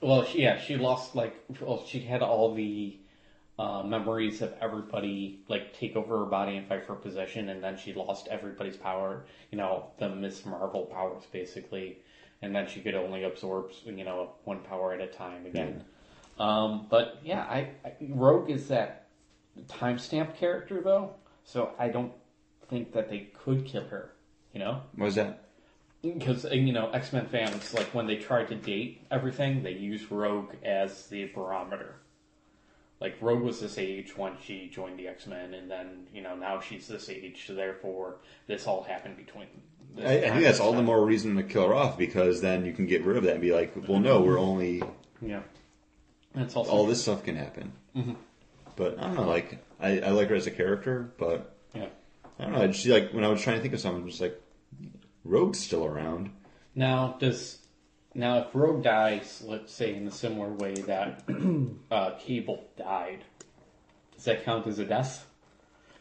Speaker 5: Well, she, yeah, she lost like well, she had all the uh, memories of everybody like take over her body and fight for possession, and then she lost everybody's power. You know, the Miss Marvel powers basically, and then she could only absorb you know one power at a time again. Um, but yeah, I, I Rogue is that timestamp character though, so I don't think that they could kill her. You know
Speaker 3: What was that?
Speaker 5: because you know X Men fans like when they try to date everything, they use Rogue as the barometer. Like Rogue was this age when she joined the X Men, and then you know now she's this age, so therefore this all happened between. Them.
Speaker 3: I, I think that's all the more reason to kill her off because then you can get rid of that and be like, well, no, we're only
Speaker 5: Yeah, that's also
Speaker 3: all this stuff can happen. But I don't know, like I, I like her as a character, but
Speaker 5: Yeah.
Speaker 3: I don't know. She like when I was trying to think of someone, I'm just like Rogue's still around.
Speaker 5: Now does now if Rogue dies, let's say in a similar way that uh, Cable died, does that count as a death?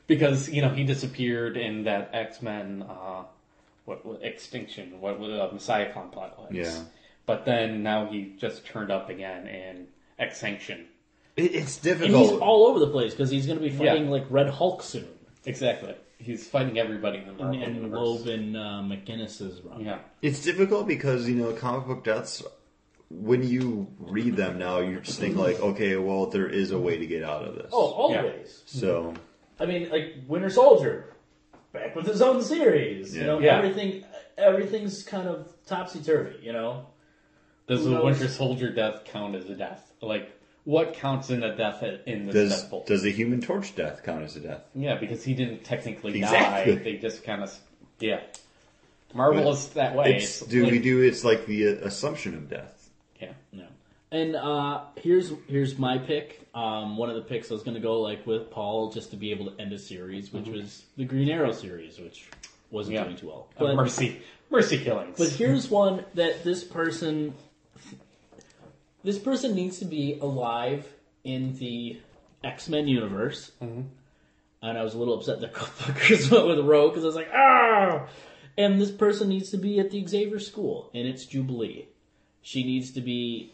Speaker 5: Because you know he disappeared in that X Men, uh, what wa- extinction, what was uh, Messiah complex.
Speaker 3: Yeah.
Speaker 5: But then now he just turned up again in X Sanction.
Speaker 3: It, it's
Speaker 6: And he's
Speaker 3: difficult.
Speaker 6: all over the place because he's going to be fighting
Speaker 5: Yeah.
Speaker 6: like Red Hulk soon,
Speaker 5: Exactly. He's fighting everybody in the Marvel
Speaker 6: and, and
Speaker 5: universe.
Speaker 6: Loeb and uh, McGinnis's run.
Speaker 5: Yeah.
Speaker 3: It's difficult because you know comic book deaths. When you read them now, you just think like, okay, well, there is a way to get out of this.
Speaker 7: Oh, always.
Speaker 3: so
Speaker 7: I mean, like Winter Soldier, back with his own series. You
Speaker 3: Yeah.
Speaker 7: know,
Speaker 5: Yeah.
Speaker 7: everything, everything's kind of topsy turvy. You know,
Speaker 5: Does
Speaker 7: Who
Speaker 5: the
Speaker 7: knows?
Speaker 5: Winter Soldier death count as a death? Like, what counts in a death in this
Speaker 3: does
Speaker 5: death bowl?
Speaker 3: does the Human Torch death count as a death?
Speaker 5: Yeah, because he didn't technically
Speaker 3: Exactly.
Speaker 5: die. They just kind of yeah. Marvel
Speaker 3: But
Speaker 5: is that way.
Speaker 3: It's,
Speaker 5: It's
Speaker 3: do
Speaker 5: like-
Speaker 3: we do? It's like the uh, assumption of death.
Speaker 5: Yeah.
Speaker 6: No. And uh, here's here's my pick. Um, one of the picks I was going to go like with Paul just to be able to end a series, which was the Green Arrow series, which wasn't
Speaker 5: Mm-hmm. Yeah.
Speaker 6: doing too well.
Speaker 5: Of
Speaker 6: But,
Speaker 5: mercy, mercy killings.
Speaker 6: but here's one that this person this person needs to be alive in the X Men universe.
Speaker 5: Mm-hmm.
Speaker 6: And I was a little upset that fuckers went with Rogue because I was like, ah. And this person needs to be at the Xavier School, and it's Jubilee. She needs to be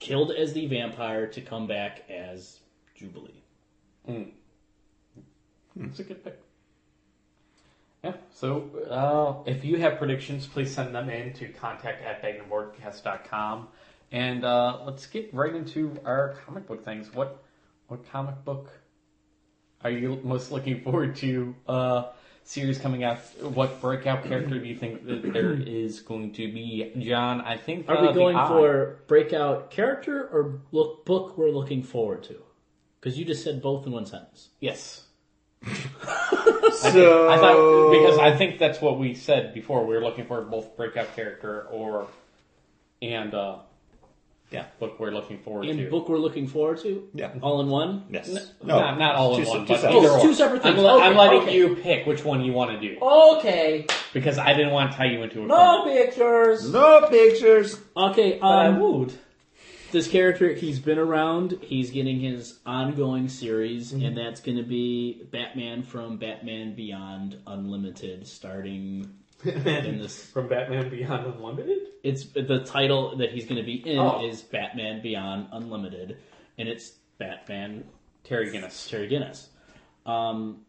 Speaker 6: killed as the vampire to come back as Jubilee.
Speaker 5: it's a good pick. Yeah. So, uh, if you have predictions, please send them in to contact at bagnumboardcast.com. and uh, let's get right into our comic book things. What what comic book are you most looking forward to? Uh, series coming out. What breakout character do you think that there is going to be? John, I think.
Speaker 6: Are
Speaker 5: uh,
Speaker 6: we
Speaker 5: the
Speaker 6: going
Speaker 5: Eye.
Speaker 6: for breakout character or look book we're looking forward to? Because you just said both in one sentence.
Speaker 5: Yes. so I thought, because I think that's what we said before. We were looking for both breakout character or and uh yeah, book we're looking forward
Speaker 6: And
Speaker 5: to.
Speaker 6: book we're looking forward to?
Speaker 3: Yeah.
Speaker 6: All in one?
Speaker 3: Yes.
Speaker 5: not, not all in
Speaker 3: two-
Speaker 5: one,
Speaker 3: two
Speaker 5: but
Speaker 3: sides.
Speaker 5: either
Speaker 6: Oh,
Speaker 5: or.
Speaker 6: two separate things.
Speaker 5: I'm, le-
Speaker 6: Okay,
Speaker 5: I'm letting
Speaker 6: okay.
Speaker 5: you pick which one you want to do
Speaker 7: okay,
Speaker 5: because I didn't want to tie you into a.
Speaker 7: no pictures.
Speaker 3: No pictures.
Speaker 6: Okay,
Speaker 5: I
Speaker 6: um,
Speaker 5: would.
Speaker 6: this character, he's been around. He's getting his ongoing series,
Speaker 5: Mm-hmm.
Speaker 6: and that's going to be Batman from Batman Beyond Unlimited, starting in this.
Speaker 5: From Batman Beyond Unlimited?
Speaker 6: It's the title that he's going to be in
Speaker 5: Oh.
Speaker 6: is Batman Beyond Unlimited, and it's Batman
Speaker 5: Terry Guinness.
Speaker 6: Terry Guinness. Um,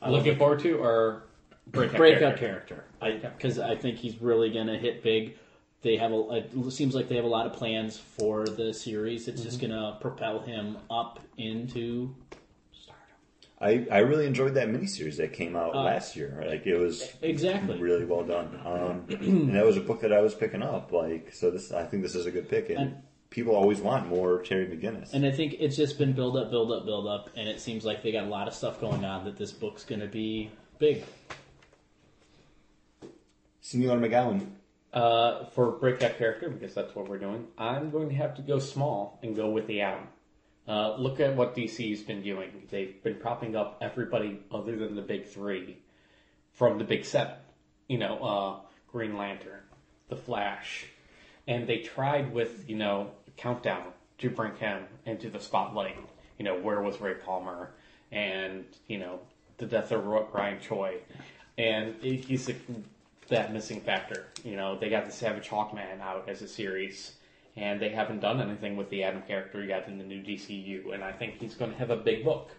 Speaker 6: I love
Speaker 5: Looking forward to or breakout,
Speaker 6: breakout
Speaker 5: character?
Speaker 6: character because I, think he's really going to hit big. They have a it seems like they have a lot of plans for the series. It's just going to propel him up into
Speaker 3: I, I really enjoyed that miniseries that came out last year. Like it was
Speaker 6: exactly.
Speaker 3: really well done. Um, and that was a book that I was picking up. Like so, this I think this is a good pick, and,
Speaker 6: And-
Speaker 3: people always want more Terry McGinnis.
Speaker 6: And I think it's just been build up, build up, build up, and it seems like they got a lot of stuff going on that this book's going to be big.
Speaker 3: Senor McGowan.
Speaker 5: Uh, for breakout character, because that's what we're doing, I'm going to have to go small and go with the Atom. Uh, look at what DC's been doing. They've been propping up everybody other than the big three from the big seven. You know, uh, Green Lantern, The Flash, and they tried with you know Countdown to bring him into the spotlight. You know, where was Ray Palmer, and you know the death of Ro- Ryan Choi, and it- he's a, that missing factor. You know, they got the Savage Hawkman out as a series. And they haven't done anything with the Adam character yet in the new DCU, and I think he's going to have a big book.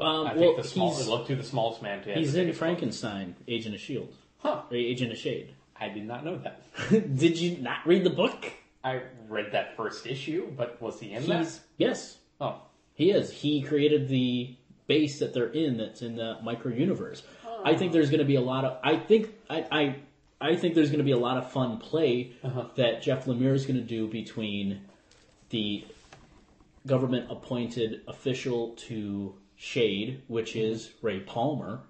Speaker 6: Um,
Speaker 5: I
Speaker 6: well,
Speaker 5: think the small,
Speaker 6: he's,
Speaker 5: look to the smallest man. To have
Speaker 6: he's
Speaker 5: the
Speaker 6: in
Speaker 5: biggest book.
Speaker 6: Frankenstein, Agent of Shield,
Speaker 5: Huh?
Speaker 6: E or Agent of Shade.
Speaker 5: I did not know that.
Speaker 6: Did you not read the book?
Speaker 5: I read that first issue, but was he in
Speaker 6: He's
Speaker 5: that?
Speaker 6: yes,
Speaker 5: Oh,
Speaker 6: He is. He created the base that they're in that's in the micro universe. I think there's going to be a lot of I think I I, I think there's going to be a lot of fun play that Jeff Lemire is going to do between the government appointed official to Shade, which
Speaker 5: Mm-hmm.
Speaker 6: is Ray Palmer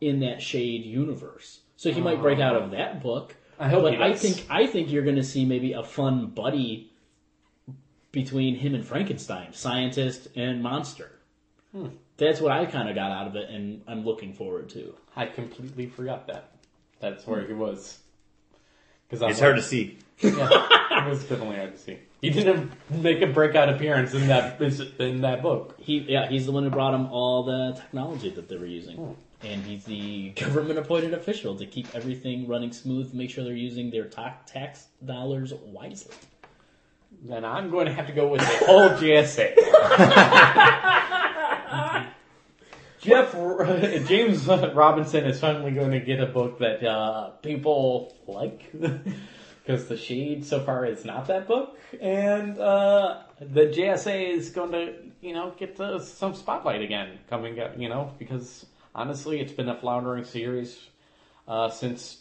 Speaker 6: in that Shade universe. So he might break out of that book.
Speaker 5: Oh. I hope
Speaker 6: but
Speaker 5: he
Speaker 6: I
Speaker 5: does.
Speaker 6: think I think you're going to see maybe a fun buddy between him and Frankenstein, scientist and monster.
Speaker 5: Hmm.
Speaker 6: That's what I kind of got out of it, and I'm looking forward to.
Speaker 5: I completely forgot that. That's where he was. Because
Speaker 3: It's hard to see.
Speaker 5: Yeah, it was definitely hard to see. He didn't make a breakout appearance in that in that book.
Speaker 6: He, yeah, he's the one who brought him all the technology that they were using, and he's the government-appointed official to keep everything running smooth, make sure they're using their ta- tax dollars wisely.
Speaker 5: Then I'm going to have to go with the whole JSA. Jeff uh, James Robinson is finally going to get a book that uh, people like because the Shade so far is not that book, and uh, the JSA is going to you know get to some spotlight again coming up you know because honestly it's been a floundering series uh, since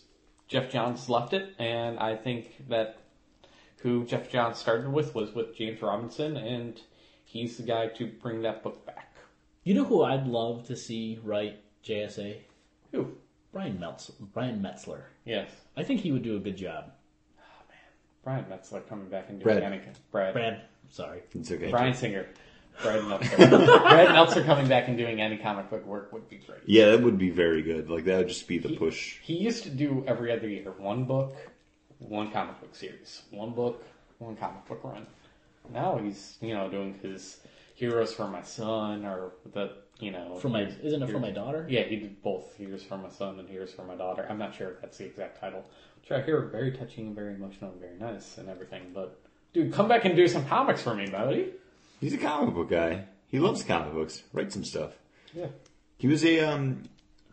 Speaker 5: Jeff Johns left it, and I think that who Jeff Johns started with was with James Robinson, and he's the guy to bring that book back.
Speaker 6: You know who I'd love to see write JSA?
Speaker 5: Who?
Speaker 6: Brian Metz- Brian Metzler.
Speaker 5: Yes,
Speaker 6: I think he would do a good job.
Speaker 5: Brian Metzler coming back and doing
Speaker 3: Brad.
Speaker 5: Anakin. Brad.
Speaker 6: Brad, sorry.
Speaker 3: It's okay.
Speaker 5: Brian Singer. Brad Meltzer. Brad Meltzer coming back and doing any comic book work would be great.
Speaker 3: Yeah, that would be very good. Like that would just be the push.
Speaker 5: He used to do every other year one book, one comic book series, one book, one comic book run. Now he's you know doing his Heroes for My Son or the you know
Speaker 6: For my
Speaker 5: Heroes-
Speaker 6: isn't it for
Speaker 5: Heroes-
Speaker 6: my daughter?
Speaker 5: Yeah, he did both Heroes for My Son and Heroes for My Daughter. I'm not sure if that's the exact title. Which I hear are very touching and very emotional and very nice and everything, but dude, come back and do some comics for me, buddy.
Speaker 3: He's a comic book guy. He loves comic books. Write some stuff.
Speaker 5: Yeah.
Speaker 3: He was a um,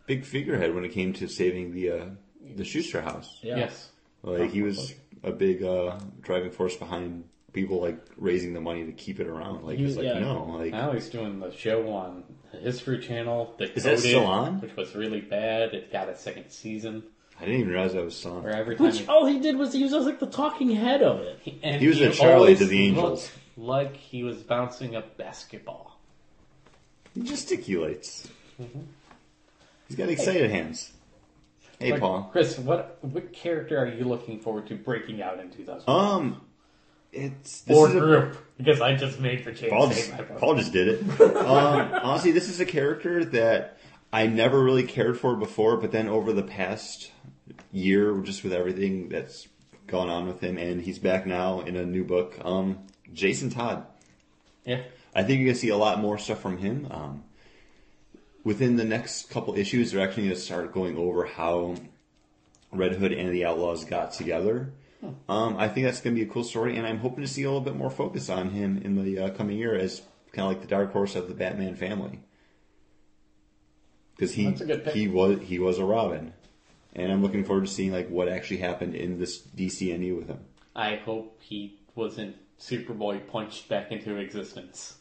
Speaker 3: big figurehead when it came to saving the uh, the Schuster House.
Speaker 6: Yeah.
Speaker 5: Yes.
Speaker 3: Like he was a big uh, driving force behind people like raising the money to keep it around. Like it's like
Speaker 6: yeah.
Speaker 3: no, like
Speaker 5: Now he's doing the show on the History Channel. The
Speaker 3: Is that still on?
Speaker 5: Which was really bad. It got a second season.
Speaker 3: I didn't even realize I was saw.
Speaker 5: Where
Speaker 3: him.
Speaker 5: every time
Speaker 6: Which all he did was he was like the talking head of it.
Speaker 5: he, and
Speaker 3: He was a Charlie
Speaker 5: always
Speaker 3: to the Angels.
Speaker 5: looked Like he was bouncing a basketball.
Speaker 3: He gesticulates. He's got excited hands. Hey,
Speaker 5: Like,
Speaker 3: Paul.
Speaker 5: Chris, what what character are you looking forward to breaking out in 2000?
Speaker 3: Um, it's this
Speaker 5: or
Speaker 3: is a-
Speaker 5: group? Because I just made the change.
Speaker 3: Paul just, Paul just did it. Um, honestly, this is a character that I never really cared for before, but then over the past year, just with everything that's gone on with him, and he's back now in a new book. Um, Jason Todd.
Speaker 5: Yeah.
Speaker 3: I think you're going to see a lot more stuff from him. Um, within the next couple issues, they're actually going to start going over how Red Hood and the Outlaws got together. Um, I think that's going to be a cool story, and I'm hoping to see a little bit more focus on him in the uh, coming year as kind of like the dark horse of the Batman family. Because he
Speaker 5: That's a good pick.
Speaker 3: he was he was a Robin, and I'm looking forward to seeing like what actually happened in this DCNU E with him.
Speaker 5: I hope he wasn't Superboy punched back into existence.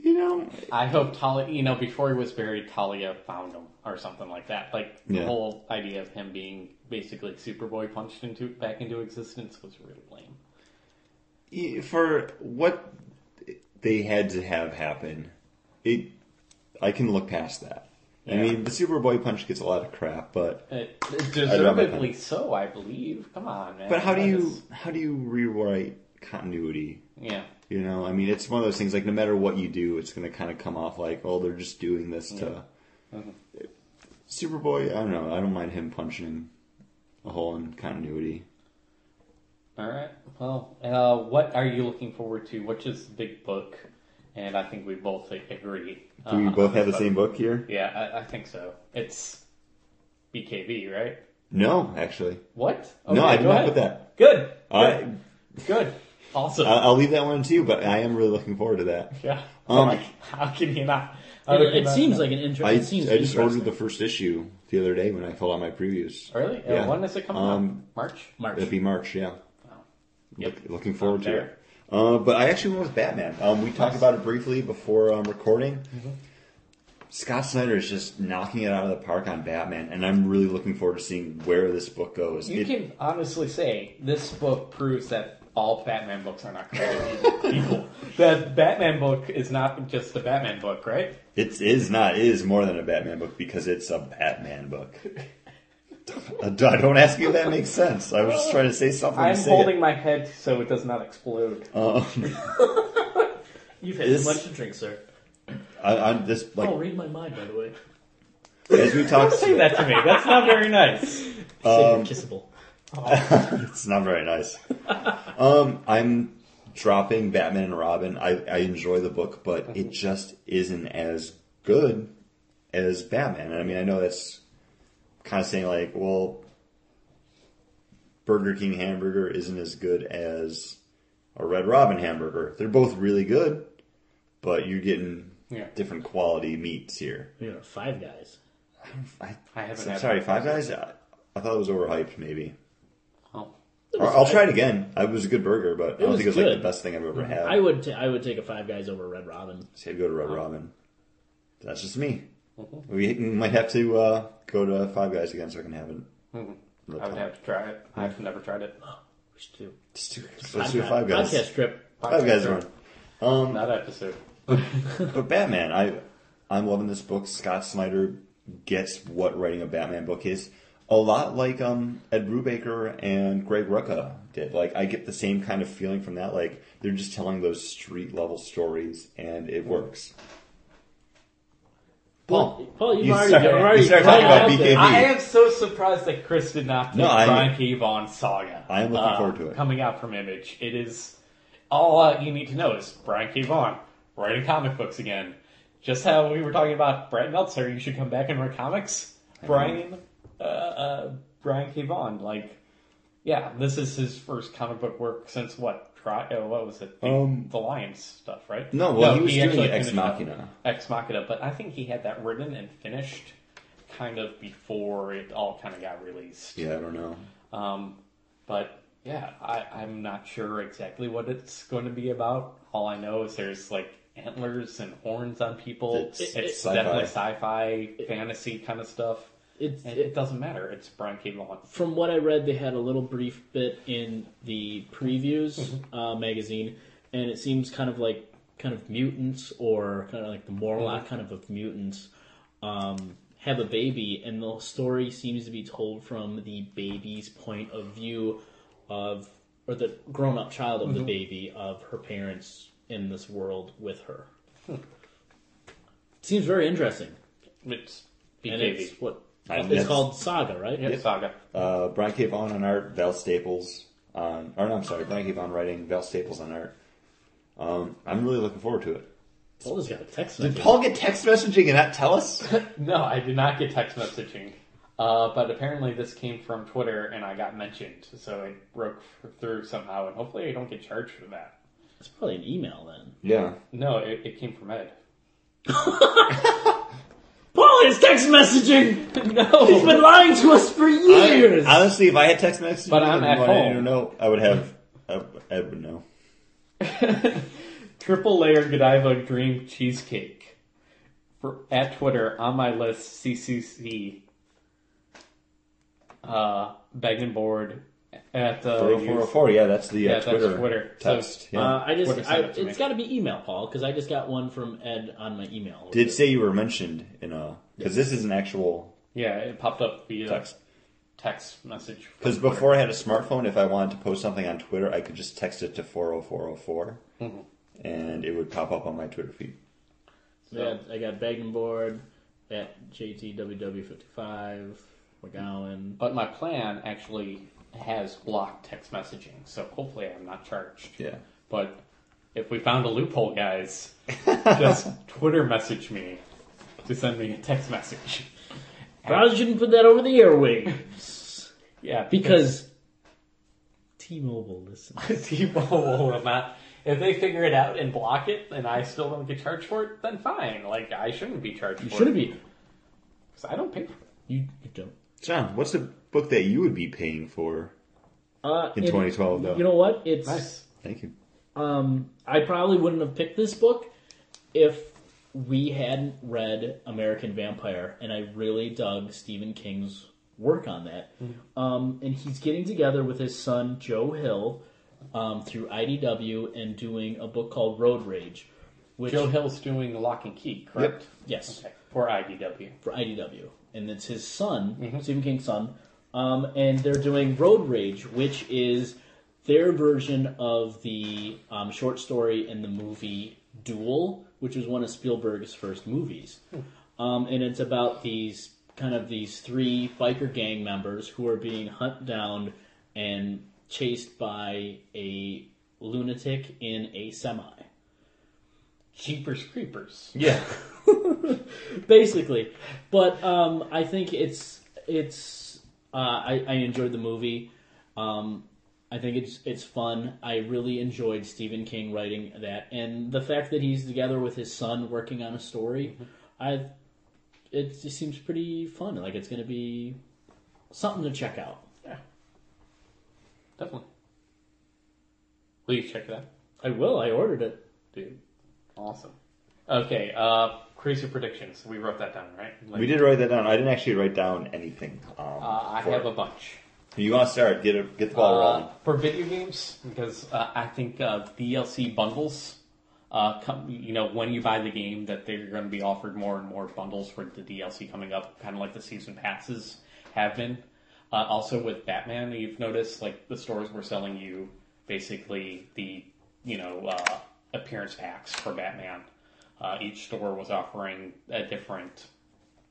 Speaker 3: You know,
Speaker 5: I hope Talia, you know, before he was buried, Talia found him or something like that. Like the
Speaker 3: Yeah.
Speaker 5: whole idea of him being basically Superboy punched into back into existence was really lame.
Speaker 3: for what they had to have happen, it I can look past that. I
Speaker 5: Yeah.
Speaker 3: mean, the Superboy punch gets a lot of crap, but
Speaker 5: Uh,
Speaker 3: I
Speaker 5: deservedly
Speaker 3: don't
Speaker 5: so, I believe. Come on, man.
Speaker 3: but how do
Speaker 5: That
Speaker 3: you
Speaker 5: is-
Speaker 3: how do you rewrite continuity?
Speaker 5: Yeah,
Speaker 3: You know, I mean, it's one of those things. Like, no matter what you do, it's going to kind of come off like, oh, they're just doing this to Superboy. I don't know. I don't mind him punching a hole in continuity.
Speaker 5: all right. Well, uh, what are you looking forward to? Which is the big book? And I think we both agree.
Speaker 3: Do we
Speaker 5: uh,
Speaker 3: both
Speaker 5: on
Speaker 3: have the
Speaker 5: this
Speaker 3: same book here?
Speaker 5: Yeah, I, I think so. It's BKB, right?
Speaker 3: No, actually,
Speaker 5: What?
Speaker 3: no. I
Speaker 5: go
Speaker 3: did not
Speaker 5: ahead.
Speaker 3: put that. Uh,
Speaker 5: Good.
Speaker 3: I
Speaker 5: Good. Awesome.
Speaker 3: I- I'll leave that one to you, but I am really looking forward to that.
Speaker 5: yeah.
Speaker 3: Um,
Speaker 5: Like, how can you not? how
Speaker 6: It,
Speaker 5: can you
Speaker 6: it
Speaker 5: not
Speaker 6: seems
Speaker 5: know?
Speaker 6: like an inter-
Speaker 3: I, I
Speaker 6: it seems
Speaker 3: just ordered
Speaker 6: interesting.
Speaker 3: the first issue the other day when I filled out my previews.
Speaker 5: Really? Uh,
Speaker 3: Yeah.
Speaker 5: When is it coming
Speaker 3: Um,
Speaker 5: out? March?
Speaker 6: March.
Speaker 3: That'd be March, yeah. Look, looking forward to
Speaker 5: there.
Speaker 3: it. Uh, but I actually went with Batman. Um, we talked about it briefly before um, recording.
Speaker 5: Mm-hmm.
Speaker 3: Scott Snyder is just knocking it out of the park on Batman, and I'm really looking forward to seeing where this book goes.
Speaker 5: You
Speaker 3: It-
Speaker 5: can honestly say this book proves that all Batman books are not created equal. The Batman book is not just the Batman book, right?
Speaker 3: It is not. It is more than a Batman book because it's a Batman book. Uh, Don't ask me if that makes sense. I was just trying to say something.
Speaker 5: I'm
Speaker 3: to say
Speaker 5: holding
Speaker 3: it.
Speaker 5: my head so it does not explode.
Speaker 3: Um,
Speaker 6: You've had
Speaker 3: This-
Speaker 6: too much to drink, sir.
Speaker 3: I, I'm just like
Speaker 6: oh, read my mind, by the way.
Speaker 3: as we talked.
Speaker 5: that to me. That's not very nice.
Speaker 6: Um, kissable.
Speaker 3: it's not very nice. Um, I'm dropping Batman and Robin. I, I enjoy the book, but it just isn't as good as Batman. I mean, I know that's kind of saying like, well, Burger King hamburger isn't as good as a Red Robin hamburger. They're both really good, but you're getting
Speaker 5: Yeah.
Speaker 3: different quality meats here.
Speaker 6: You know, five guys.
Speaker 3: I,
Speaker 5: I haven't
Speaker 3: am
Speaker 5: had
Speaker 3: sorry,
Speaker 5: it.
Speaker 3: Five Guys. I, I thought it was overhyped, maybe.
Speaker 5: Oh.
Speaker 3: I'll, I'll try it again. It was a good burger, but I don't
Speaker 6: was
Speaker 3: think it was like
Speaker 6: good. Mm-hmm.
Speaker 3: the best thing I've ever had.
Speaker 6: I would. T- I would take a five guys over Red Robin.
Speaker 3: say go to Red Robin. That's just me.
Speaker 5: Mm-hmm.
Speaker 3: We might have to uh, go to Five Guys again so I can have it.
Speaker 5: Mm-hmm. I would have to try it. I've never tried it.
Speaker 6: We should do.
Speaker 3: Let's do, let's do Five
Speaker 6: Podcast-
Speaker 3: Guys.
Speaker 6: Podcast trip.
Speaker 3: Five Guys run. Um,
Speaker 5: That episode.
Speaker 3: But Batman, I I'm loving this book. Scott Snyder gets what writing a Batman book is. A lot like um, Ed Brubaker and Greg Rucka did. Like I get the same kind of feeling from that. Like they're just telling those street level stories, and it works. Oh,
Speaker 6: Paul, Paul, you've
Speaker 3: You
Speaker 6: already,
Speaker 3: start-
Speaker 6: you've
Speaker 3: you
Speaker 6: already
Speaker 3: start
Speaker 6: already
Speaker 3: talking about
Speaker 6: out there.
Speaker 3: BKB.
Speaker 5: I am so surprised that Chris did not pick
Speaker 3: No, I-
Speaker 5: Brian K. Vaughan Saga.
Speaker 3: I am looking
Speaker 5: uh,
Speaker 3: forward to it.
Speaker 5: Coming out from Image. It is all uh, you need to know is Brian K. Vaughan writing comic books again. Just how we were talking about Brett Meltzer, you should come back and write comics. Brian, uh, uh, Brian K. Vaughan, like, yeah, this is his first comic book work since what? Tri- oh, what was it? The,
Speaker 3: Um,
Speaker 5: the Lions stuff, right?
Speaker 3: No, well, he was doing
Speaker 5: actually
Speaker 3: Ex
Speaker 5: finished up
Speaker 3: Machina.
Speaker 5: Ex Machina, but I think he had that written and finished kind of before it all kind of got released.
Speaker 3: Yeah, I don't know.
Speaker 5: Um, but yeah, I, I'm not sure exactly what it's going to be about. All I know is there's like antlers and horns on people.
Speaker 3: It's-
Speaker 5: It's,
Speaker 3: it's sci-fi.
Speaker 5: definitely sci-fi, fantasy kind of stuff.
Speaker 6: It's-
Speaker 5: And it doesn't matter. It's Brian K. Vaughan.
Speaker 6: From what I read, they had a little brief bit in the previews uh, magazine, and it seems kind of like kind of mutants or kind of like the Morlock kind of of mutants um, have a baby, and the story seems to be told from the baby's point of view of or the grown-up child of the baby of her parents in this world with her. Seems very interesting,
Speaker 5: It's
Speaker 6: and
Speaker 5: BKV.
Speaker 6: it's what
Speaker 3: Um,
Speaker 6: It's
Speaker 3: that's,
Speaker 6: called Saga, right?
Speaker 5: Yeah, Saga.
Speaker 3: uh, Brian K. Vaughan on art, Val Staples on, or no, I'm sorry, Brian K. Vaughan writing, Val Staples on art. Um, I'm really looking forward to it.
Speaker 6: Paul has got a text
Speaker 3: Did
Speaker 6: message.
Speaker 3: Paul get text messaging and not tell us?
Speaker 5: No, I did not get text messaging. Uh, but apparently this came from Twitter and I got mentioned, so it broke through somehow, and hopefully I don't get charged for that.
Speaker 6: It's probably an email then.
Speaker 3: yeah.
Speaker 5: No, it, it came from Ed.
Speaker 6: Paul is text messaging. no, he's been lying to us for years.
Speaker 3: Honestly, if I had text messaging
Speaker 5: But I'm
Speaker 3: and
Speaker 5: at
Speaker 3: wanted
Speaker 5: home.
Speaker 3: you to know, I would have, I, I would know.
Speaker 5: Triple layer Godiva cream cheesecake. For at Twitter on my list CCC. Uh, bag and board at uh, the
Speaker 3: 4404, yeah, that's the uh,
Speaker 5: Yeah, that's
Speaker 3: Twitter,
Speaker 5: Twitter. So,
Speaker 3: text. yeah.
Speaker 6: uh, I
Speaker 5: Twitter
Speaker 6: just, I,
Speaker 5: sent it to me.
Speaker 6: it's got to be email, Paul, because I just got one from Ed on my email.
Speaker 3: Did say you were mentioned in a, because this is an actual
Speaker 5: yeah, it popped up via
Speaker 3: text.
Speaker 5: text, text message. from
Speaker 3: Because
Speaker 5: Twitter.
Speaker 3: before I had a smartphone, if I wanted to post something on Twitter, I could just text it to 40404
Speaker 5: Mm-hmm.
Speaker 3: and it would pop up on my Twitter feed.
Speaker 6: Yeah, I got Bagging Board at JTWW55, McGowan.
Speaker 5: But my plan actually has blocked text messaging, so hopefully I'm not charged.
Speaker 3: Yeah.
Speaker 5: But if we found a loophole, guys, just Twitter message me to send me a text message.
Speaker 6: Probably shouldn't put that over the airwaves
Speaker 5: Yeah,
Speaker 6: because T-Mobile listens.
Speaker 5: T-Mobile will not. If they figure it out and block it, and I still don't get charged for it, then fine. Like I shouldn't be charged.
Speaker 6: You
Speaker 5: for
Speaker 6: should
Speaker 5: it
Speaker 6: be.
Speaker 5: because I don't pay for it.
Speaker 6: You, you don't.
Speaker 3: John, what's the book that you would be paying for
Speaker 6: Uh,
Speaker 3: in
Speaker 6: it-
Speaker 3: 2012, though?
Speaker 6: You know what? It's
Speaker 5: Nice.
Speaker 3: Thank you.
Speaker 6: um, I probably wouldn't have picked this book if we hadn't read American Vampire, and I really dug Stephen King's work on that.
Speaker 5: Mm-hmm.
Speaker 6: Um, and he's getting together with his son Joe Hill um, through IDW and doing a book called Road Rage, which
Speaker 5: Joe Hill's doing lock and key, correct?
Speaker 6: yes,
Speaker 5: Okay. For IDW.
Speaker 6: for IDW, and it's his son, Stephen King's son, um, and they're doing Road Rage, which is their version of the um, short story and the movie Duel, which was one of Spielberg's first movies, um, and it's about these kind of these three biker gang members who are being hunted down and chased by a lunatic in a semi.
Speaker 5: Jeepers Creepers.
Speaker 6: Yeah. Basically. But um, I think it's it's uh, I, I enjoyed the movie. Um, I think it's it's fun. I really enjoyed Stephen King writing that and the fact that he's together with his son working on a story. I it just seems pretty fun. Like it's going to be something to check out.
Speaker 5: Definitely. Will you check it out?
Speaker 6: I will. I ordered it.
Speaker 5: Dude. Awesome. Okay, uh crazy predictions. We wrote that down, right? Like,
Speaker 3: We did write that down. I didn't actually write down anything. Um,
Speaker 5: Uh, I
Speaker 3: for
Speaker 5: have
Speaker 3: it.
Speaker 5: a bunch.
Speaker 3: You want to start? Get a, get the ball
Speaker 5: Uh,
Speaker 3: rolling.
Speaker 5: for video games, because uh, I think uh, DLC bundles, uh, come, you know, when you buy the game, that they're going to be offered more and more bundles for the DLC coming up, kind of like the season passes have been. Uh, also with Batman, you've noticed like the stores were selling you basically the you know uh, appearance packs for Batman. Uh, each store was offering a different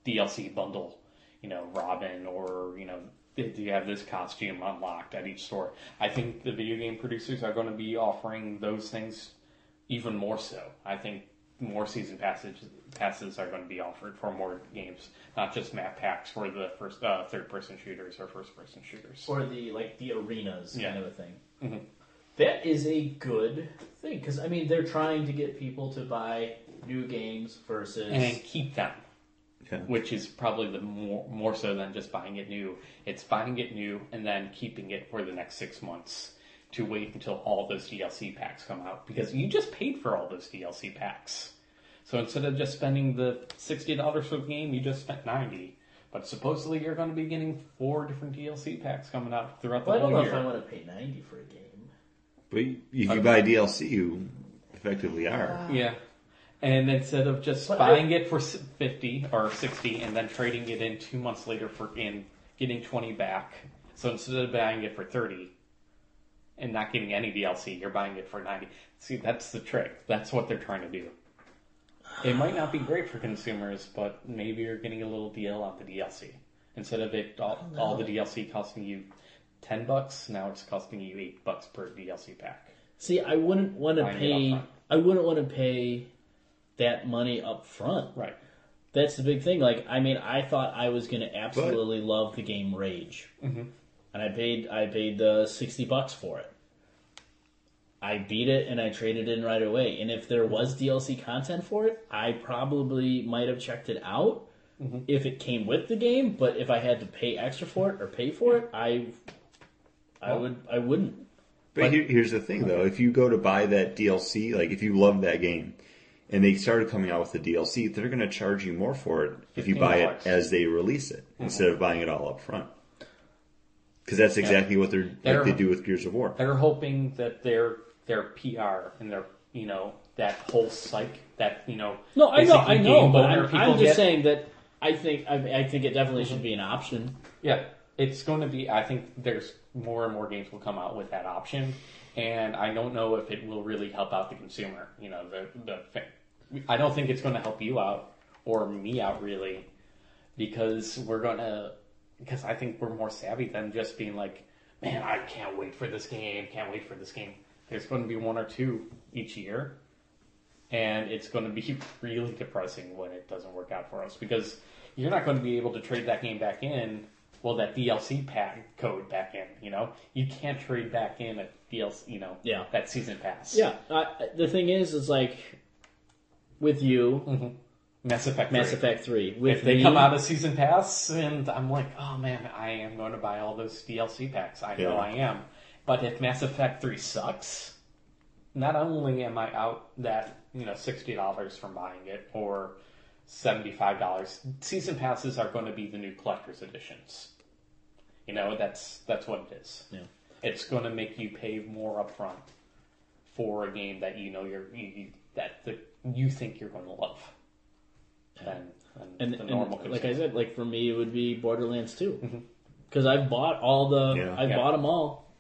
Speaker 5: DLC bundle, you know, Robin or, you know, do you have this costume unlocked at each store? I think the video game producers are going to be offering those things even more so. I think more season passes passes are going to be offered for more games, not just map packs for the first uh, third person shooters or first person shooters.
Speaker 6: or the like the arenas kind
Speaker 5: Yeah. Mm-hmm.
Speaker 6: of a thing. That is a good thing because I mean they're trying to get people to buy new games versus
Speaker 5: And keep them.
Speaker 3: Yeah.
Speaker 5: Which is probably the more more so than just buying it new. It's buying it new and then keeping it for the next six months to wait until all those DLC packs come out because you just paid for all those DLC packs. So instead of just spending the sixty dollars for the game, you just spent ninety. But supposedly you're going to be getting four different DLC packs coming out throughout the
Speaker 6: Well, I don't
Speaker 5: whole
Speaker 6: know
Speaker 5: year.
Speaker 6: if I want to pay ninety for a game.
Speaker 3: But you- if
Speaker 5: uh,
Speaker 3: you buy DLC, you effectively are.
Speaker 5: Yeah. And instead of just
Speaker 6: But I-
Speaker 5: buying it for s- 50 or 60 and then trading it in two months later for in getting 20 back. So instead of buying it for 30 and not getting any DLC, you're buying it for 90. See, that's the trick. That's what they're trying to do. It might not be great for consumers, but maybe you're getting a little deal on the DLC. Instead of it all, all the DLC costing you ten bucks, now it's costing you eight bucks per DLC pack.
Speaker 6: See, I wouldn't want to
Speaker 5: Buying it
Speaker 6: pay.
Speaker 5: upfront.
Speaker 6: I wouldn't want to pay that money up front.
Speaker 5: Right.
Speaker 6: That's the big thing. Like, I mean, I thought I was going to absolutely love the game Rage,
Speaker 5: Mm-hmm.
Speaker 6: and I paid I paid the sixty bucks for it. I beat it and I traded in right away. And if there was
Speaker 5: Mm-hmm.
Speaker 6: DLC content for it, I probably might have checked it out
Speaker 5: Mm-hmm.
Speaker 6: if it came with the game. But if I had to pay extra for it or pay for it, I I would I wouldn't.
Speaker 3: But here, here's the thing, though: if you go to buy that DLC, like if you love that game, and they started coming out with the DLC, they're going to charge you more for it if you buy
Speaker 5: $15.
Speaker 3: it as they release it
Speaker 5: Mm-hmm.
Speaker 3: instead of buying it all up front. Because that's exactly what they're,
Speaker 5: They're-
Speaker 3: like they do with Gears of War.
Speaker 5: They're hoping that their their PR and their you know that whole psych that you know
Speaker 6: No, I know,
Speaker 5: basically
Speaker 6: I know,
Speaker 5: game
Speaker 6: but
Speaker 5: owner
Speaker 6: I'm,
Speaker 5: people
Speaker 6: I'm just
Speaker 5: get- Mm-hmm.
Speaker 6: saying that I think I, I think it definitely should be an option.
Speaker 5: Yeah, it's going to be. I think there's more and more games will come out with that option, and I don't know if it will really help out the consumer. You know, the the fa- I don't think it's going to help you out or me out really, because we're gonna because I think we're more savvy than just being like, man, I can't wait for this game, can't wait for this game. There's going to be one or two each year, and it's going to be really depressing when it doesn't work out for us because you're not going to be able to trade that game back in. Well, that DLC pack code back in, you know, you can't trade back in a DLC, you know,
Speaker 6: Yeah.
Speaker 5: that season pass.
Speaker 6: Yeah. I, the thing is, is like with you,
Speaker 5: Mass Effect.
Speaker 6: Mass
Speaker 5: 3.
Speaker 6: Effect Three. With
Speaker 5: Mm-hmm. If they
Speaker 6: me,
Speaker 5: come out a season pass, and I'm like, oh man, I am going to buy all those DLC packs. I know
Speaker 3: Yeah.
Speaker 5: I am. But if Mass Effect Three sucks, not only am I out that you know sixty dollars from buying it or seventy five dollars, season passes are going to be the new collector's editions. You know that's that's what it is.
Speaker 6: Yeah.
Speaker 5: It's going to make you pay more upfront for a game that you know you're you, you, that the, you think you're going to love. Than, than
Speaker 6: and,
Speaker 5: the
Speaker 6: and
Speaker 5: normal
Speaker 6: like
Speaker 5: consumer.
Speaker 6: I said, like for me, it would be Borderlands Two because I've bought all the
Speaker 3: Yeah.
Speaker 6: I've
Speaker 5: Yeah.
Speaker 6: bought them all,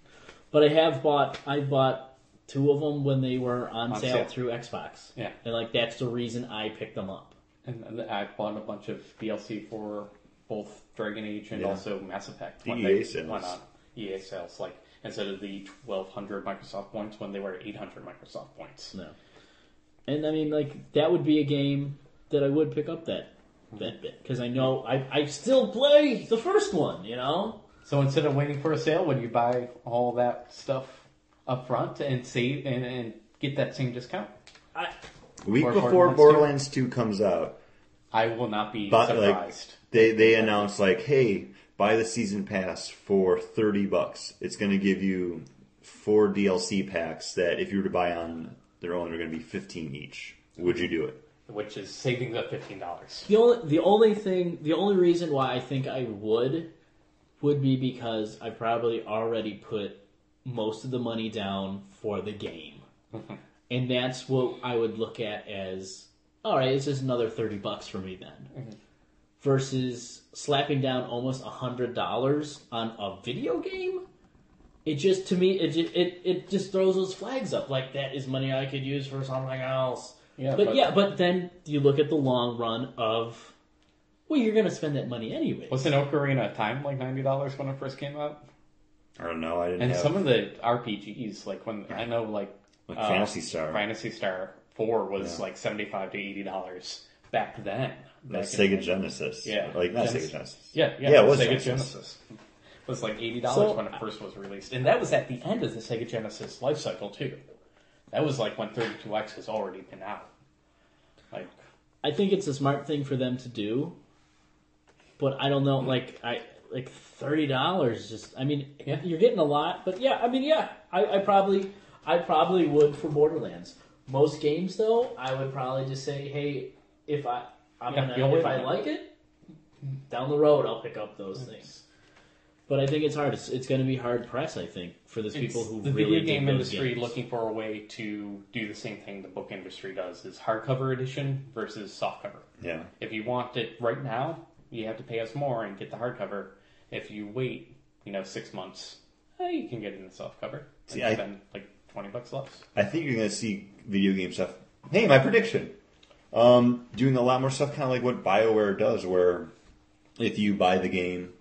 Speaker 6: but I have bought I bought two of them when they were on,
Speaker 5: On
Speaker 6: sale,
Speaker 5: sale.
Speaker 6: through Xbox.
Speaker 5: Yeah.
Speaker 6: and like that's the reason I picked them up.
Speaker 5: And, and I bought a bunch of DLC for both Dragon Age and
Speaker 3: Yeah.
Speaker 5: also Mass Effect.
Speaker 3: The
Speaker 5: when
Speaker 3: EA
Speaker 5: they
Speaker 3: sales.
Speaker 5: Went on EA E sales, like instead of the twelve hundred Microsoft points when they were eight hundred Microsoft points.
Speaker 6: No. And I mean, like that would be a game that I would pick up that
Speaker 5: Mm-hmm.
Speaker 6: that bit because I know I I still play the first one. You know.
Speaker 5: So instead of waiting for a sale, when you buy all that stuff up front and save and, and get that same discount,
Speaker 6: I,
Speaker 3: A week
Speaker 5: Or
Speaker 3: before
Speaker 5: Borderlands
Speaker 3: Borderlands 2 comes out,
Speaker 5: I will not be
Speaker 3: but like
Speaker 5: surprised.
Speaker 3: they they announce like, hey, buy the season pass for thirty bucks. It's going to give you four DLC packs that if you were to buy on their own, are going to be fifteen each. Would you do it?
Speaker 5: which is saving the fifteen dollars.
Speaker 6: the only the only thing the only reason why I think I would would be because I probably already put most of the money down for the game,
Speaker 5: Mm-hmm.
Speaker 6: and that's what I would look at as all right. It's just another thirty bucks for me then.
Speaker 5: Mm-hmm.
Speaker 6: Versus slapping down almost a hundred dollars on a video game, it just to me it, ju- it it just throws those flags up like that is money I could use for something else.
Speaker 5: Yeah,
Speaker 6: but,
Speaker 5: but-
Speaker 6: yeah, but then you look at the long run of well, you're gonna spend that money anyway.
Speaker 5: Wasn't Ocarina of Time like ninety dollars when it first came out?
Speaker 3: I don't know. I didn't.
Speaker 5: And
Speaker 3: have,
Speaker 5: some of the RPGs, like when I know, like, uh,
Speaker 3: Like Fantasy Star.
Speaker 5: Fantasy Star Four was like seventy-five to eighty dollars back then.
Speaker 3: like
Speaker 5: Back in-
Speaker 3: Sega Genesis.
Speaker 5: Yeah.
Speaker 3: like not
Speaker 5: Genesis.
Speaker 3: Sega Genesis.
Speaker 5: Yeah, yeah,
Speaker 3: Yeah, it was
Speaker 5: Sega
Speaker 3: Genesis.
Speaker 5: Genesis. was like eighty dollars
Speaker 6: So-
Speaker 5: when it first was released, and that was at the end of the Sega Genesis life cycle too. That was like when 32X has already been out. Like,
Speaker 6: I think it's a smart thing for them to do, but I don't know. Like I like thirty dollars. Just I mean,
Speaker 5: Yeah.
Speaker 6: you're getting a lot, but yeah, I mean, yeah, I, I probably I probably would for Borderlands. Most games though, I would probably just say, hey, if I I'm
Speaker 5: Yeah, the
Speaker 6: gonna
Speaker 5: only
Speaker 6: if I
Speaker 5: one.
Speaker 6: like it, down the road I'll pick up those things. But I think it's hard. It's, it's going to be hard press. I think for those people
Speaker 5: it's
Speaker 6: who
Speaker 5: the
Speaker 6: really
Speaker 5: video game
Speaker 6: dig those
Speaker 5: industry
Speaker 6: games.
Speaker 5: looking for a way to do the same thing the book industry does is hardcover edition versus softcover.
Speaker 3: Yeah,
Speaker 5: If you want it right now, you have to pay us more and get the hardcover. If you wait, you know, six months, eh, you can get it in the softcover
Speaker 3: See,
Speaker 5: and
Speaker 3: I-
Speaker 5: spend like twenty bucks less.
Speaker 3: I think you're going to see video game stuff. Hey, my prediction. Um, doing a lot more stuff, kind of like what Bioware does, where if you buy the game,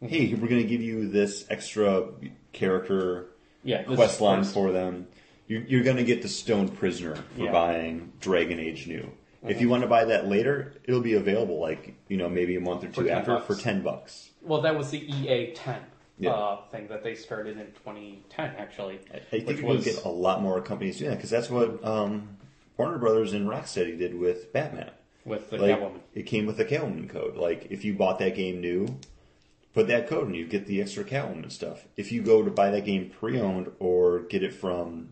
Speaker 3: hey, we're going to give you this extra character
Speaker 5: Yeah, this
Speaker 3: quest line
Speaker 5: quest.
Speaker 3: for them. You're, you're going to get the Stone Prisoner for
Speaker 5: Yeah.
Speaker 3: buying Dragon Age New. If you want to buy that later, it'll be available, like you know, maybe a month or two
Speaker 5: 10
Speaker 3: after
Speaker 5: bucks.
Speaker 3: for ten bucks.
Speaker 5: Well, that was the EA 10
Speaker 3: Yeah.
Speaker 5: uh, thing that they started in 2010, actually.
Speaker 3: I think you'll get a lot more companies doing that because that's what um, Warner Brothers and Rocksteady did with Batman.
Speaker 5: with the
Speaker 3: like
Speaker 5: Catwoman.
Speaker 3: it came with a Catwoman code. Like if you bought that game new, put that code and you get the extra Catwoman stuff. If you go to buy that game pre-owned or get it from,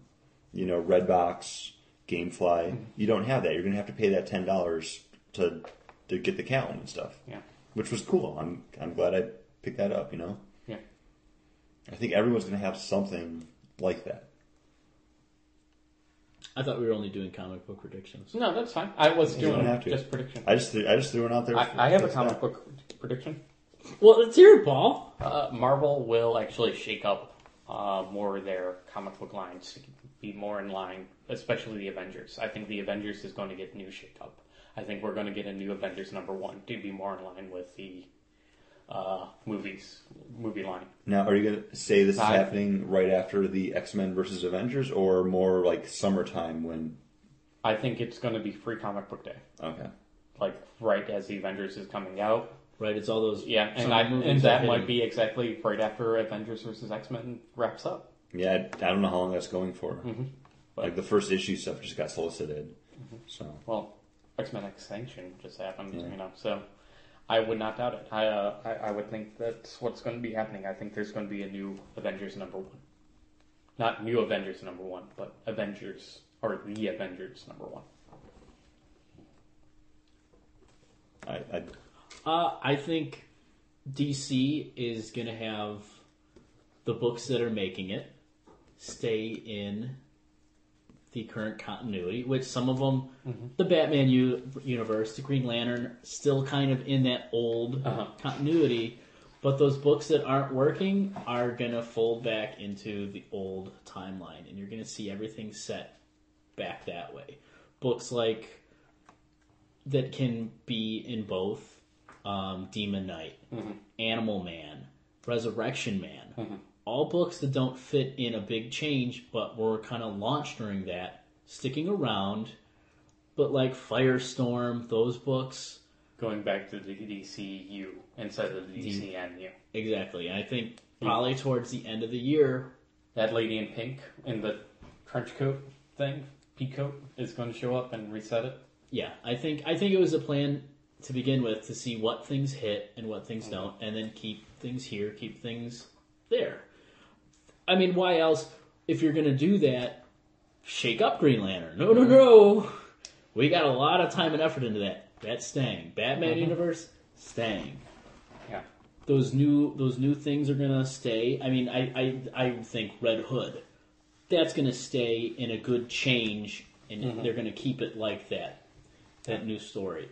Speaker 3: you know, Redbox, GameFly,
Speaker 5: Mm-hmm.
Speaker 3: you don't have that. You're gonna have to pay that ten dollars to to get the Catwoman stuff.
Speaker 5: Yeah.
Speaker 3: which was cool. I'm I'm glad I picked that up. You know,
Speaker 5: Yeah.
Speaker 3: I think everyone's gonna have something like that.
Speaker 6: I thought we were only doing comic book predictions.
Speaker 5: No, that's fine. I was
Speaker 3: You don't
Speaker 5: doing
Speaker 3: have to.
Speaker 5: just prediction.
Speaker 3: I just threw, I just threw it out there. for-
Speaker 5: I, I have a
Speaker 3: for
Speaker 5: comic
Speaker 3: that.
Speaker 5: book prediction.
Speaker 6: Well, let's hear it, Paul.
Speaker 5: Uh, Marvel will actually shake up uh, more of their comic book lines to be more in line, especially the Avengers. I think the Avengers is going to get new shake up. I think we're going to get a new Avengers number one to be more in line with the uh, movies movie line.
Speaker 3: Now, are you going to say this is
Speaker 5: I-
Speaker 3: happening right after the X Men versus Avengers, or more like summertime when?
Speaker 5: I think it's going to be free comic book day,
Speaker 3: Okay,
Speaker 5: like right as the Avengers is coming out.
Speaker 6: Right, it's all those.
Speaker 5: Yeah, and
Speaker 6: summer
Speaker 5: I
Speaker 6: movies
Speaker 5: and that might
Speaker 6: hit
Speaker 5: be exactly right after Avengers versus X Men wraps up.
Speaker 3: yeah, I, I don't know how long that's going for. Like the first issue stuff just got solicited, so
Speaker 5: Well, X Men Extinction just happened,
Speaker 3: Yeah.
Speaker 5: you know. So I would not doubt it. I, uh, I I would think that's what's going to be happening. I think there's going to be a new Avengers number one, not new Avengers number one, but Avengers or the Avengers number one.
Speaker 3: I, I
Speaker 6: Uh, I think DC is going to have the books that are making it stay in the current continuity, which some of them, the Batman u- universe, the Green Lantern, still kind of in that old
Speaker 5: Uh-huh.
Speaker 6: continuity. But those books that aren't working are going to fold back into the old timeline, and you're going to see everything set back that way. Books like that can be in both um, Demon Knight, Animal Man, Resurrection Man. All books that don't fit in a big change, but were kind of launched during that, sticking around. But like Firestorm, those books,
Speaker 5: Going back to the DCU instead of the DCNU.
Speaker 6: exactly. And I think probably towards the end of the year,
Speaker 5: That lady in pink in the trench coat thing, pea coat, is going to show up and reset it.
Speaker 6: yeah, I think I think it was a plan to begin with to see what things hit and what things don't, and then keep things here, keep things there. I mean, why else? If you're gonna do that, shake up Green Lantern. No, no, no. We got a lot of time and effort into that. That's staying. Batman universe staying.
Speaker 5: Yeah.
Speaker 6: Those new those new things are gonna stay. I mean, I I, I think Red Hood. That's gonna stay in a good change, and they're gonna keep it like that that new story.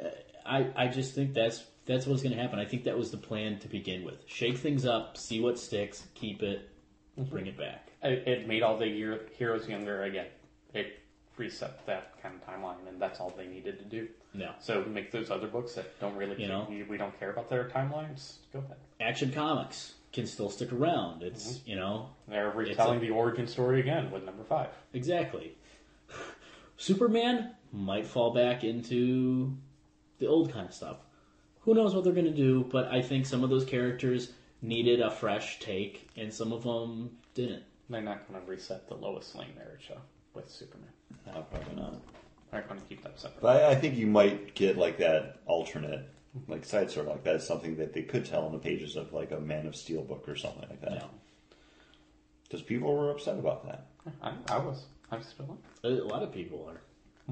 Speaker 6: Uh, I I just think that's that's what's going to happen. I think that was the plan to begin with. Shake things up, see what sticks, keep it, bring it back.
Speaker 5: It, it made all the year, heroes younger again. It reset that kind of timeline, and that's all they needed to do.
Speaker 6: No,
Speaker 5: So make those other books that don't really,
Speaker 6: You know?
Speaker 5: we, we don't care about their timelines. Go ahead.
Speaker 6: Action Comics can still stick around. It's you know
Speaker 5: They're retelling the origin story again with number five.
Speaker 6: exactly. Superman might fall back into the old kind of stuff. Who knows what they're going to do? But I think some of those characters needed a fresh take, and some of them didn't.
Speaker 5: They're not going to reset the Lois Lane marriage though with Superman.
Speaker 3: no, probably not.
Speaker 5: They're going to keep that separate.
Speaker 3: But I, I think you might get like that alternate, like side story, like that's something that they could tell in the pages of like a Man of Steel book or something like that.
Speaker 6: No.
Speaker 3: Because people were upset about that.
Speaker 5: I, I was, I'm still. on.
Speaker 6: A a lot of people are.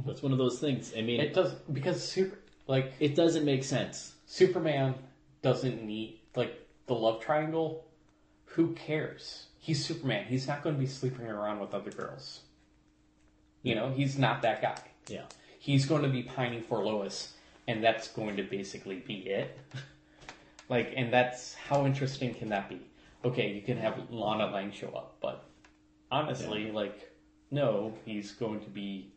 Speaker 6: That's one of those things. I mean,
Speaker 5: It does because super like
Speaker 6: it doesn't make sense.
Speaker 5: Superman doesn't need like the love triangle. Who cares? He's Superman. He's not going to be sleeping around with other girls. You know, he's not that guy.
Speaker 6: Yeah.
Speaker 5: He's going to be pining for Lois, and that's going to basically be it. like, and that's how interesting can that be? Okay, you can have Lana Lang show up, but honestly, like, no, he's going to be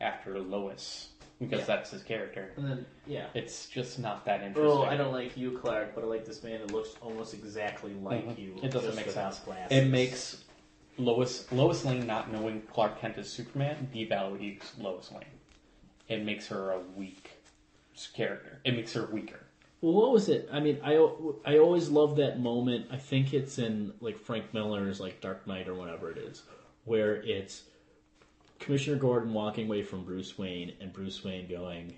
Speaker 5: after Lois because
Speaker 8: Yeah.
Speaker 5: that's his character.
Speaker 8: And then, yeah.
Speaker 5: It's just not that interesting.
Speaker 8: Oh, I don't like you, Clark, but I like this man that looks almost exactly like
Speaker 5: Mhm.
Speaker 8: you.
Speaker 5: It doesn't
Speaker 8: just
Speaker 5: make
Speaker 8: without
Speaker 5: sense.
Speaker 8: Glasses.
Speaker 5: It makes Lois Lois Lane not knowing Clark Kent is Superman devalues Lois Lane. It makes her a weak character. It makes her weaker.
Speaker 6: Well, what was it? I mean, I, I always love that moment. I think it's in like Frank Miller's like Dark Knight or whatever it is, where it's Commissioner Gordon walking away from Bruce Wayne and Bruce Wayne going,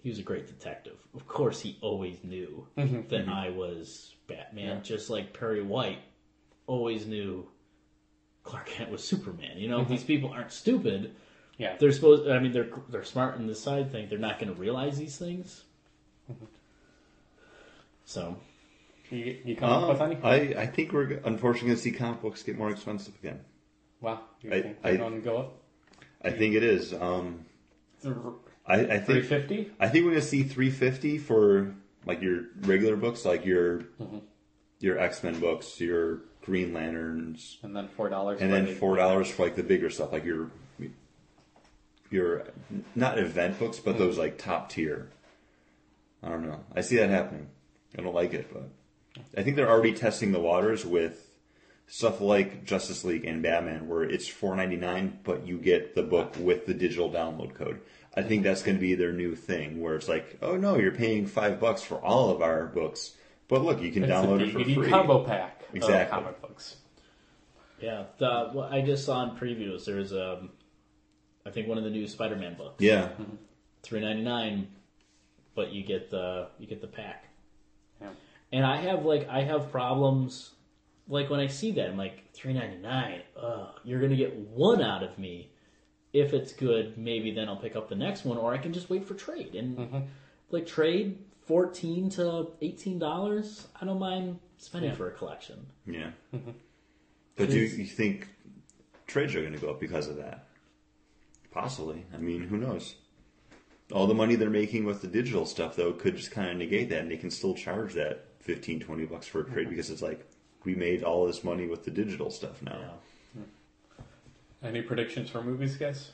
Speaker 6: "He was a great detective. Of course, he always knew that I was Batman, just like Perry White always knew Clark Kent was Superman. You know, these people aren't stupid.
Speaker 5: Yeah.
Speaker 6: They're supposed. I mean, they're they're smart in this side thing. They're not going to realize these things. So
Speaker 5: You, you come up with
Speaker 3: Um,
Speaker 5: any?
Speaker 3: I, I think we're unfortunately going to see comic books get more expensive again.
Speaker 5: wow. You
Speaker 3: I-
Speaker 5: think
Speaker 3: I-
Speaker 5: they're going to go up?
Speaker 3: I think it is. Um, I, I
Speaker 5: Three
Speaker 3: think
Speaker 5: fifty?
Speaker 3: I think we're going to see 350 for like your regular books, like your your X Men books, your Green Lanterns,
Speaker 5: And then four dollars.
Speaker 3: and then four dollars for like the bigger stuff, like your your not event books, but those like top tier. I don't know. I see that happening. I don't like it, but I think they're already testing the waters with stuff like Justice League and Batman, where it's four ninety nine, but you get the book with the digital download code. I think that's going to be their new thing, where it's like, oh no, you're paying five bucks for all of our books, but look, you can download it
Speaker 5: it's a
Speaker 3: for
Speaker 5: DVD
Speaker 3: free.
Speaker 5: combo pack
Speaker 3: Exactly.
Speaker 5: of comic books.
Speaker 6: yeah, the, what I just saw in previews. There's um, I think one of the new Spider-Man books,
Speaker 3: Yeah,
Speaker 6: three ninety nine, but you get the you get the pack.
Speaker 5: Yeah.
Speaker 6: And I have like I have problems, like when I see that I'm like three ninety nine. Ugh, you're gonna get one out of me. If it's good, maybe then I'll pick up the next one, or I can just wait for trade and like trade fourteen to eighteen dollars. I don't mind spending for a collection.
Speaker 3: Yeah. but do you think trades are going to go up because of that? Possibly. I mean, who knows? All the money they're making with the digital stuff, though, could just kind of negate that, and they can still charge that 15, 20 bucks for a trade because it's like, we made all this money with the digital stuff now.
Speaker 5: Any predictions for movies, guys?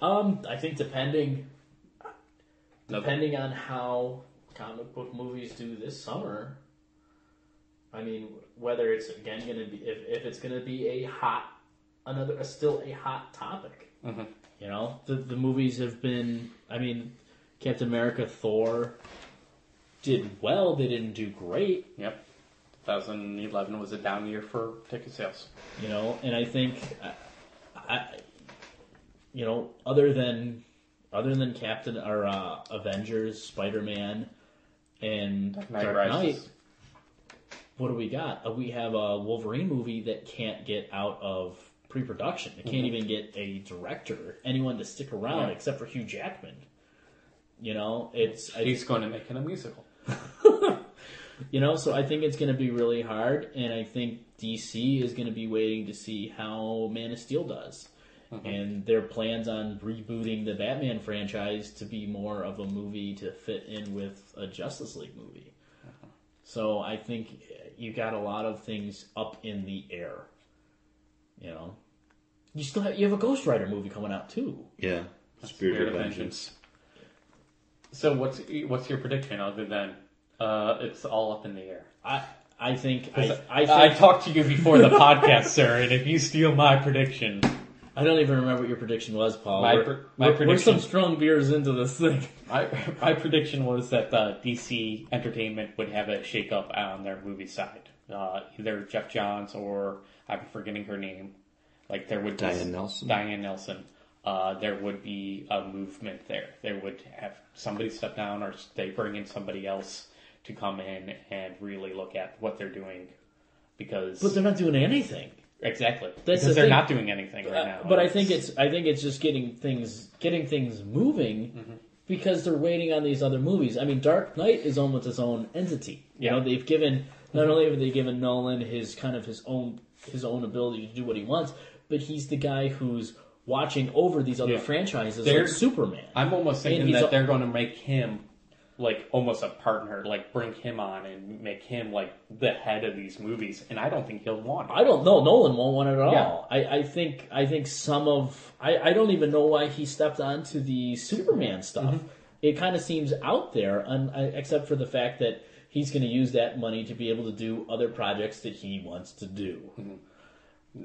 Speaker 6: Um, I think depending
Speaker 5: Nothing.
Speaker 6: depending on how comic book movies do this summer. I mean, whether it's again going to be if, if it's going to be a hot another a, still a hot topic. You know, the the movies have been. I mean, Captain America, Thor did well. They didn't do great.
Speaker 5: Yep. 2011 was a down year for ticket sales.
Speaker 6: you know and i think I, I you know other than other than captain or uh, avengers spider-man and dark
Speaker 5: Night
Speaker 6: knight,
Speaker 5: Rises.
Speaker 6: what do we got Uh, we have a wolverine movie that can't get out of pre-production it can't even get a director anyone to stick around
Speaker 5: Mm-hmm. Yeah.
Speaker 6: except for hugh jackman you know it's I
Speaker 5: He's going to make it a musical.
Speaker 6: you know, so I think it's going to be really hard, and I think DC is going to be waiting to see how Man of Steel does, and their plans on rebooting the Batman franchise to be more of a movie to fit in with a Justice League movie. So I think you got a lot of things up in the air. You know, you still have you have a Ghost Rider movie coming out too.
Speaker 3: Yeah. Spirit of
Speaker 5: Spirit of
Speaker 3: Vengeance.
Speaker 5: So what's what's your prediction other than uh, it's all up in the air?
Speaker 6: I I think I I,
Speaker 5: I,
Speaker 6: think,
Speaker 5: talked to you before the podcast, sir, and if you steal my prediction,
Speaker 6: I don't even remember what your prediction was, Paul.
Speaker 5: My
Speaker 6: We're-
Speaker 5: pr- my
Speaker 6: we're- we're some
Speaker 5: prediction-
Speaker 6: strong beers into this thing.
Speaker 5: my, my prediction was that uh, DC Entertainment would have a shakeup on their movie side. Uh, either Jeff Johns or I'm forgetting her name. Like there would be
Speaker 3: Diane Nelson?
Speaker 5: Diane Nelson. Uh, there would be a movement there. They would have somebody step down, or they bring in somebody else to come in and really look at what they're doing. Because
Speaker 6: But they're not doing anything.
Speaker 5: Exactly.
Speaker 6: That's
Speaker 5: because
Speaker 6: the
Speaker 5: they're
Speaker 6: thing.
Speaker 5: not doing anything right now.
Speaker 6: Uh, but I think it's I think it's just getting things getting things moving
Speaker 5: Mm-hmm.
Speaker 6: because they're waiting on these other movies. I mean, Dark Knight is almost its own entity. You know,
Speaker 5: Yeah. Mm-hmm.
Speaker 6: they've given not only have they given Nolan his kind of his own his own ability to do what he wants, but he's the guy who's watching over these other
Speaker 5: Yeah.
Speaker 6: franchises
Speaker 5: They're-
Speaker 6: like Superman.
Speaker 5: I'm almost
Speaker 6: And
Speaker 5: thinking
Speaker 6: he's
Speaker 5: that
Speaker 6: a-
Speaker 5: they're going to make him like almost a partner, like bring him on and make him like the head of these movies, and I don't think he'll want it.
Speaker 6: I don't know. Nolan won't want it at
Speaker 5: Yeah.
Speaker 6: all. I, I think I think some of I, I don't even know why he stepped onto the Superman stuff. It kind of seems out there, un, I- except for the fact that he's going to use that money to be able to do other projects that he wants to do.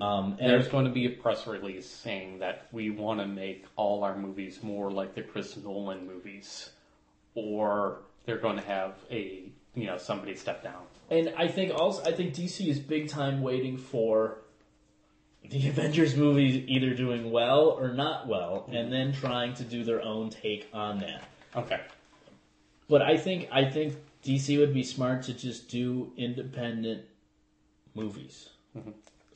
Speaker 6: Um, and
Speaker 5: There's going to be a press release saying that we want to make all our movies more like the Chris Nolan movies, or they're going to have a you know somebody step down.
Speaker 6: And I think also I think DC is big time waiting for the Avengers movies either doing well or not well, and then trying to do their own take on that.
Speaker 5: Okay,
Speaker 6: But I think I think DC would be smart to just do independent movies.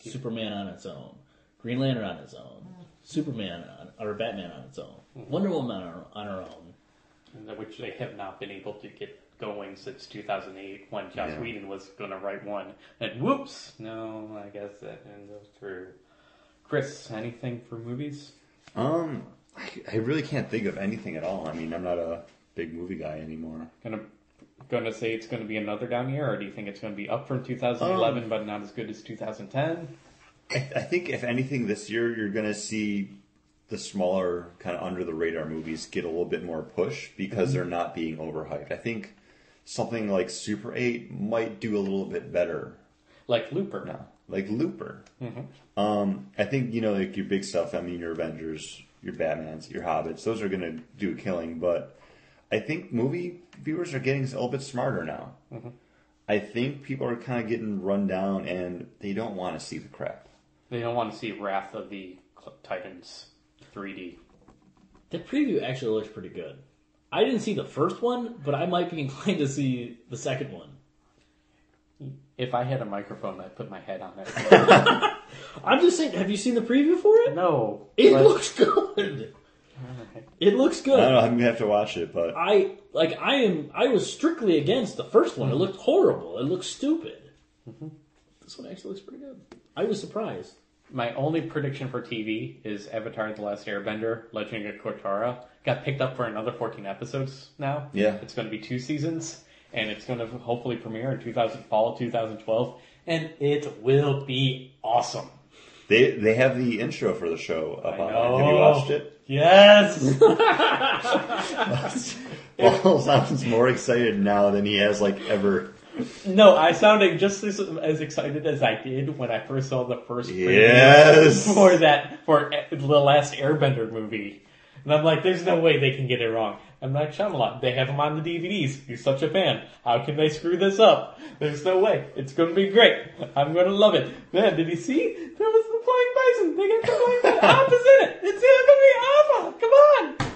Speaker 6: Superman on its own, Green Lantern on its own, Superman on, or Batman on its own, Wonder Woman on, on her own.
Speaker 5: which they have not been able to get going since 2008 when Joss
Speaker 3: Yeah.
Speaker 5: Whedon was going to write one, and whoops, no, I guess that ends up through. Chris, anything for movies?
Speaker 3: Um, I, I really can't think of anything at all. I mean, I'm not a big movie guy anymore.
Speaker 5: Gonna gonna say it's gonna be another down year, or do you think it's gonna be up from 2011 but not as good as 2010?
Speaker 3: I, I think if anything, this year you're going to see the smaller, kind of under the radar movies get a little bit more push because they're not being overhyped. I think something like Super Eight might do a little bit better,
Speaker 5: Like Looper.
Speaker 3: like Looper. Um, I think you know, like your big stuff. I mean, your Avengers, your Batman's, your Hobbits. Those are going to do a killing, but I think movie viewers are getting a little bit smarter now. I think people are kind of getting run down, and they don't want to see the crap.
Speaker 5: They don't want to see Wrath of the Cl- Titans 3D.
Speaker 6: The preview actually looks pretty good. I didn't see the first one, but I might be inclined to see the second one.
Speaker 5: If I had a microphone, I'd put my head on it.
Speaker 6: I'm just saying, have you seen the preview for it?
Speaker 5: no.
Speaker 6: It
Speaker 5: but-
Speaker 6: looks good. It looks
Speaker 3: I don't
Speaker 6: good.
Speaker 3: know. I'm gonna have to watch it, but
Speaker 6: I like. I am. I was strictly against the first one. It
Speaker 5: Mm-hmm.
Speaker 6: looked horrible. It looked stupid. This one actually looks pretty good. I was surprised.
Speaker 5: my only prediction for TV is Avatar: The Last Airbender, Legend of Korra, got picked up for another 14 episodes now.
Speaker 3: Yeah.
Speaker 5: it's going to be two seasons, and it's going to hopefully premiere in 2000 fall 2012, and it will be awesome.
Speaker 3: they they have the intro for the show up
Speaker 5: know.
Speaker 3: online. Have you watched it?
Speaker 5: Yes.
Speaker 3: Paul sounds more excited now than he has like ever.
Speaker 5: no, I sounded just as, as excited as I did when I first saw the first. preview.
Speaker 3: Yes.
Speaker 5: for that for the last Airbender movie, and I'm like, there's no way they can get it wrong. I'm like, Shyamalan, they have him on the DVDs. He's such a fan. How can they screw this up? There's no way. It's going to be great. I'm going to love it. Man, did you see? That was the flying bison. They got the flying bison. Alpha's in it. It's going to be Alpha. Come on.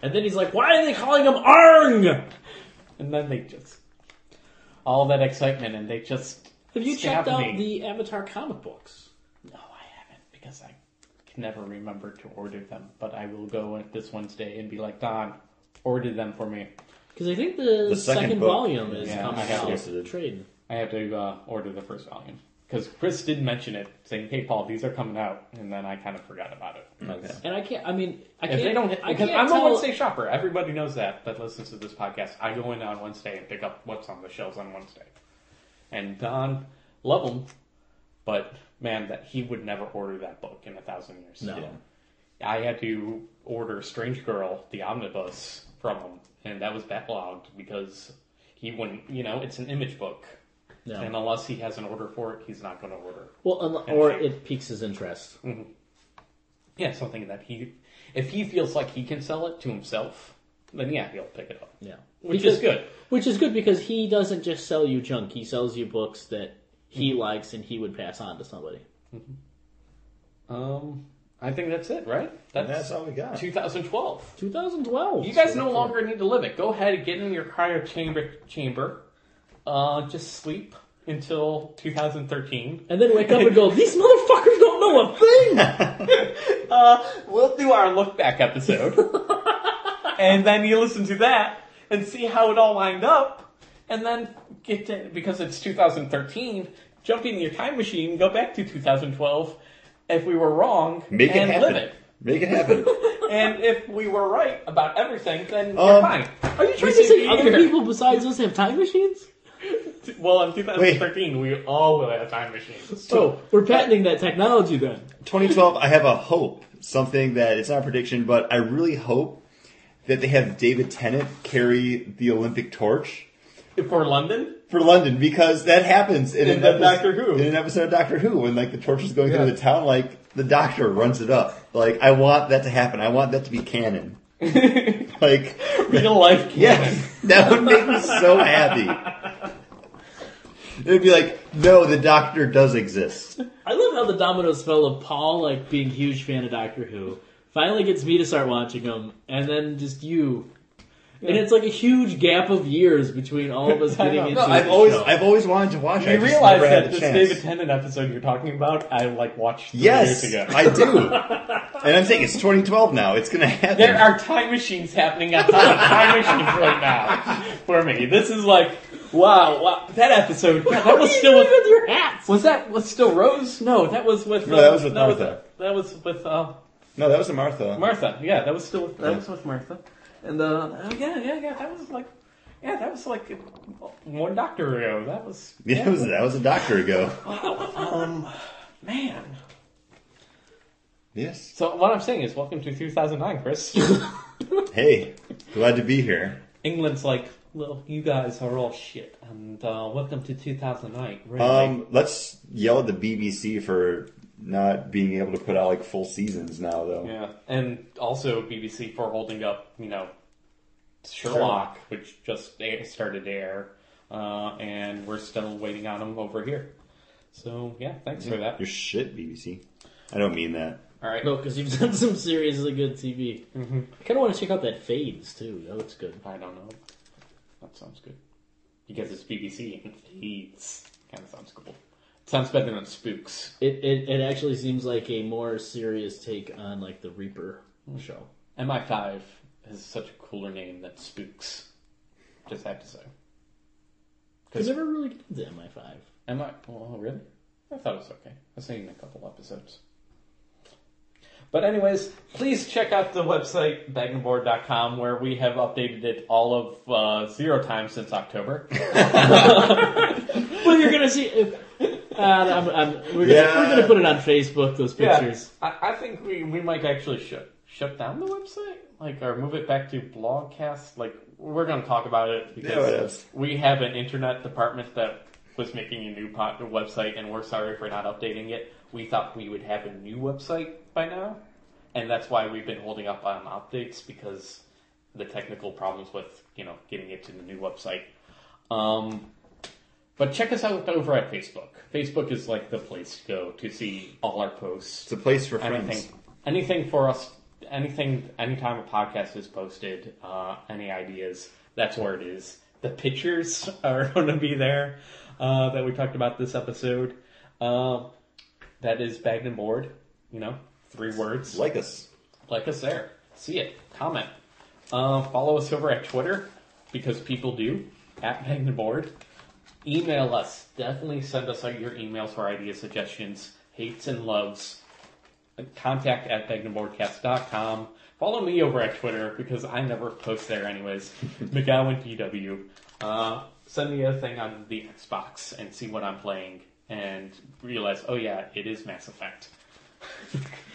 Speaker 6: And then he's like, "Why are they calling him Arng?" Have
Speaker 5: And then they just all that excitement, and they just
Speaker 6: you
Speaker 5: stabbed
Speaker 6: checked out
Speaker 5: me.
Speaker 6: the Avatar comic books?
Speaker 5: No, I haven't because I can never remember to order them. But I will go on this Wednesday and be like, Don, order them for me.
Speaker 6: Because I think the,
Speaker 3: The second
Speaker 6: second,
Speaker 3: book.
Speaker 6: volume is
Speaker 5: Yeah, I
Speaker 6: coming
Speaker 5: have
Speaker 6: out.
Speaker 3: listed.
Speaker 6: Trade.
Speaker 5: I have to uh, order the first volume because Chris did mention it, saying, "Hey, Paul, these are coming out," and then I kind of forgot about it. Because
Speaker 6: And I can't. I mean, I
Speaker 5: If
Speaker 6: can't.
Speaker 5: they don't,
Speaker 6: I
Speaker 5: because
Speaker 6: can't
Speaker 5: I'm a
Speaker 6: tell-
Speaker 5: Wednesday shopper. Everybody knows that that listens to this podcast. I go in on Wednesday and pick up what's on the shelves on Wednesday. And Don, love him, but man, that he would never order that book in a thousand years.
Speaker 6: No.
Speaker 5: I had to order Strange Girl, the omnibus, from him, and that was backlogged because he wouldn't. You know, it's an image book,
Speaker 6: No.
Speaker 5: and unless he has an order for it, he's not going to order.
Speaker 6: Well, unle- or it piques his interest.
Speaker 5: Yeah, something that he, if he feels like he can sell it to himself, then yeah, he'll pick it up.
Speaker 6: Yeah,
Speaker 5: Which
Speaker 6: Because-
Speaker 5: is good.
Speaker 6: Which is good because he doesn't just sell you junk; he sells you books that he likes and he would pass on to somebody.
Speaker 5: Um, I think that's it, right? That's,
Speaker 3: That's all we got.
Speaker 5: 2012.
Speaker 6: 2012.
Speaker 5: You guys no longer need to live it. Go ahead and get in your cryo chamber. Chamber. Uh, just sleep until 2013.
Speaker 6: and then wake up and go, these motherfuckers don't know a thing.
Speaker 5: Uh, We'll do our look back episode, and then you listen to that and see how it all lined up, and then get to because it's 2013. Jump in your time machine, go back to 2012. If we were wrong,
Speaker 3: Make it
Speaker 5: and
Speaker 3: happen.
Speaker 5: live it.
Speaker 3: Make it happen.
Speaker 5: and if we were right about everything, then
Speaker 3: Um,
Speaker 5: you're fine.
Speaker 6: Are you trying
Speaker 5: should
Speaker 6: to
Speaker 5: be
Speaker 6: say other
Speaker 5: here.
Speaker 6: people besides us have time machines?
Speaker 5: Well, in 2013, we all will have time machines.
Speaker 6: So we're patenting that technology then.
Speaker 3: 2012, I have a hope, something that it's not a prediction, but I really hope that they have David Tennant carry the Olympic torch
Speaker 5: For London?
Speaker 3: for London because that happens in,
Speaker 5: In
Speaker 3: an
Speaker 5: the
Speaker 3: epi-
Speaker 5: Doctor Who.
Speaker 3: in an episode of Doctor Who when like the torch is going through the town, like the Doctor runs it up. Like I want that to happen. I want that to be canon. like
Speaker 5: Real life
Speaker 3: yes, that would make me so happy. It'd be like, no, the Doctor does exist.
Speaker 6: I love how the dominoes fell of Paul, like being a huge fan of Doctor Who, finally gets me to start watching them, and then just you. And it's like a huge gap of years between all of us getting
Speaker 5: know.
Speaker 6: into.
Speaker 5: No,
Speaker 3: I've
Speaker 6: the
Speaker 3: always,
Speaker 6: show.
Speaker 3: I've always wanted to watch. it. I
Speaker 5: You
Speaker 3: just
Speaker 5: realize
Speaker 3: never had
Speaker 5: that
Speaker 3: the
Speaker 5: this
Speaker 3: chance.
Speaker 5: David Tennant episode you're talking about, I like watched three
Speaker 3: Yes,
Speaker 5: years ago.
Speaker 3: I do. and I'm saying it's 2012 now. It's gonna happen.
Speaker 5: There are time machines happening outside of time machines right now for me. This is like, wow, wow. that episode. God, that was still with your hats. Was that was still Rose? No, that was with.
Speaker 3: No,
Speaker 5: uh,
Speaker 3: that was with Martha.
Speaker 5: that was with uh,
Speaker 3: no, that was a Martha.
Speaker 5: Martha. Yeah, that was still with, that
Speaker 3: Yeah.
Speaker 5: was with Martha. And uh, uh, yeah, yeah, yeah. That was like, yeah, that was like one Doctor ago. That was
Speaker 3: yeah, that was, that was a Doctor ago.
Speaker 5: man.
Speaker 3: Yes.
Speaker 5: So what I'm saying is, welcome to 2009, Chris.
Speaker 3: Hey, glad to be here.
Speaker 5: England's like, well, you guys are all shit, and uh, welcome to 2009. Really?
Speaker 3: Um, let's yell at the BBC for not being able to put out like full seasons now, though.
Speaker 5: yeah, and also BBC for holding up, you know, Sherlock, which just a- started to air, uh, and we're still waiting on them over here. So yeah, thanks for that.
Speaker 3: You're shit, BBC. I don't mean that.
Speaker 5: All right,
Speaker 6: No, Mm-hmm. because you've done some seriously good TV. I kind of want to check out that Fades too. That looks good.
Speaker 5: I don't know. That sounds good because it's BBC and feeds. Kind of sounds cool. sounds better than Spooks.
Speaker 6: It, it it actually seems like a more serious take on like the Reaper show.
Speaker 5: MI5 has such a cooler name than Spooks. Just have to say.
Speaker 6: Because never really get into MI5.
Speaker 5: Am I? Oh, really? I thought it was okay. I've seen a couple episodes. But anyways, please check out the website bagandboard.com where we have updated it all of uh, zero times since October.
Speaker 6: Well, you're gonna see. If, uh, I'm, I'm, we're, gonna,
Speaker 3: Yeah.
Speaker 6: we're gonna put it on Facebook. Those pictures.
Speaker 5: I, I think we, we might actually shut shut down the website, like or move it back to Blogcast. Like we're gonna talk about it
Speaker 3: Yeah, what
Speaker 5: because
Speaker 3: else?
Speaker 5: we have an internet department that was making a new pot, website, and we're sorry for not updating it. We thought we would have a new website by now, and that's why we've been holding up on updates because the technical problems with you know getting it to the new website. Um, but check us out over at Facebook. Facebook is like the place to go to see all our posts
Speaker 3: It's a place for friends.
Speaker 5: anything, anything for us, anything, anytime a podcast is posted, uh, any ideas, that's where it is. The pictures are going to be there uh, that we talked about this episode. Uh, that is bagged and board, you know, three words.
Speaker 3: Like us.
Speaker 5: Like us there. See it. Comment. Uh, follow us over at Twitter because people do at Bagged and Board. Email us. Definitely send us out your emails for ideas, suggestions, hates and loves. Contact at begnanboardcast.com. Follow me over at Twitter because I never post there anyways. McGowan PW. Uh, send me a thing on the Xbox and see what I'm playing and realize, oh yeah, it is Mass Effect.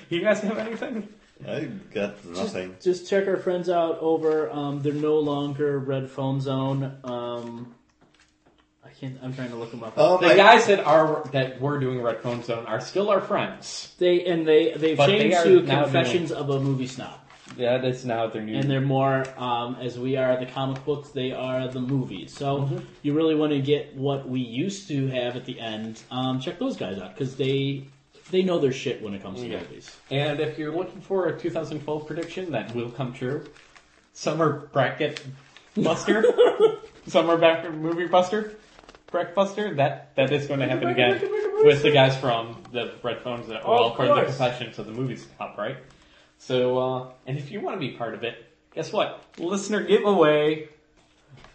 Speaker 5: you guys have anything?
Speaker 3: I got nothing.
Speaker 6: Just check our friends out over. Um, they're no longer Red Phone Zone. Um, I can't. I'm trying to look them up.
Speaker 3: Um,
Speaker 5: The
Speaker 3: I-
Speaker 5: guys that are that were doing Red Phone Zone are still our friends.
Speaker 6: They and they they've
Speaker 5: But they
Speaker 6: changed
Speaker 5: are
Speaker 6: to
Speaker 5: now
Speaker 6: Confessions of a Movie Snob,
Speaker 5: That is now their new.
Speaker 6: and they're more um, as we are the comic books. They are the movies. So you really want to get what we used to have at the end. Um, check those guys out because they they know their shit when it comes to
Speaker 5: Yeah.
Speaker 6: movies.
Speaker 5: and if you're looking for a 2012 prediction, that will come true. Summer bracket buster, summer bracket movie buster, bracket buster. That that is going to happen again with the guys from the Red Phone Zone. well, for the
Speaker 7: course.
Speaker 5: Confessions of the Movies Cup, right? So, uh, and if you want to be part of it, guess what? Listener giveaway.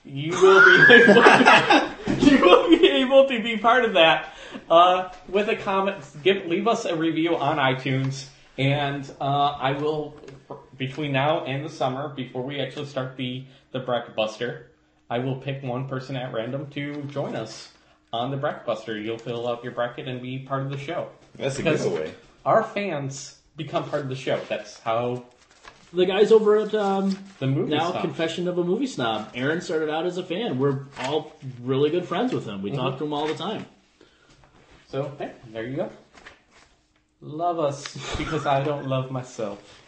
Speaker 5: You will be able to, you will be able to be part of that uh, with a comment. Give leave us a review on iTunes, and uh, I will between now and the summer, before we actually start the the Breck Buster, I will pick one person at random to join us on the Breck Buster. You'll fill out your bracket and be part of the show.
Speaker 3: That's a
Speaker 5: Because
Speaker 3: giveaway.
Speaker 5: Our fans become part of the show. That's how
Speaker 6: The guys over at um,
Speaker 5: the movie
Speaker 6: now
Speaker 5: stops.
Speaker 6: Confession of a Movie Snob. Aaron started out as a fan. We're all really good friends with him. We talk to him all the time.
Speaker 5: So hey, there you go. Love us because I don't love myself.